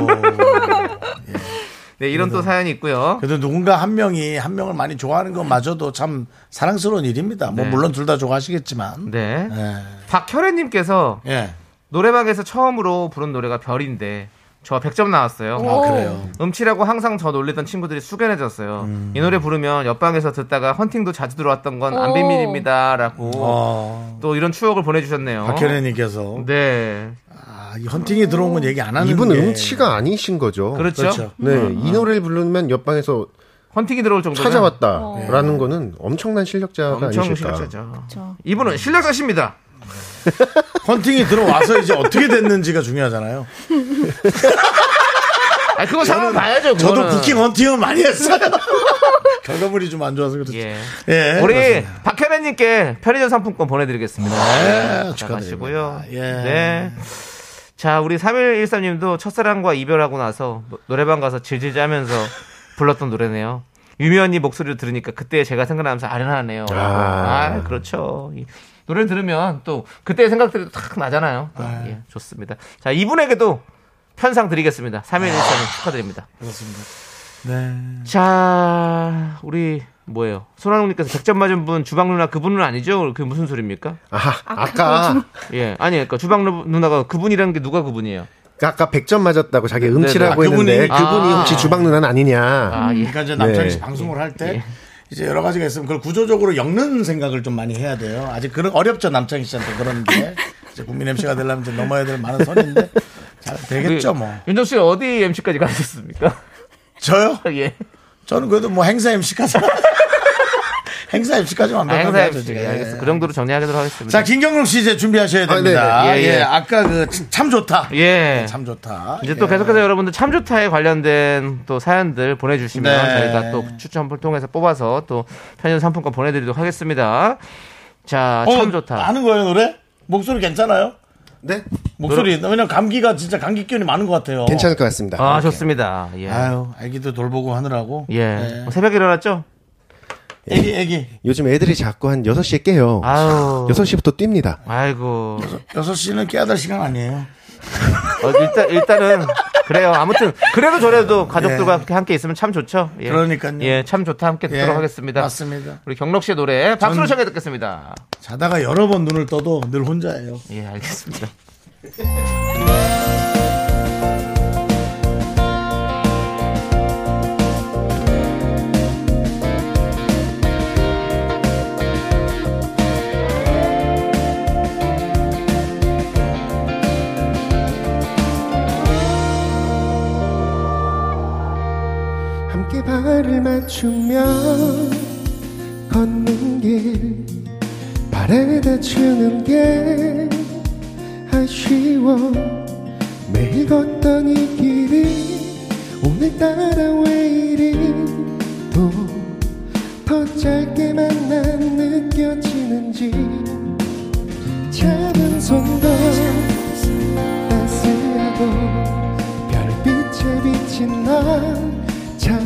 [SPEAKER 2] 네, 이런 또 사연이 있고요.
[SPEAKER 1] 그래도 누군가 한 명이 한 명을 많이 좋아하는 것마저도 참 사랑스러운 일입니다. 뭐
[SPEAKER 2] 네.
[SPEAKER 1] 물론 둘 다 좋아하시겠지만.
[SPEAKER 2] 네.
[SPEAKER 1] 예.
[SPEAKER 2] 박혈애님께서
[SPEAKER 1] 예.
[SPEAKER 2] 노래방에서 처음으로 부른 노래가 별인데 저 100점 나왔어요.
[SPEAKER 1] 아, 그래요.
[SPEAKER 2] 음치라고 항상 저 놀리던 친구들이 숙연해졌어요.
[SPEAKER 1] 음.
[SPEAKER 2] 이 노래 부르면 옆방에서 듣다가 헌팅도 자주 들어왔던 건 안
[SPEAKER 4] 오.
[SPEAKER 2] 비밀입니다라고
[SPEAKER 1] 어.
[SPEAKER 2] 또 이런 추억을 보내주셨네요.
[SPEAKER 1] 박현애님께서
[SPEAKER 2] 네,
[SPEAKER 1] 아, 이 헌팅이 들어온 건 얘기 안 하는
[SPEAKER 6] 이분
[SPEAKER 1] 게-
[SPEAKER 6] 음치가 아니신 거죠.
[SPEAKER 2] 그렇죠.
[SPEAKER 1] 그렇죠.
[SPEAKER 6] 네, 이 노래를 부르면 옆방에서
[SPEAKER 2] 헌팅이 들어올 정도면
[SPEAKER 6] 찾아왔다라는 거는 엄청난 실력자가
[SPEAKER 2] 엄청
[SPEAKER 6] 아니실까.
[SPEAKER 2] 실력자죠. 이분은 실력자십니다.
[SPEAKER 1] 그렇죠. 헌팅이 들어와서 이제 어떻게 됐는지가 중요하잖아요.
[SPEAKER 2] 아, 그거 상황 봐야죠.
[SPEAKER 1] 저도
[SPEAKER 2] 그거는.
[SPEAKER 1] 부킹 헌팅을 많이 했어요. 결과물이 좀 안 좋아서 그렇죠.
[SPEAKER 2] 예.
[SPEAKER 1] 예,
[SPEAKER 2] 우리 박현애님께 편의점 상품권 보내드리겠습니다.
[SPEAKER 1] 네,
[SPEAKER 2] 축하드리고요.
[SPEAKER 1] 축하드립니다. 예.
[SPEAKER 2] 네. 자, 우리 3113님도 첫사랑과 이별하고 나서 노- 노래방 가서 질질 짜면서 불렀던 노래네요. 유미 언니 목소리를 들으니까 그때 제가 생각나면서 아련하네요.
[SPEAKER 6] 아.
[SPEAKER 2] 아, 그렇죠. 이 노래를 들으면 또 그때 생각들이 탁 나잖아요. 또, 예, 좋습니다. 자, 이분에게도 편상 드리겠습니다. 3113님 축하드립니다.
[SPEAKER 1] 네.
[SPEAKER 2] 자, 우리 뭐예요? 손한웅님께서 100점 맞은 분 주방 누나 그분은 아니죠? 그게 무슨 소리입니까?
[SPEAKER 6] 아, 아까
[SPEAKER 2] 예, 아니 그러니까 주방 누- 누나가 그분이라는 게 누가 그분이에요?
[SPEAKER 6] 아까 100점 맞았다고 자기 음치라고
[SPEAKER 1] 네네.
[SPEAKER 6] 했는데
[SPEAKER 1] 그분이-
[SPEAKER 6] 그분이,
[SPEAKER 2] 아.
[SPEAKER 6] 혹시 주방 누나는 아니냐.
[SPEAKER 2] 아, 예.
[SPEAKER 1] 그러니까 이제 남창희 씨
[SPEAKER 6] 네.
[SPEAKER 1] 방송을 할 때 이제 여러 가지가 있으면 그걸 구조적으로 엮는 생각을 좀 많이 해야 돼요. 아직 그런 어렵죠 남창희 씨한테 그런 게 이제 국민 MC가 되려면 이제 넘어야 될 많은 선인데 잘 되겠죠 뭐.
[SPEAKER 2] 그 윤정 씨 어디 MC까지 가셨습니까?
[SPEAKER 1] 저요?
[SPEAKER 2] 예.
[SPEAKER 1] 저는 그래도 뭐 행사 MC까지 행사 MC까지
[SPEAKER 2] 아,
[SPEAKER 1] 완벽하게
[SPEAKER 2] 행사
[SPEAKER 1] 하죠.
[SPEAKER 2] MC.
[SPEAKER 1] 지금.
[SPEAKER 2] 예,
[SPEAKER 1] 예.
[SPEAKER 2] 알겠어. 그 정도로 정리하도록 하겠습니다.
[SPEAKER 1] 자 김경록 씨 이제 준비하셔야 됩니다.
[SPEAKER 2] 아, 네네.
[SPEAKER 1] 예,
[SPEAKER 2] 예, 예.
[SPEAKER 1] 아까 그 참 좋다.
[SPEAKER 2] 예.
[SPEAKER 1] 네, 참 좋다.
[SPEAKER 2] 이제 또
[SPEAKER 1] 예.
[SPEAKER 2] 계속해서 여러분들 참 좋다에 관련된 또 사연들 보내주시면
[SPEAKER 1] 네.
[SPEAKER 2] 저희가 또 추첨을 통해서 뽑아서 또 편의점 상품권 보내드리도록 하겠습니다. 자,
[SPEAKER 1] 어,
[SPEAKER 2] 참 좋다.
[SPEAKER 1] 아는 거예요 노래? 목소리 괜찮아요?
[SPEAKER 6] 네?
[SPEAKER 1] 목소리 왜냐면 감기가 진짜 감기 기운이 많은 것 같아요.
[SPEAKER 6] 괜찮을 것 같습니다.
[SPEAKER 2] 아, 좋습니다. 예. 뭐
[SPEAKER 1] 아유 아기도 돌보고 하느라고.
[SPEAKER 2] 예. 어, 새벽에 일어났죠?
[SPEAKER 1] 애기, 애기.
[SPEAKER 9] 요즘 애들이 자꾸 한 6시에 깨요.
[SPEAKER 2] 아유.
[SPEAKER 9] 6시부터 뜁니다.
[SPEAKER 2] 아이고.
[SPEAKER 1] 6시는 깨야 될 시간 아니에요.
[SPEAKER 2] 어, 일단, 일단은, 그래요. 아무튼, 그래도 저래도 가족들과 함께- 함께 있으면 참 좋죠. 예.
[SPEAKER 1] 예. 그러니까요.
[SPEAKER 2] 예, 참 좋다. 함께
[SPEAKER 1] 예,
[SPEAKER 2] 듣도록 하겠습니다.
[SPEAKER 1] 맞습니다.
[SPEAKER 2] 우리 경록 씨의 노래, 박수로
[SPEAKER 1] 전-
[SPEAKER 2] 청해 듣겠습니다.
[SPEAKER 1] 자다가 여러 번 눈을 떠도 늘 혼자예요.
[SPEAKER 2] 예, 알겠습니다.
[SPEAKER 9] 함께 발을 맞추며 걷는 길 발에 다치는 게 아쉬워 매일 걷던 이 길이 오늘따라 왜 이리 또더 짧게만 난 느껴지는지 작은 손도 따스하고 별빛에 비친 넌참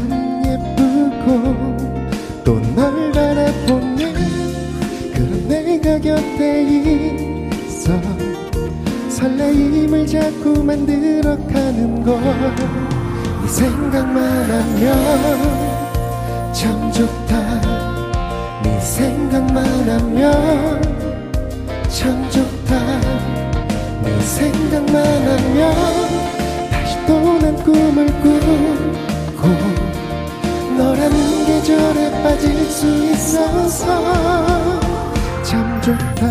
[SPEAKER 9] 예쁘고 또 널 바라보는 그런 내가 곁에 있어 설레임을 자꾸 만들어 가는 걸네 생각만 하면 참 좋다 네 생각만 하면 참 좋다 네 생각만 하면 다시 또 난 꿈을 꾸고 너라는 계절에 빠질 수 있어서 참 좋다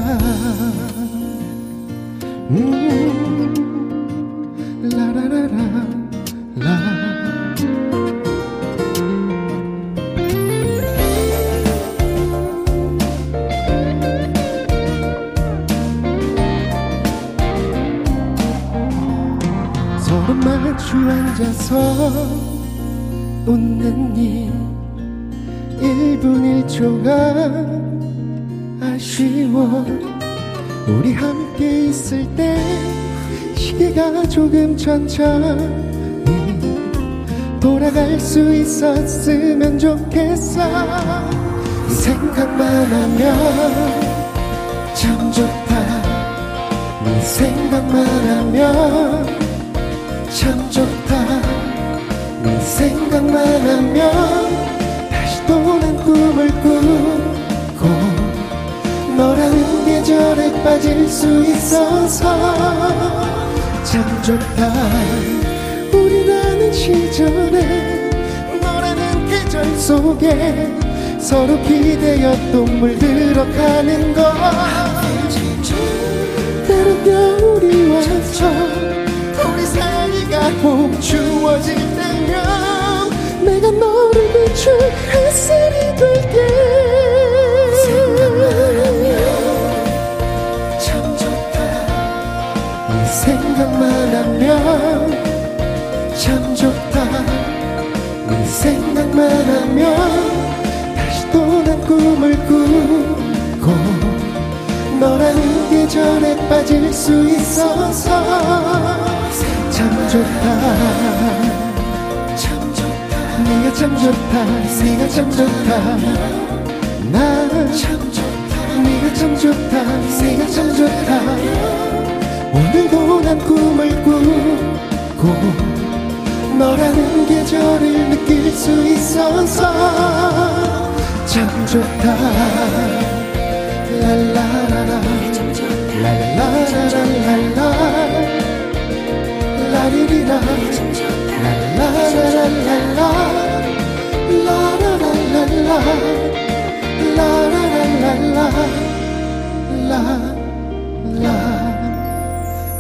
[SPEAKER 9] 음, 라라라라 라 서로 마주 앉아서 웃는 이 1분 1초가 아쉬워 우리 함께 있을 때 시계가 조금 천천히 돌아갈 수 있었으면 좋겠어 이 생각만 하면 참 좋다 네 생각만 하면 참 좋다 네 생각만 하면 다시 또 난 꿈을 꾸고 너라는 계절에 빠질 수 있어서 참 좋다 우리라는 시절에 너라는 계절 속에 서로 기대였던 물들어 가는 것 때론 겨울이 와서 우리 사이가 멈추어질 때면 내가 너를 비출 햇살이 될게 참 좋다 네 생각만 하면 참 좋다 네 생각만 하면 다시 또 난 꿈을 꾸고 너라는 계절에 빠질 수 있어서 참 좋다 참 좋다 네가 참 좋다 네가 참 좋다 나참 좋다 네가 참 좋다 네가 참 좋다 오늘도 난 꿈을 꾸고 너라는 계절을 느낄 수 있어서 참 좋다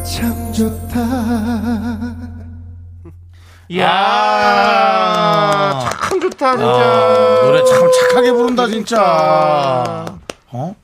[SPEAKER 9] 참 좋다.
[SPEAKER 2] 이야, 참 좋다, 진짜.
[SPEAKER 1] 노래 참 착하게 부른다,
[SPEAKER 2] 그러니까.
[SPEAKER 1] 진짜. 어?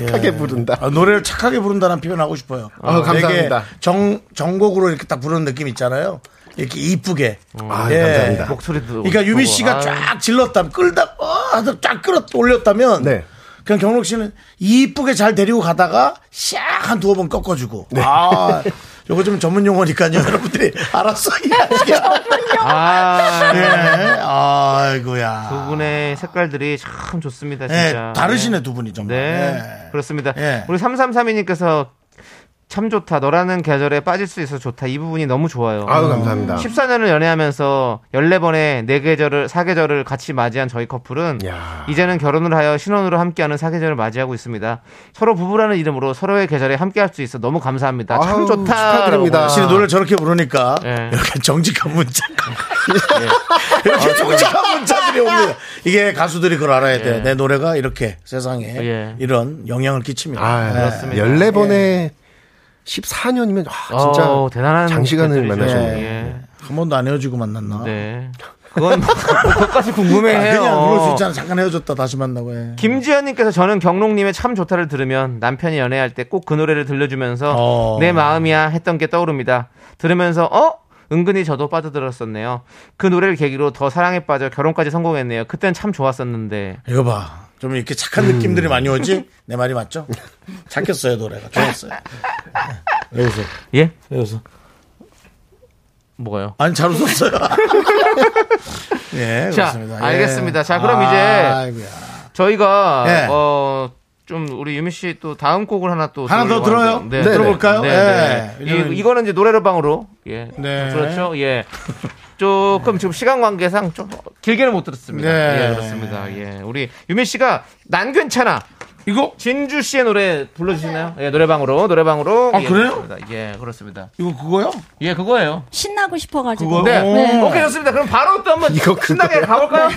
[SPEAKER 6] 예.
[SPEAKER 9] 착하게 부른다.
[SPEAKER 1] 아, 노래를 착하게 부른다는 표현 하고 싶어요.
[SPEAKER 9] 아, 감사합니다.
[SPEAKER 1] 되게 정, 정곡으로 이렇게 딱 부르는 느낌 있잖아요. 이렇게 이쁘게.
[SPEAKER 9] 아, 감사합니다.
[SPEAKER 2] 목소리도.
[SPEAKER 1] 그러니까 유미
[SPEAKER 2] 그거.
[SPEAKER 1] 씨가
[SPEAKER 2] 아유.
[SPEAKER 1] 쫙 질렀다, 끌다, 어, 하다 쫙 끌어 올렸다면.
[SPEAKER 9] 네.
[SPEAKER 1] 그냥
[SPEAKER 9] 네.
[SPEAKER 1] 경록 씨는 이쁘게 잘 데리고 가다가 샥 한 두어 번 꺾어주고. 아, 요거 좀 전문 용어니까요. 여러분들이 알아서 이해하시게.
[SPEAKER 2] 아,
[SPEAKER 6] 네.
[SPEAKER 1] 예. 아이고야.
[SPEAKER 2] 두 분의 색깔들이 참 좋습니다,
[SPEAKER 1] 예,
[SPEAKER 2] 진짜.
[SPEAKER 1] 다르시네 두 분이 정말.
[SPEAKER 2] 네,
[SPEAKER 1] 예.
[SPEAKER 2] 그렇습니다.
[SPEAKER 1] 예.
[SPEAKER 2] 우리 3332님께서 참 좋다. 너라는 계절에 빠질 수 있어 좋다. 이 부분이 너무 좋아요.
[SPEAKER 6] 아유 감사합니다.
[SPEAKER 2] 14년을 연애하면서 14번의 네계절을 4계절을 같이 맞이한 저희 커플은
[SPEAKER 6] 야.
[SPEAKER 2] 이제는 결혼을 하여 신혼으로 함께하는 4계절을 맞이하고 있습니다. 서로 부부라는 이름으로 서로의 계절에 함께할 수 있어 너무 감사합니다. 참
[SPEAKER 6] 아우,
[SPEAKER 2] 좋다.
[SPEAKER 6] 축하드립니다.
[SPEAKER 1] 당신이 노래를 저렇게 부르니까
[SPEAKER 2] 아. 예.
[SPEAKER 1] 이렇게 정직한 문자
[SPEAKER 2] 아,
[SPEAKER 1] 이렇게 정직한 문자들이 옵니다. 이게 가수들이 그걸 알아야 돼.
[SPEAKER 2] 예.
[SPEAKER 1] 내 노래가 이렇게 세상에
[SPEAKER 2] 예.
[SPEAKER 1] 이런 영향을 끼칩니다.
[SPEAKER 6] 아,
[SPEAKER 1] 예.
[SPEAKER 2] 그렇습니다.
[SPEAKER 6] 14번에 14년이면 와, 아, 진짜
[SPEAKER 2] 어, 대단한
[SPEAKER 6] 장시간을
[SPEAKER 2] 분들이죠.
[SPEAKER 6] 만나셨네요.
[SPEAKER 2] 예.
[SPEAKER 1] 한 번도 안 헤어지고 만났나?
[SPEAKER 2] 네. 그건 그것까지
[SPEAKER 1] 아,
[SPEAKER 2] 궁금해해요.
[SPEAKER 1] 그냥 그럴 수 있잖아. 잠깐 헤어졌다 다시 만나고 해.
[SPEAKER 2] 김지현님께서 저는 경록님의 참 좋다를 들으면 남편이 연애할 때 꼭 그 노래를 들려주면서
[SPEAKER 1] 어.
[SPEAKER 2] 내 마음이야 했던 게 떠오릅니다. 들으면서 어? 은근히 저도 빠져들었었네요. 그 노래를 계기로 더 사랑에 빠져 결혼까지 성공했네요. 그땐 참 좋았었는데.
[SPEAKER 1] 이거 봐. 좀 이렇게 착한
[SPEAKER 2] 음.
[SPEAKER 1] 느낌들이 많이 오지? 내 말이 맞죠? 착했어요 노래가. 좋았어요. 예. 왜 웃어?
[SPEAKER 2] 예?
[SPEAKER 1] 왜 웃어?
[SPEAKER 2] 뭐가요?
[SPEAKER 1] 아니 잘 웃었어요. 예,
[SPEAKER 2] 자,
[SPEAKER 1] 그렇습니다. 예.
[SPEAKER 2] 알겠습니다. 자, 그럼 이제
[SPEAKER 1] 아이고야.
[SPEAKER 2] 저희가
[SPEAKER 1] 예.
[SPEAKER 2] 어. 좀 우리 유미 씨 또 다음 곡을 하나 또
[SPEAKER 1] 하나 더
[SPEAKER 2] 들으려고
[SPEAKER 1] 들어요?
[SPEAKER 2] 하는데.
[SPEAKER 1] 네, 들어볼까요?
[SPEAKER 2] 네,
[SPEAKER 1] 예.
[SPEAKER 2] 네. 이, 거는 이제 노래방으로 예
[SPEAKER 1] 네.
[SPEAKER 2] 그렇죠 예 조금 지금 시간 관계상 좀 길게는 못 들었습니다
[SPEAKER 1] 네.
[SPEAKER 2] 예 그렇습니다 예 우리 유미 씨가 난 괜찮아 이거 진주 씨의 노래 불러주시나요 예 노래방으로 노래방으로
[SPEAKER 1] 아,
[SPEAKER 2] 예,
[SPEAKER 1] 그래요?
[SPEAKER 2] 그렇습니다. 예 그렇습니다
[SPEAKER 1] 이거 그거요?
[SPEAKER 2] 예 그거예요
[SPEAKER 8] 신나고 싶어가지고.
[SPEAKER 1] 그거?
[SPEAKER 2] 네,
[SPEAKER 1] 오.
[SPEAKER 2] 오케이 좋습니다 그럼 바로 또 한번 신나게 가볼까요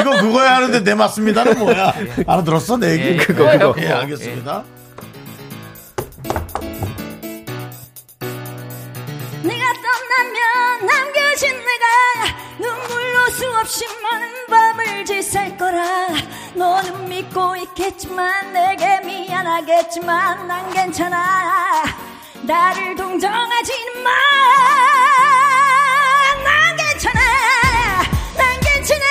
[SPEAKER 1] 이거 그거야 하는데 내 맞습니다는 뭐야? 알아들었어 내 얘기?
[SPEAKER 2] 예, 그거, 그거.
[SPEAKER 1] 예, 알겠습니다.
[SPEAKER 8] 네가 떠나면 남겨진 내가 눈물로 수없이 많은 밤을 지샐 거라 너는 믿고 있겠지만 내게 미안하겠지만 난 괜찮아 나를 동정하지 마난 괜찮아 난 괜찮아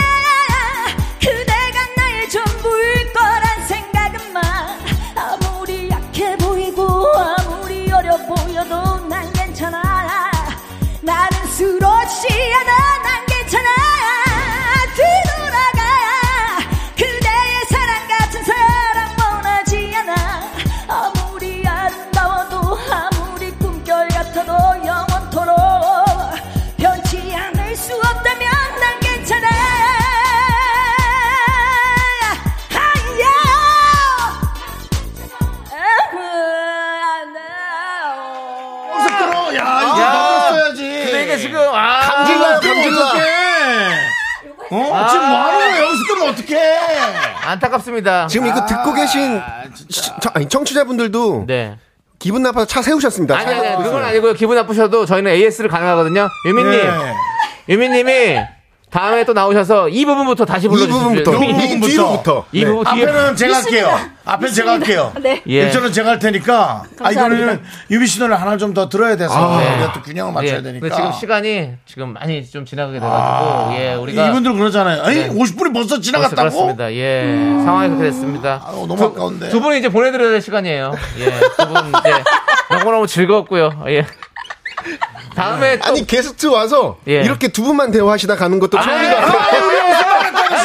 [SPEAKER 8] 그대가 나의 전부일 거란 생각은 마 아무리 약해 보이고 아무리 어려 보여도 난 괜찮아 나는 쓰러지지 않아 난 괜찮아 그 뒤돌아가 그대의 사랑 같은 사랑 원하지 않아 아무리 아름다워도 아무리 꿈결 같아도 영원토록 변치 않을 수 없다면 난 괜찮아 하야
[SPEAKER 1] 들어, 야, 이거 맞았어야지.
[SPEAKER 2] 근데 이게 지금 아
[SPEAKER 1] 네. 감질나, 감질나. 어, 지금 뭐하는 거야? 여기서 끄면 어떡해?
[SPEAKER 2] 안타깝습니다
[SPEAKER 6] 지금 이거 듣고 계신 시- 저- 아니, 청취자분들도
[SPEAKER 2] 네
[SPEAKER 6] 기분 나빠서 차 세우셨습니다.
[SPEAKER 2] 아니,
[SPEAKER 6] 차-
[SPEAKER 2] 아니, 그건 아니고요. 기분 나쁘셔도 저희는 AS를 가능하거든요. 유민님,
[SPEAKER 1] 예.
[SPEAKER 2] 유민님이 다음에 또 나오셔서 이 부분부터 다시
[SPEAKER 6] 이
[SPEAKER 2] 불러주십시오.
[SPEAKER 6] 부분부터
[SPEAKER 1] 이
[SPEAKER 6] 이
[SPEAKER 1] 부분부터. 네.
[SPEAKER 6] 뒤로부터 네.
[SPEAKER 2] 이 부분 어, 뒤에
[SPEAKER 1] 앞에는 제가 할게요. 앞에는 제가 할게요.
[SPEAKER 8] 네.
[SPEAKER 2] 예.
[SPEAKER 1] 일전은 제가 할 테니까. 아, 이거는
[SPEAKER 8] 감사합니다.
[SPEAKER 1] 유비 씨 노래 하나 좀 더 들어야 돼서.
[SPEAKER 2] 네.
[SPEAKER 1] 우리가 또 균형을 맞춰야
[SPEAKER 2] 예,
[SPEAKER 1] 되니까.
[SPEAKER 2] 근데 지금 시간이 지금 많이 좀 지나가게 돼가지고 예, 우리가
[SPEAKER 1] 아, 이분들 그러잖아요. 에이,
[SPEAKER 2] 네.
[SPEAKER 1] 50분이 벌써
[SPEAKER 2] 벌써
[SPEAKER 1] 지나갔다고? 음.
[SPEAKER 2] 그렇습니다. 예, 상황이 그렇게 됐습니다.
[SPEAKER 1] 아우, 너무 아까운데.
[SPEAKER 2] 두 분이 이제 보내드려야 될 시간이에요. 예, 두분 이제 너무너무 즐거웠고요. 예. 다음에 또
[SPEAKER 6] 아니 게스트 와서
[SPEAKER 2] 예.
[SPEAKER 6] 이렇게 두 분만 대화하시다 가는 것도 처음인 것 같아요.
[SPEAKER 1] 아유, 우리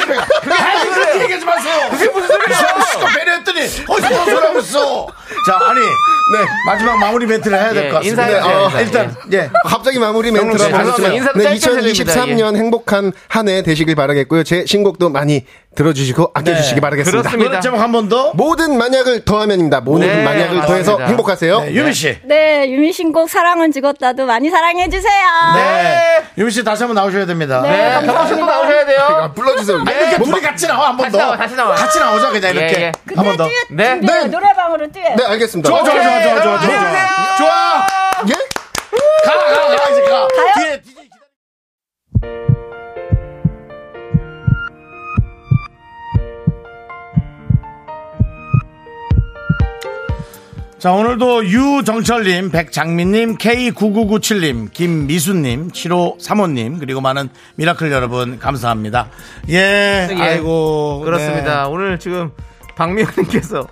[SPEAKER 1] 그게 그렇게 얘기하지 마세요. 그게 무슨 소리야? 시커 배려했더니 어디서 그런 소리 하고 있어. 자, 아니, 네 마지막 마무리 멘트를 해야 될
[SPEAKER 2] 예,
[SPEAKER 1] 것 같습니다.
[SPEAKER 2] 인사해야 돼요,
[SPEAKER 1] 어,
[SPEAKER 2] 인사.
[SPEAKER 1] 일단 예.
[SPEAKER 6] 갑자기 마무리 멘트로
[SPEAKER 1] 씨,
[SPEAKER 6] 가셨지만
[SPEAKER 2] 인사
[SPEAKER 6] 네,
[SPEAKER 2] 짧게 해야 됩니다. 예.
[SPEAKER 6] 2023년 행복한 한 해 되시길 바라겠고요. 제 신곡도 많이 들어주시고 아껴주시기
[SPEAKER 1] 네,
[SPEAKER 6] 바라겠습니다.
[SPEAKER 2] 그렇습니다.
[SPEAKER 1] 노래 제목 한번 더.
[SPEAKER 6] 모든 만약을 더하면입니다. 모든
[SPEAKER 2] 네,
[SPEAKER 6] 만약을 더해서
[SPEAKER 2] 맞습니다.
[SPEAKER 6] 행복하세요.
[SPEAKER 1] 네, 유미 씨.
[SPEAKER 7] 네, 유미 신곡 사랑은 죽었다도 많이 사랑해 주세요.
[SPEAKER 1] 네. 유미 씨 다시 한번 나오셔야 됩니다.
[SPEAKER 7] 네,
[SPEAKER 2] 예, 경호 씨도 나오셔야 돼요.
[SPEAKER 6] 아, 불러주세요.
[SPEAKER 1] 아니, 이렇게 둘이 같이 나와 한 번
[SPEAKER 2] 같이
[SPEAKER 1] 더.
[SPEAKER 2] 네. 나와, 같이 나와.
[SPEAKER 1] 자 그냥
[SPEAKER 2] 예,
[SPEAKER 1] 이렇게
[SPEAKER 2] 예.
[SPEAKER 1] 한 번 더.
[SPEAKER 2] 네.
[SPEAKER 7] 네, 노래방으로 뛰어요.
[SPEAKER 6] 네, 알겠습니다.
[SPEAKER 1] 좋아, 좋아, 좋아, 좋아, 좋아, 좋아.
[SPEAKER 2] 안녕하세요.
[SPEAKER 1] 좋아.
[SPEAKER 6] 예?
[SPEAKER 1] 가, 가, 가 이제 가. 뒤에 DJ 기다리고 자, 오늘도 유정철님, 백장민님, K9997님, 김미수님, 7535님, 그리고 많은 미라클 여러분, 감사합니다. 예,
[SPEAKER 2] 예.
[SPEAKER 1] 아이고.
[SPEAKER 2] 그렇습니다. 오늘 지금 박미영님께서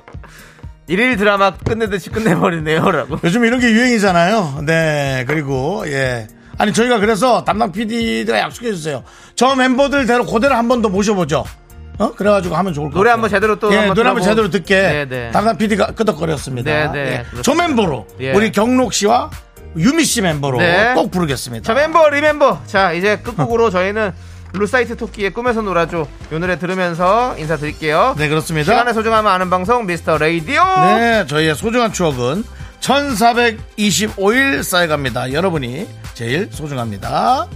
[SPEAKER 2] 일일 드라마 끝내듯이 끝내버리네요라고.
[SPEAKER 1] 요즘 이런 게 유행이잖아요. 네. 그리고, 예. 아니, 저희가 그래서 담당 PD가 약속해주세요. 저 멤버들 대로 그대로 한 번 더 모셔보죠. 어? 그래가지고 하면 좋을 것 같아요.
[SPEAKER 2] 노래 한번 제대로 또
[SPEAKER 1] 예,
[SPEAKER 2] 한번
[SPEAKER 1] 노래
[SPEAKER 2] 들어보고.
[SPEAKER 1] 한번 제대로 듣게.
[SPEAKER 2] 네, 네.
[SPEAKER 1] 담당 PD가 끄덕거렸습니다.
[SPEAKER 2] 네, 네.
[SPEAKER 1] 예.
[SPEAKER 2] 그렇습니다.
[SPEAKER 1] 저 멤버로.
[SPEAKER 2] 예.
[SPEAKER 1] 우리 경록 씨와 유미 씨 멤버로
[SPEAKER 2] 네.
[SPEAKER 1] 꼭 부르겠습니다.
[SPEAKER 2] 자 멤버 리멤버 자 이제 끝곡으로 저희는 룰사이트 토끼의 꿈에서 놀아줘 요 노래 들으면서 인사드릴게요
[SPEAKER 1] 네, 그렇습니다.
[SPEAKER 2] 시간의 소중함을 아는 방송 미스터 레이디오
[SPEAKER 1] 네, 저희의 소중한 추억은 1425일 쌓여갑니다. 여러분이 제일 소중합니다.